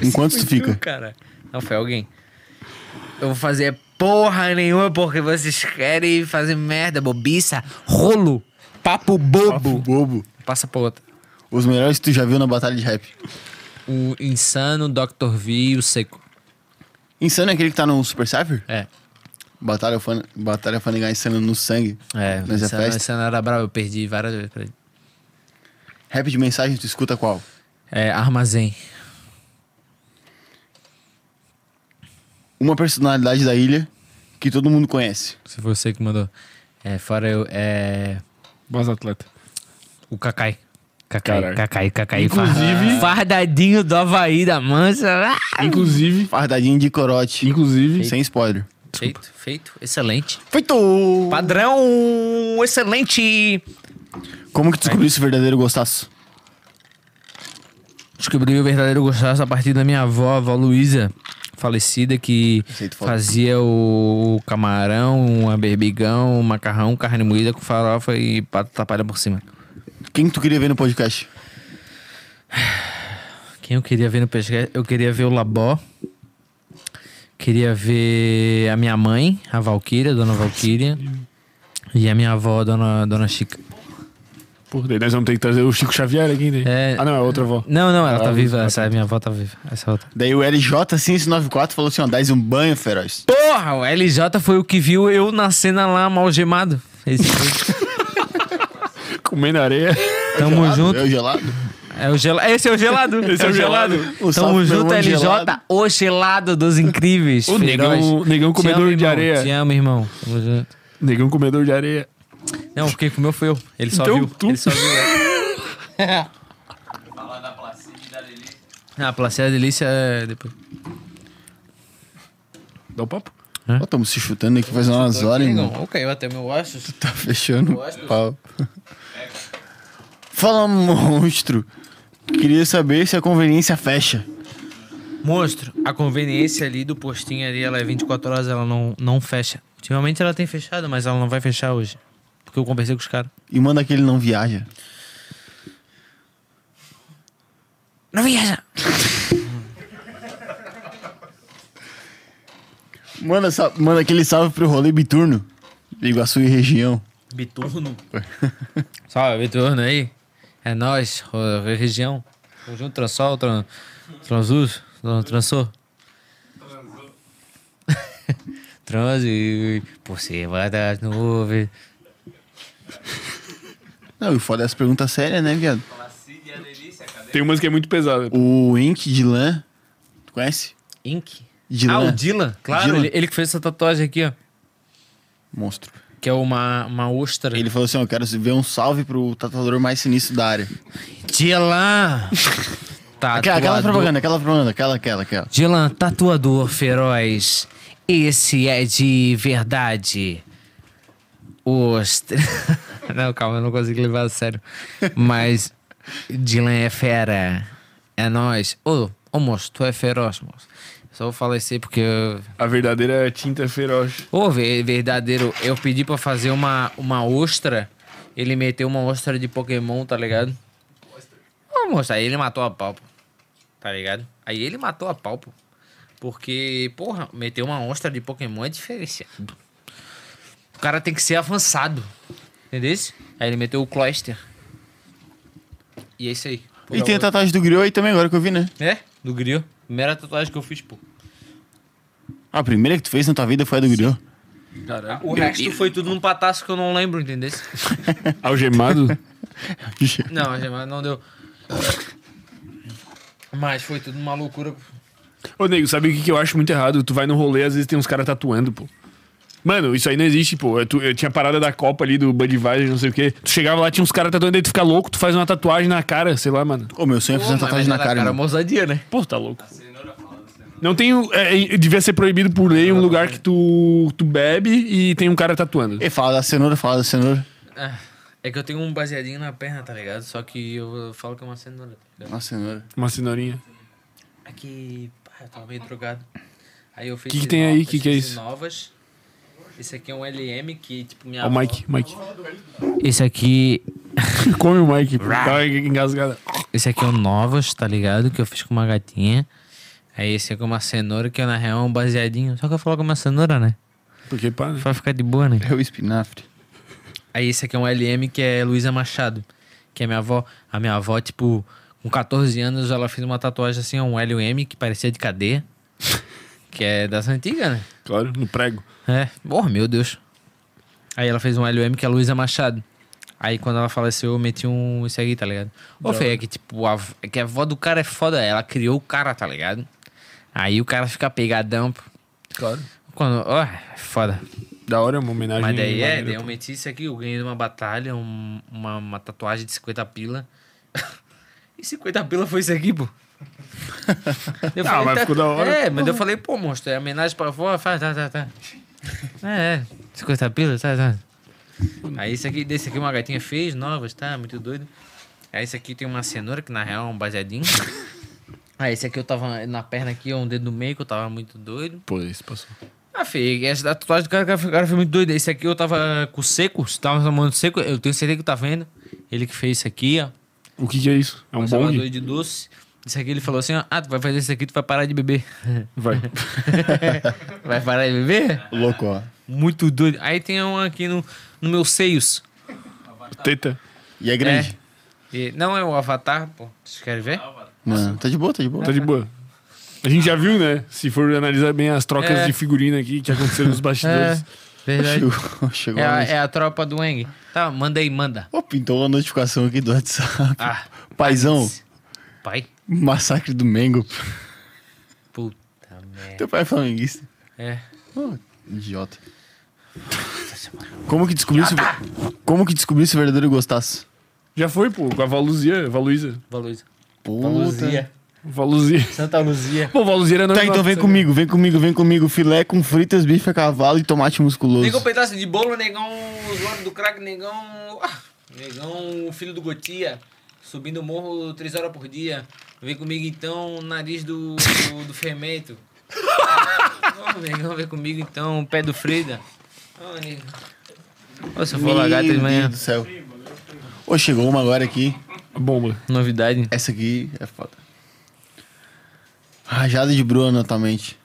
em quantos tu fica?
Cara. Não, foi alguém. Eu vou fazer porra nenhuma porque vocês querem fazer merda, bobiça, rolo, papo bobo.
Bobo.
Passa pra outra.
Os melhores que tu já viu na batalha de rap.
O Insano, Dr. V e o Seco.
Insano é aquele que tá no Super Cypher?
É.
Batalha, fan... Batalha Fanegar Insano no sangue.
É,
Mas é
essa,
festa.
essa não era brava, eu perdi várias vezes pra ele.
Rap de mensagem, tu escuta qual?
É, armazém.
Uma personalidade da ilha que todo mundo conhece.
Se foi você que mandou. É, fora eu. É.
Voz atleta.
O Cacai. Cacai,
Caralho.
Cacai, Cacai.
Inclusive-
Far- Fardadinho do Havaí da Mansa. Ah!
Inclusive,
Fardadinho de corote.
inclusive,
Sem spoiler.
Feito, feito. Excelente.
Feito!
Padrão um excelente.
Como que tu descobriu esse verdadeiro gostaço?
Descobri o verdadeiro gostoso a partir da minha avó, a avó Luísa, falecida, que
Aceito foto.
fazia o camarão, a berbigão, um macarrão, carne moída com farofa e batata palha por cima.
Quem tu queria ver no podcast?
Quem eu queria ver no podcast? Eu queria ver o Labó. Queria ver a minha mãe, a Valquíria, a dona Valquíria. E a minha avó, a dona, dona Chica.
Pô, daí nós vamos ter que trazer o Chico Xavier aqui, né?
É-
Ah, não, é outra avó.
Não, não, ela
Ah,
tá viva.
tá.
Essa minha avó tá viva. Essa outra.
Daí o LJ594 falou assim, ó, dá um banho, feroz.
Porra, o LJ foi o que viu eu na cena lá, malgemado. Esse foi.
Comendo areia.
Tamo junto.
Eu gelado?
É o gel... Esse é o gelado.
Esse é o gelado.
Um salve
Tamo
pro
junto,
meu
LJ.
irmão gelado.
O gelado dos incríveis.
O
feroz.
negão- negão
Te
comedor
amo,
de
irmão.
areia.
Te amo, irmão. Tamo junto.
Negão comedor de areia.
Não, quem comeu foi eu. Ele só
Então,
viu.
tu.
Ele só viu. é. Ah, Placida Delícia é depois.
Dá um papo.
Ó, estamos se chutando aqui faz umas horas, irmão.
caiu até meu achos.
Tá fechando o pau. Fala, monstro. Queria saber se a conveniência fecha.
Monstro, a conveniência ali do postinho ali, ela é 24 horas, ela não, não fecha. Ultimamente ela tem fechado, mas ela não vai fechar hoje. Porque eu conversei com os caras.
E manda que ele não viaja.
Não viaja!
Manda, sa- manda aquele salve pro rolê biturno. Iguaçu e região.
Biturno.
Salve, Vitorno aí. É nóis, ô, região. Tamo junto, Transol, tran, Transus, tran- Transou. Transe por cima das nuvens.
Não, e o foda é as perguntas sérias, né, viado?
Tem umas que é muito pesada.
O Ink de lã. Tu conhece?
Ink?
De
Ah,
lã.
o Dylan, claro.
Dylan.
Ele, ele que fez essa tatuagem aqui, ó.
Monstro.
Que é uma, uma ostra.
Ele falou assim: ó, eu quero ver um salve pro tatuador mais sinistro da área.
Dylan!
Aquela, aquela
Tatuador.
propaganda, aquela propaganda, aquela, aquela, aquela.
Dylan, tatuador feroz. Esse é de verdade. Ostra. não, calma, eu não consigo levar a sério. Mas Dylan é fera. É nóis. Ô, ô moço, tu é feroz, moço. Só vou falecer porque eu
A verdadeira tinta feroz.
Ô, ve- verdadeiro, eu pedi pra fazer uma, uma ostra. Ele meteu uma ostra de Pokémon, tá ligado? Ô, moça, aí ele matou a pau, pô. Tá ligado? Aí ele matou a pau, pô. Porque, porra, meter uma ostra de Pokémon é diferenciado. O cara tem que ser avançado. Entendeu? Aí ele meteu o Cloyster. E é isso aí.
E tem a tatuagem do Griot aí também, agora que eu vi, né?
É? Do grill. Primeira tatuagem que eu fiz, pô.
A primeira que tu fez na tua vida foi a do Griot.
Ah, O resto foi tudo num patasso que eu não lembro, entendeu?
Algemado?
Não, a gemada não deu. Mas foi tudo uma loucura.
Ô, nego, sabe o que, que eu acho muito errado? Tu vai no rolê, às vezes tem uns caras tatuando, pô. Mano, isso aí não existe, pô. Eu, tu- eu tinha a parada da Copa ali, do Budweiser, não sei o quê. Tu chegava lá, tinha uns caras tatuando, daí tu fica louco, tu faz uma tatuagem na cara, sei lá, mano.
Ô, meu sonho é fazer uma tatuagem na cara,
Era
mano.
uma ousadia, né?
Pô, tá louco. Não tem. o- É, é, devia ser proibido por lei um lugar que tu, tu bebe e tem um cara tatuando.
E fala da cenoura, fala da cenoura.
É que eu tenho um baseadinho na perna, tá ligado? Só que eu falo que é uma cenoura. tá ligado?
Uma cenoura.
Uma cenourinha.
É que. Pá, eu tava meio drogado. Aí eu fiz.
Que que
esses
tem aí?
novas-
Que que é
esses
isso?
Novas. Esse aqui é um LM que, tipo, minha.
Ó, o
avó-
Mike, Mike.
Esse aqui.
Come o Mike. pô. Tá engasgada.
Esse aqui é o Novas, tá ligado? Que eu fiz com uma gatinha. Aí esse aqui é uma cenoura, que na real é um baseadinho. Só que eu falo que é uma cenoura, né?
Porque pá, né?
Pra ficar de boa, né?
É o espinafre.
Aí esse aqui é um LM que é Luísa Machado, que é minha avó. A minha avó, tipo, com 14 anos, ela fez uma tatuagem assim, ó, um LM que parecia de cadeia. que é das antigas, né?
Claro, no prego.
É. Porra, meu Deus. Aí ela fez um LM que é a Luísa Machado. Aí quando ela faleceu, eu meti um esse aqui, tá ligado? Ô, Fê, é que tipo, a, v- é que a avó do cara é foda, ela criou o cara, tá ligado? Aí o cara fica pegadão. pô.
Claro.
Quando, ó, é foda.
Da hora é uma homenagem.
Mas daí é,
maneira,
daí eu
pô.
meti isso aqui, eu ganhei numa batalha, um- uma, uma tatuagem de 50 pila. e 50 pila foi isso aqui, pô. Eu
Ah, mas ficou da hora,
É, mas daí eu falei, pô, monstro, é homenagem pra fora, faz, tá, tá, tá. É, é, 50 pila, tá, tá. Aí isso aqui, desse aqui uma gatinha fez, novas, tá, muito doido. Aí esse aqui tem uma cenoura, que na real é um baseadinho. Aí esse aqui eu tava na perna aqui, um dedo no meio, que eu tava muito doido.
Pô, isso passou.
Ah, filho, essa da tatuagem do cara, cara, foi- cara foi muito doido. Esse aqui eu tava com seco, se tava tomando seco, eu tenho certeza que tá vendo. Ele que fez isso aqui, ó.
O que que é isso? É um
Salvador
bonde?
de doce. Isso aqui ele falou assim, ó, ah, tu vai fazer isso aqui, tu vai parar de beber.
Vai.
vai parar de beber?
Louco, ó.
Muito doido. Aí tem um aqui no, no meus seios.
Teta.
E é grande.
E- não é o avatar, pô. Vocês querem ver?
Mano, tá de boa, tá de boa.
Tá de boa. A gente já viu, né? Se for analisar bem as trocas
É.
de figurina aqui que aconteceram nos bastidores.
Verdade.
Chegou, chegou
É
a
a,
noite.
é a tropa do Eng. Tá, manda aí, manda.
Ó, pintou uma notificação aqui do WhatsApp.
Ah,
Paizão,
pai.
massacre do Mengo.
Puta merda.
Teu pai é flamenguista.
É.
Ô, idiota. Como que descobriu se... Como que descobriu se o verdadeiro gostasse?
Já foi, pô, com a Valuzia. Valuísa.
Valoriza.
Puta.
Valuzia.
Santa Luzia.
Pô, Valuzia era
Tá,
normal,
então vem
sabe?
comigo, vem comigo, vem comigo. Filé com fritas, bife a cavalo e tomate
Negão
musculoso.
pedaço de bolo, negão zoando do crack, negão. ah, negão filho do Gotia. Subindo o morro três horas por dia. Vem comigo então, nariz do, do, do fermento. Ô, negão, vem comigo então, pé do Frida. Ô, negão.
Ô, se eu for lagar de manhã.
do céu. Ô, chegou uma agora aqui.
Bomba.
Novidade.
Essa aqui é foda. Rajada de Bruno atualmente.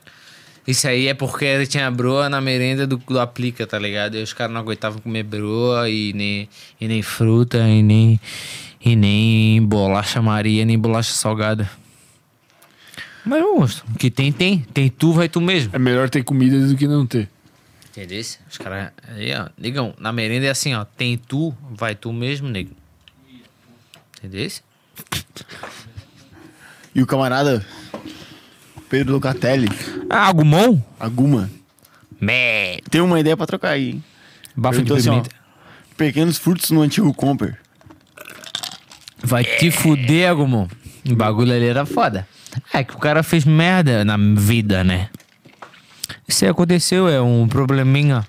Isso aí é porque tinha broa na merenda do, do Aplica, tá ligado? E os caras não aguentavam comer broa e nem, e nem fruta e nem, e nem bolacha maria, nem bolacha salgada. Mas eu gosto. O que tem, tem. Tem tu, vai tu mesmo.
É melhor ter comida do que não ter.
Entendeu? Os caras... Aí, ó. Negão, na merenda é assim, ó. Tem tu, vai tu mesmo, nego. Entendeu?
E o camarada Pedro Locatelli,
Ah, Gumon?
a Guma,
Mé.
tem uma ideia pra trocar aí, hein?
Bafo de
Perguntou assim, ó,
pimenta.
Pequenos furtos no antigo Comper.
Vai te fuder, Agumon. O bagulho ali era foda. É que o cara fez merda na vida, né? Isso aí aconteceu, é um probleminha.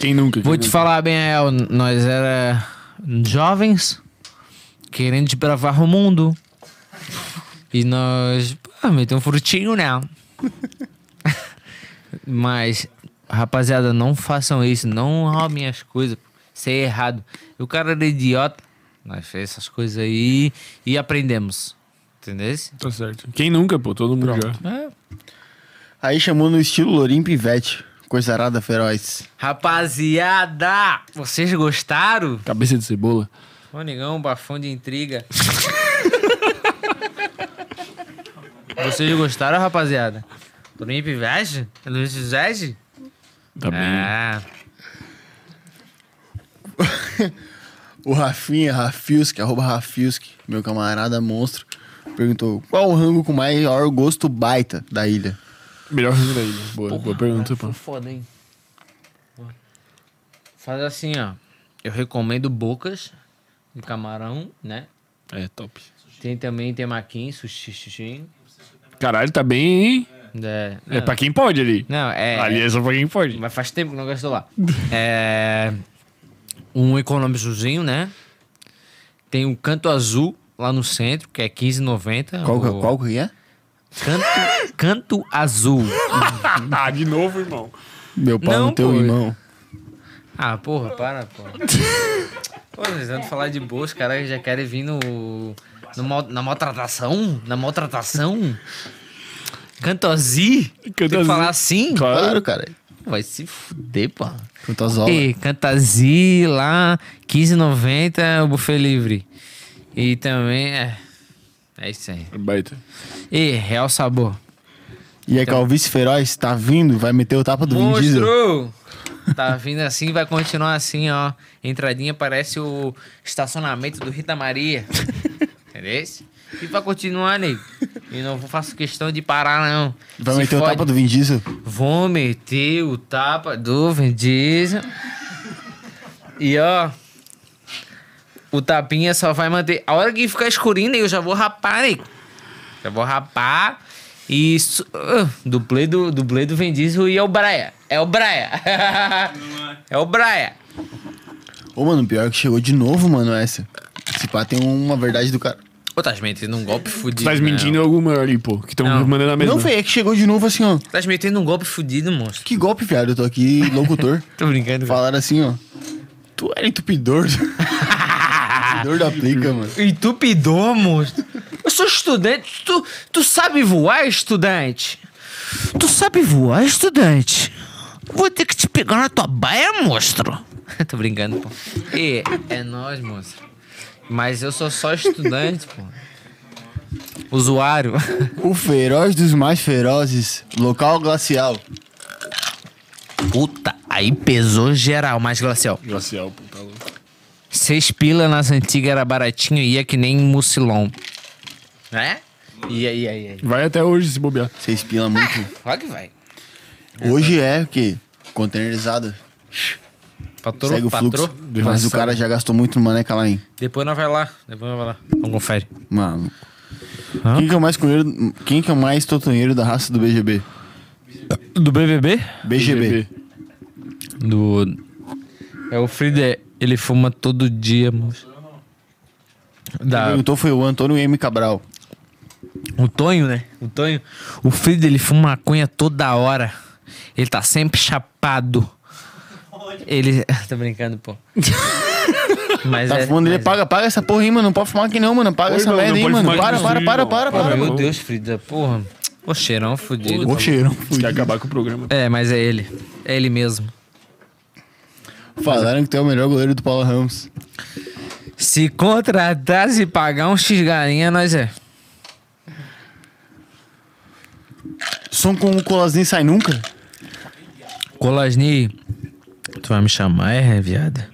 Quem nunca?
Vou
quem
te
nunca?
falar bem, é, nós era jovens, querendo desbravar o mundo. E nós. Ah, meteu um frutinho, né? Mas, rapaziada, não façam isso. Não roubem as coisas. Isso é errado. O cara era idiota. Nós fez essas coisas aí e aprendemos. Entendeu?
Tá certo. Quem nunca, pô? Todo mundo já.
Aí chamou no estilo Lorim Pivete. Coisarada feroz.
Rapaziada, vocês gostaram?
Cabeça de cebola.
Ô, negão, um bafão de intriga. Vocês gostaram, rapaziada? Turim Pivete? Luiz Pivete?
Tá bem.
Ah,
O Rafinha, Rafiuski, arroba Rafiuski, meu camarada monstro, perguntou qual o rango com maior gosto baita da ilha.
Melhor rango da ilha. Boa, boa pergunta, pô.
Tá foda, hein? Faz assim, ó. Eu recomendo bocas de camarão, né?
É, top.
Tem também temaquim, sushi, xixi.
Caralho, tá bem, hein?
É,
É pra quem pode ali.
não, é...
Ali é só pra quem pode.
Mas faz tempo que não gastou lá. é. Um econômicozinho, né? Tem o Canto Azul lá no centro, que é 15,90.
Qual, que-
o
qual que é?
Canto, canto Azul.
Ah, de novo, irmão.
Meu pau
Não,
no teu
pô.
irmão.
Ah, porra, para, porra. Pô, vocês vão falar de boa, os caras já querem vir no. no mal- na maltratação? Na maltratação? Canto Azul? Tem que
Azul.
falar assim?
Claro, cara.
Vai se fuder, pô.
Quanto às obras.
E Cantazi lá, 15,90 o buffet livre. E também é. É isso aí.
Baita.
E Real Sabor.
E a calvície feroz tá vindo, vai meter o tapa do Vin Diesel.
Então. Monstro! Tá vindo assim, vai continuar assim, ó. Entradinha parece o estacionamento do Rita Maria. Entendeu? E vai continuar, nego. E não faço questão de parar, não.
Vai
Se
meter o
fode.
tapa do Vin Diesel.
Vou meter o tapa do Vin Diesel. E ó. O tapinha só vai manter. A hora que ficar escurinho, nego, eu já vou rapar, nego. Já vou rapar. E. Su... ah, dublê, do, dublê do Vin Diesel e é o Braia. É o Braia. é o Braia.
Ô, mano, pior que chegou de novo, mano, essa. Se pá, tem uma verdade do cara.
Ô, tá metendo um golpe fudido.
Tu Tá
né?
mentindo alguma ali, pô. Que estão
Não.
mandando a mesma.
Não, velho, é que chegou de novo assim, ó.
Tá metendo um golpe fudido, monstro.
Que golpe, viado. Eu tô aqui, locutor.
Tô brincando.
Falaram assim, ó. Tu era entupidor. entupidor da plica, mano.
Entupidor, monstro. Eu sou estudante. Tu, tu sabe voar, estudante? Tu sabe voar, estudante? Vou ter que te pegar na tua baia, monstro. Tô brincando, pô. E, é nós, monstro. Mas eu sou só estudante, pô. Usuário.
O feroz dos mais ferozes. Local glacial.
Puta, aí pesou geral, mais glacial.
Glacial, pô, tá louco.
Seis pila nas antigas era baratinho e ia que nem mucilon. Né? E aí, e aí, e aí.
Vai até hoje se bobear.
Vocês pila muito.
Claro que vai.
Hoje é o quê? Containerizado.
Patrô,
Segue o fluxo. Mas o cara já gastou muito no maneca lá, hein?
Depois nós vai lá. Depois nós vai lá. Vamos confere.
Mano. Quem que é o mais cunheiro, quem que é o mais totonheiro da raça do BGB?
Do BBB?
BGB.
Do... É o Frider. Ele fuma todo dia, moço. Da...
Perguntou foi o Antônio M. Cabral. um
O Tonho, né? O Tonho. O Frider, ele fuma maconha toda hora. Ele tá sempre chapado. Ele... Tô brincando, pô. Mas
Tá
é-
fumando ele,
mas é-
paga, paga essa porra aí, mano. Não pode fumar aqui não, mano. Paga
Oi,
essa
não,
merda
não
aí,
pode
mano.
fumar
Para,
aqui
para,
no
para,
frio,
para,
mano.
para.
Para,
Meu
mano.
Deus, Frida, porra. Ô cheirão fudido.
O cheirão.
Você quer acabar com o programa.
É, mas é ele. É ele mesmo.
Falaram que tu é o melhor goleiro do Paulo Ramos.
Se contratar e pagar um X galinha, nós é.
Som com o Colasnin sai nunca?
Colasni, tu vai me chamar, é, viada?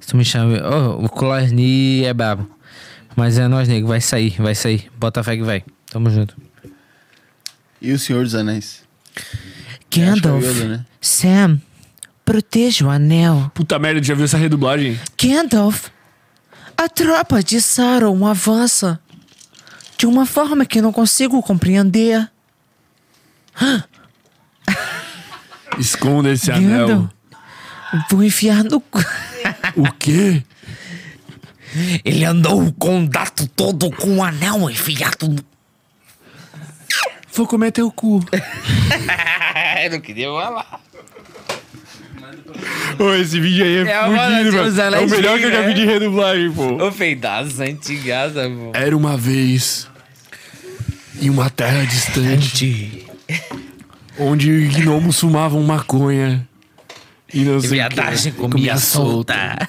Se tu me chama. Ô, o Colasni é brabo. Mas é nós, nego. Vai sair, vai sair. Bota fé que vai. Tamo junto.
E o Senhor dos Anéis.
Gandalf,
Acho que é o Yoda, né?
Sam, proteja o anel.
Puta merda, já viu essa redublagem?
Gandalf, a tropa de Sauron avança de uma forma que não consigo compreender.
Esconda esse anel.
Gandalf, vou enfiar no cu.
O quê?
Ele andou o condato todo com o anel enfiado no.
Vou comer teu cu. Ô, esse vídeo aí é,
É, mano,
fudido,
tinha os
velho. É o
anéis
melhor
de
que eu já
né?
vi de redublagem, pô.
Ô, feidaço, antigaça, pô.
Era uma vez em uma terra distante onde gnomos fumavam maconha e não sei o
Viadagem
que.
comia solta.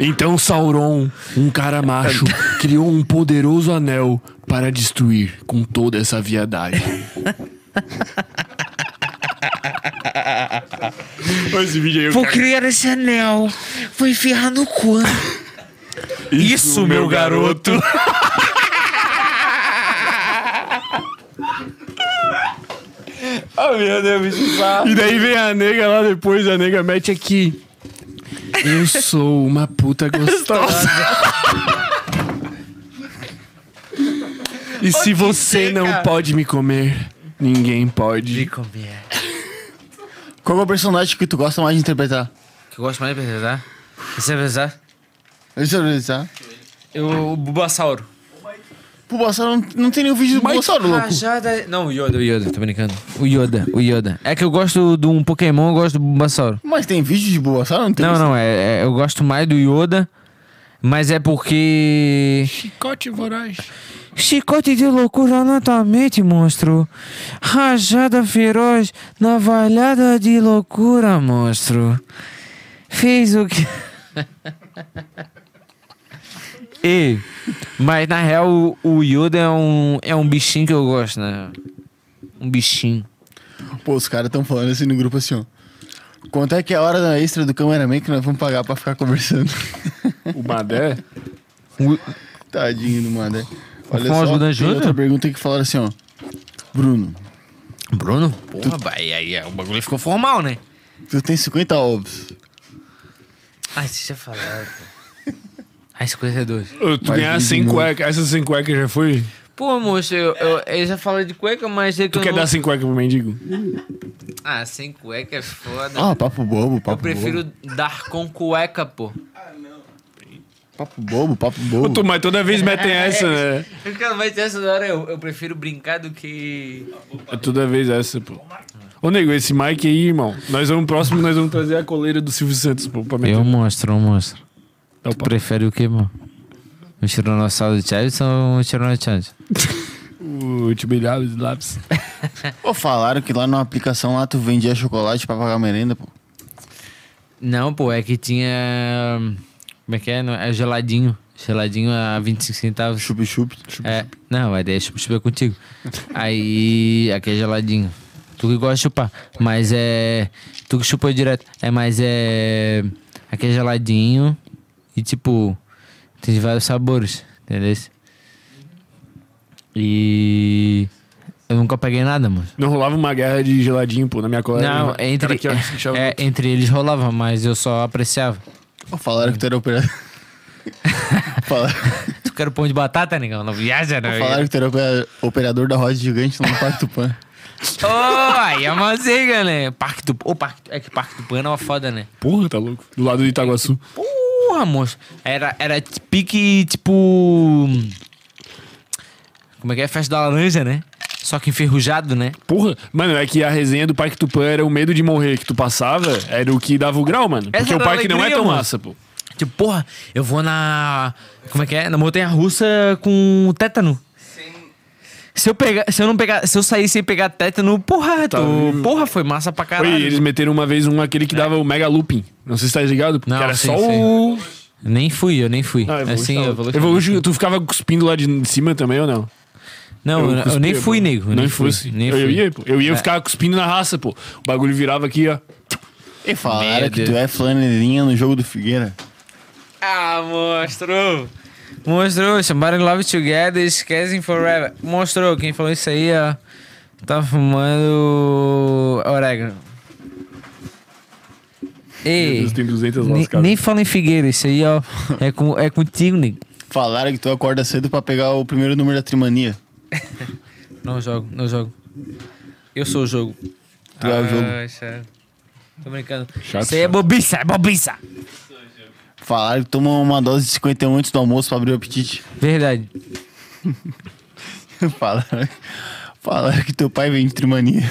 Então Sauron, um cara macho, criou um poderoso anel para destruir com toda essa viadagem. Olha esse vídeo aí, eu
Vou
caguei.
criar esse anel. Vou enfiar no cu.
Isso, meu garoto.
Oh, meu Deus, bicho.
E daí vem a nega lá depois, a nega mete aqui. Eu sou uma puta gostosa. e se você não pode me comer, ninguém pode.
Qual é o personagem que tu gosta mais de interpretar?
Que eu gosto mais de pesquisar. Você pesquisar?
Deixa eu ver, tá?
Eu, É o Bubasauro.
Pô, Bolsonaro, não, não tem nenhum vídeo do Bolsonaro, louco.
Rajada... Ah, Não, o Yoda, o Yoda, tô brincando. O Yoda, o Yoda. É que eu gosto de um Pokémon, eu gosto do Bulbasauro.
Mas tem vídeo de Bolsonaro? Não tem
Não, não, é, é- eu gosto mais do Yoda, mas é porque.
Chicote voraz.
Chicote de loucura na tua mente, monstro. Rajada feroz, navalhada de loucura, monstro. Fez o que. Ei, mas na real o o Yoda é um, é um bichinho que eu gosto, né? Um bichinho.
Pô, os caras tão falando assim no grupo assim, ó. Quanto é que é a hora da extra do cameraman que nós vamos pagar pra ficar conversando?
O Madé?
Tadinho do Madé. Olha
Foi uma
só,
ajuda
tem
ajuda?
outra pergunta que falaram assim, ó. Bruno,
Bruno? Porra, vai, aí, aí, o bagulho ficou formal, né?
tu tem 50 ovos.
Ai, deixa eu falar. Ai,
é
52.
Ô, Tu
Vai
ganhar
vir de
100
novo.
cuecas. Essas 100 cuecas já foi?
Pô, moço, eu, eu, eu já falei de cueca, mas... é que
Tu
eu
quer
não-
dar 100 cuecas pro mendigo?
Ah, sem cueca é foda.
Ah, papo bobo,
eu
papo
prefiro
bobo.
dar com cueca, pô.
Papo bobo, papo bobo.
Ô, tu, mas toda vez metem essa, né?
Eu quero mais essa da hora, eu, eu prefiro brincar do que...
É toda vez essa, pô. Ô, nego, esse Mike aí, irmão. Nós vamos próximo, nós vamos trazer a coleira do Silvio Santos, pô, pra meter.
Eu mostro, eu mostro.
Dá o
Tu
pau.
prefere o que, mano? Um tiranossauro de Chaves ou um tiranossauro de Chaves?
O tibilhado de lápis.
Pô, falaram que lá numa aplicação lá tu vendia chocolate pra pagar merenda, pô.
Não, pô, é que tinha... Como é que é? Não, É geladinho. Geladinho a 25 centavos.
Chup-chup.
É, não, aí deixa eu chupar contigo. Aí, aqui é geladinho. Tu que gosta de chupar, mas é. Tu que chupou direto. É, mas é. Aqui é geladinho e tipo. Tem de vários sabores, entendeu? E. Eu nunca peguei nada, mano.
Não rolava uma guerra de geladinho, pô, na minha coleira.
Não,
Cara,
entre,
que olha, se chama-
é, entre eles rolava, mas eu só apreciava.
Pô, falaram que tu era operador. falaram,
Tu quer o pão de batata, negão? Não viaja, não.
falaram que tu era opera- operador da roda gigante lá no Parque Tupã.
Ô, aí é uma zica, né? Parque do. Ô, Parque- é que Parque do Pano é uma foda, né?
Porra, tá louco. Do lado do Itaguaçu.
Porra, moço. Era, era t- pique, tipo. Como é que é? Festa da laranja, né? Só que enferrujado, né?
Porra, mano, é que a resenha do Parque Tupã era o medo de morrer que tu passava, era o que dava o grau, mano.
Essa
Porque o
era a
parque não é
alegria,
tão
mano.
massa, pô.
Tipo, porra, eu vou na. Como é que é? Na montanha russa com tétano. Se eu, pegar, se eu não pegar, se eu sair sem pegar tétano, porra, tu- porra, foi massa pra
Tá. Foi,
caralho.
eles meteram uma vez um aquele que dava o Mega Looping. Não sei se tá ligado, porque
É. Não,
era
sim,
só
sim.
o.
Nem fui, eu nem fui.
Ah, Evolution.
assim, eu falei-
Evolution, tu ficava cuspindo lá de cima também ou não?
Não, eu, eu
cuspia,
nem fui,
pô.
nego. eu
Nem
nem fui.
fosse.
Nem
eu,
fui. É.
ia, pô. Eu ia ficar cuspindo na raça, pô. O bagulho virava aqui, ó.
E falaram
Meu
que
Deus.
tu é flanelinha no jogo do Figueira.
Ah, monstro! Monstro, somebody love together, esquecem forever. Monstro, quem falou isso aí, ó, tá fumando orégano. Ei,
Eles têm 200
nem,
lascadas.
nem fala em figueira, isso aí, ó, é, com, é contigo, nego.
Falaram que tu acorda cedo pra pegar o primeiro número da Trimania.
Não jogo, não jogo. Eu sou o jogo.
Tu é o jogo.
Ah, chato. Tô brincando.
Chato,
isso aí é
chato.
bobiça, é bobiça.
Falaram que toma uma dose de 51 antes do almoço pra abrir o apetite.
Verdade.
Falaram, falaram que teu pai vem de Trimania.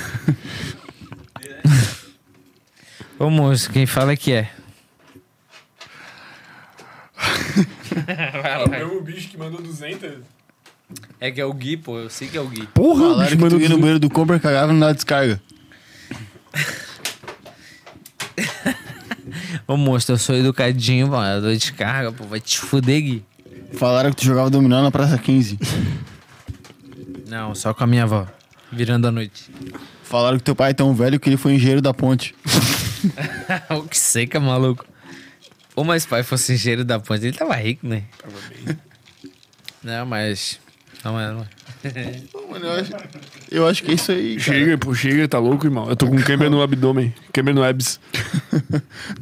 Ô, moço, quem fala que é.
É o bicho que mandou 200?
É que é o Gui, pô, eu sei que é o Gui.
Porra, o
Falaram
bicho
que tu
mandou
ia no
200.
banheiro do compra, cagava e não dava descarga.
Ô moço, eu sou educadinho, mano. Eu dou descarga, pô. Vai te fuder, Gui.
Falaram que tu jogava dominó na Praça 15.
Não, só com a minha avó. Virando a noite.
Falaram que teu pai é tão velho que ele foi engenheiro da ponte.
o que seca, maluco. Ou mais pai fosse engenheiro da ponte, ele tava rico, né? Tava bem. Não, mas. Não, mas. Não.
Eu acho que é isso aí, cara.
Chega, pô, chega, tá louco, irmão. Eu tô com câimbra no abdômen, câimbra no abs.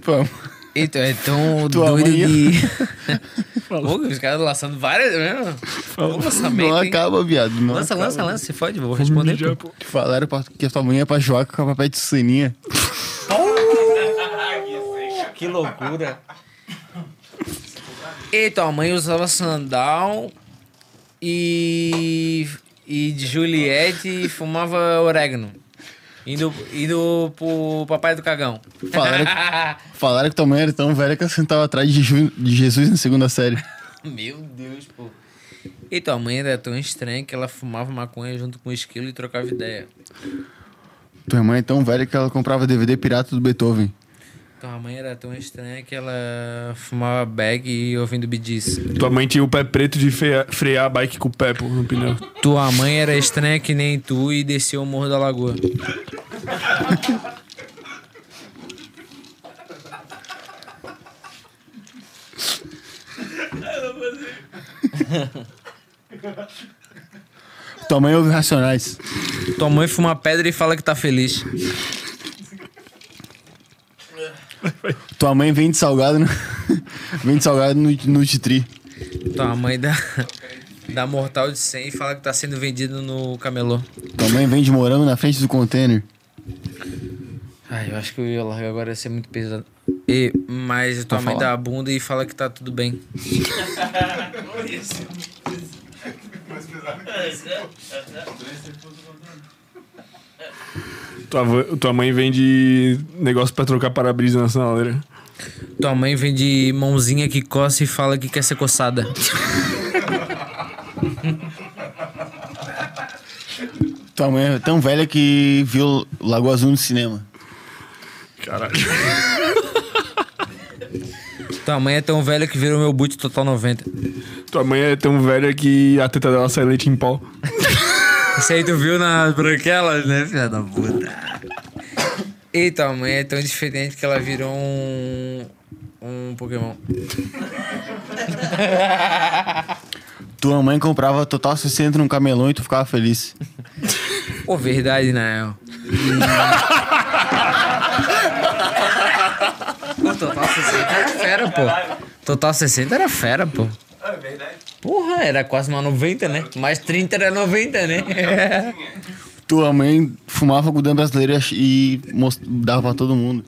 Vamos.
Então, é tão
Tua
doido
mãe- né?
de. Pô, os caras lançando várias. né?
Não
Lançamento, hein?
acaba, viado. Não
Lança,
acaba.
lança, lança. Se fode, vou responder. pô.
Falaram pra- que a tua mãe é pra jogar com a papel de sininha.
Que loucura. E tua mãe usava sandal e. e de Juliette e fumava orégano. Indo, indo pro papai do cagão.
Falaram, falaram que tua mãe era tão velha que ela sentava atrás de, Ju- de Jesus na segunda série.
Meu Deus, pô. E tua mãe era tão estranha que ela fumava maconha junto com o esquilo e trocava ideia.
Tua mãe é tão velha que ela comprava DVD pirata do Beethoven.
Tua Então, mãe era tão estranha que ela fumava bag e ouvindo bidis.
Tua mãe tinha o pé preto de frear, frear a bike com o pé, pô, no pneu.
Tua mãe era estranha que nem tu e desceu o Morro da Lagoa.
Tua mãe ouve Racionais.
Tua mãe fuma pedra e fala que tá feliz.
Tua mãe vende salgado no... vende salgado no, no Titri.
Tua mãe dá, dá mortal de 100 e fala que tá sendo vendido no camelô.
Tua mãe vende morango na frente do container.
Ai, eu acho que eu ia largar agora, ia ser muito pesado. E, mas tua
Pode
mãe
falar.
dá a bunda e fala que tá tudo bem.
Tua, avó- tua mãe vende negócio pra trocar para-brisa na sinaleira.
Tua mãe vende mãozinha que coça e fala que quer ser coçada.
Tua mãe é tão velha que viu Lagoa Azul no cinema.
Caralho.
Tua mãe é tão velha que virou meu boot total 90.
Tua mãe é tão velha que a teta dela sai leite em pó.
Isso aí tu viu nas branquelas, né, filha da puta? E tua mãe é tão diferente que ela virou um. um Pokémon.
Tua mãe comprava total 60 num camelão e tu ficava feliz.
Pô, verdade, né? Nael. pô, Total 60 era fera, pô. Total 60 era fera, pô. É verdade. Porra, era quase uma 90, né? Mais 30 era 90, né?
Tua mãe fumava Gudã brasileiro e most- dava pra todo mundo.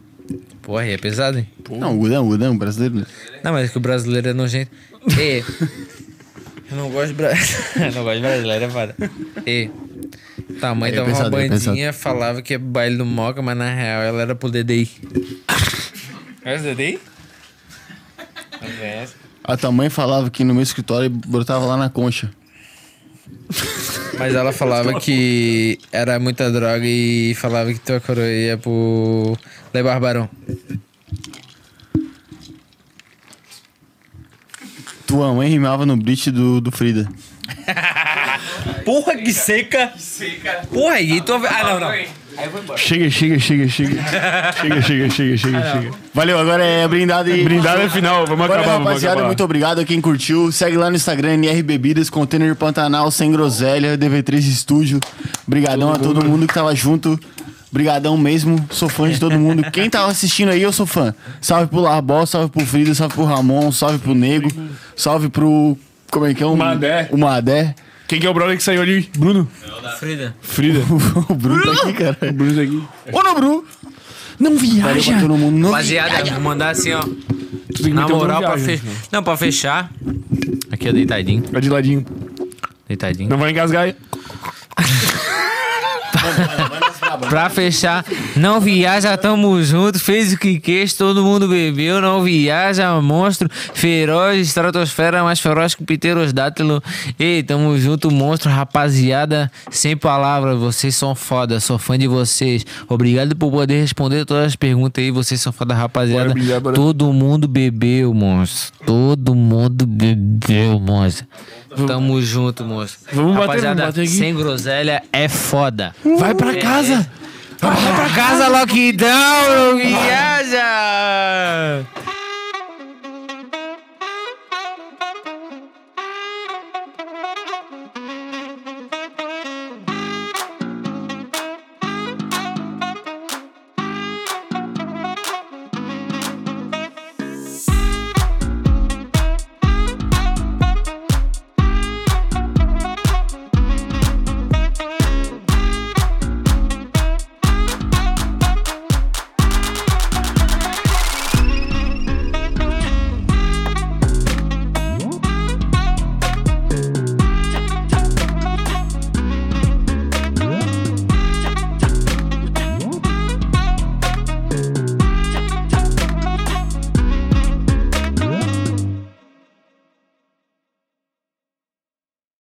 Porra, aí é pesado, hein?
Não, Gudã, Gudã, brasileiro. né?
Não, mas é que o brasileiro é nojento. E. Eu não gosto de brasileiro. Eu não gosto de brasileiro, é foda. E. Tua mãe
É
tava uma
pesado, é pesado.
bandinha, falava que é baile do Moca, mas na real ela era pro DDI. Conhece É o DDI? Não conhece.
A tua mãe falava que no meu escritório brotava lá na concha.
Mas ela falava que era muita droga e falava que tua coroa ia pro Le Barbarão.
Tua mãe rimava no beat do, do Frida.
Porra, que seca!
Seca.
Porra, e tu. Ah, não, não.
Chega, chega, chega, chega. chega, chega, chega, chega, chega.
Valeu, agora é brindado e.
Brindada é final, vamos
Valeu,
acabar, vamos
rapaziada,
acabar.
muito obrigado a quem curtiu. Segue lá no Instagram, NR Bebidas, Container Pantanal, Sem Groselha, DV3 Estúdio. Brigadão a todo mundo que tava junto. Brigadão mesmo, sou fã de todo mundo. Quem tava assistindo aí, eu sou fã. Salve pro Larbol, salve pro Frida, salve pro Ramon, salve pro Nego, salve pro... Como é que é? O
Madé.
O Madé.
Quem que é o brother que saiu ali? Bruno.
Frida.
Frida.
O Bruno tá aqui, cara.
O Bruno tá aqui.
Ô, no Bruno! Não viaja! Todo mundo, não
Rapaziada, vou mandar assim, ó.
Tu tem que
Na
meter um
moral, pra
viagem,
fechar.
né?
Não, pra fechar. Aqui, ó, deitadinho.
Vai de ladinho.
Deitadinho.
Não vai engasgar. hein?
Pra fechar, não viaja, tamo junto, fez o que quis, todo mundo bebeu, não viaja, monstro, feroz, estratosfera, mais feroz que o pterosdátilo. Ei, tamo junto, monstro, rapaziada, sem palavras, vocês são foda, sou fã de vocês. Obrigado por poder responder todas as perguntas aí, vocês são foda, rapaziada.
Bora brindar, bora.
Todo mundo bebeu, monstro. Todo mundo bebeu, monstro. Tamo junto, monstro.
Vamos bater,
rapaziada,
vamos bater aqui.
sem groselha é foda.
Vai pra casa.
Vai pra casa, Loquidão! Yeah.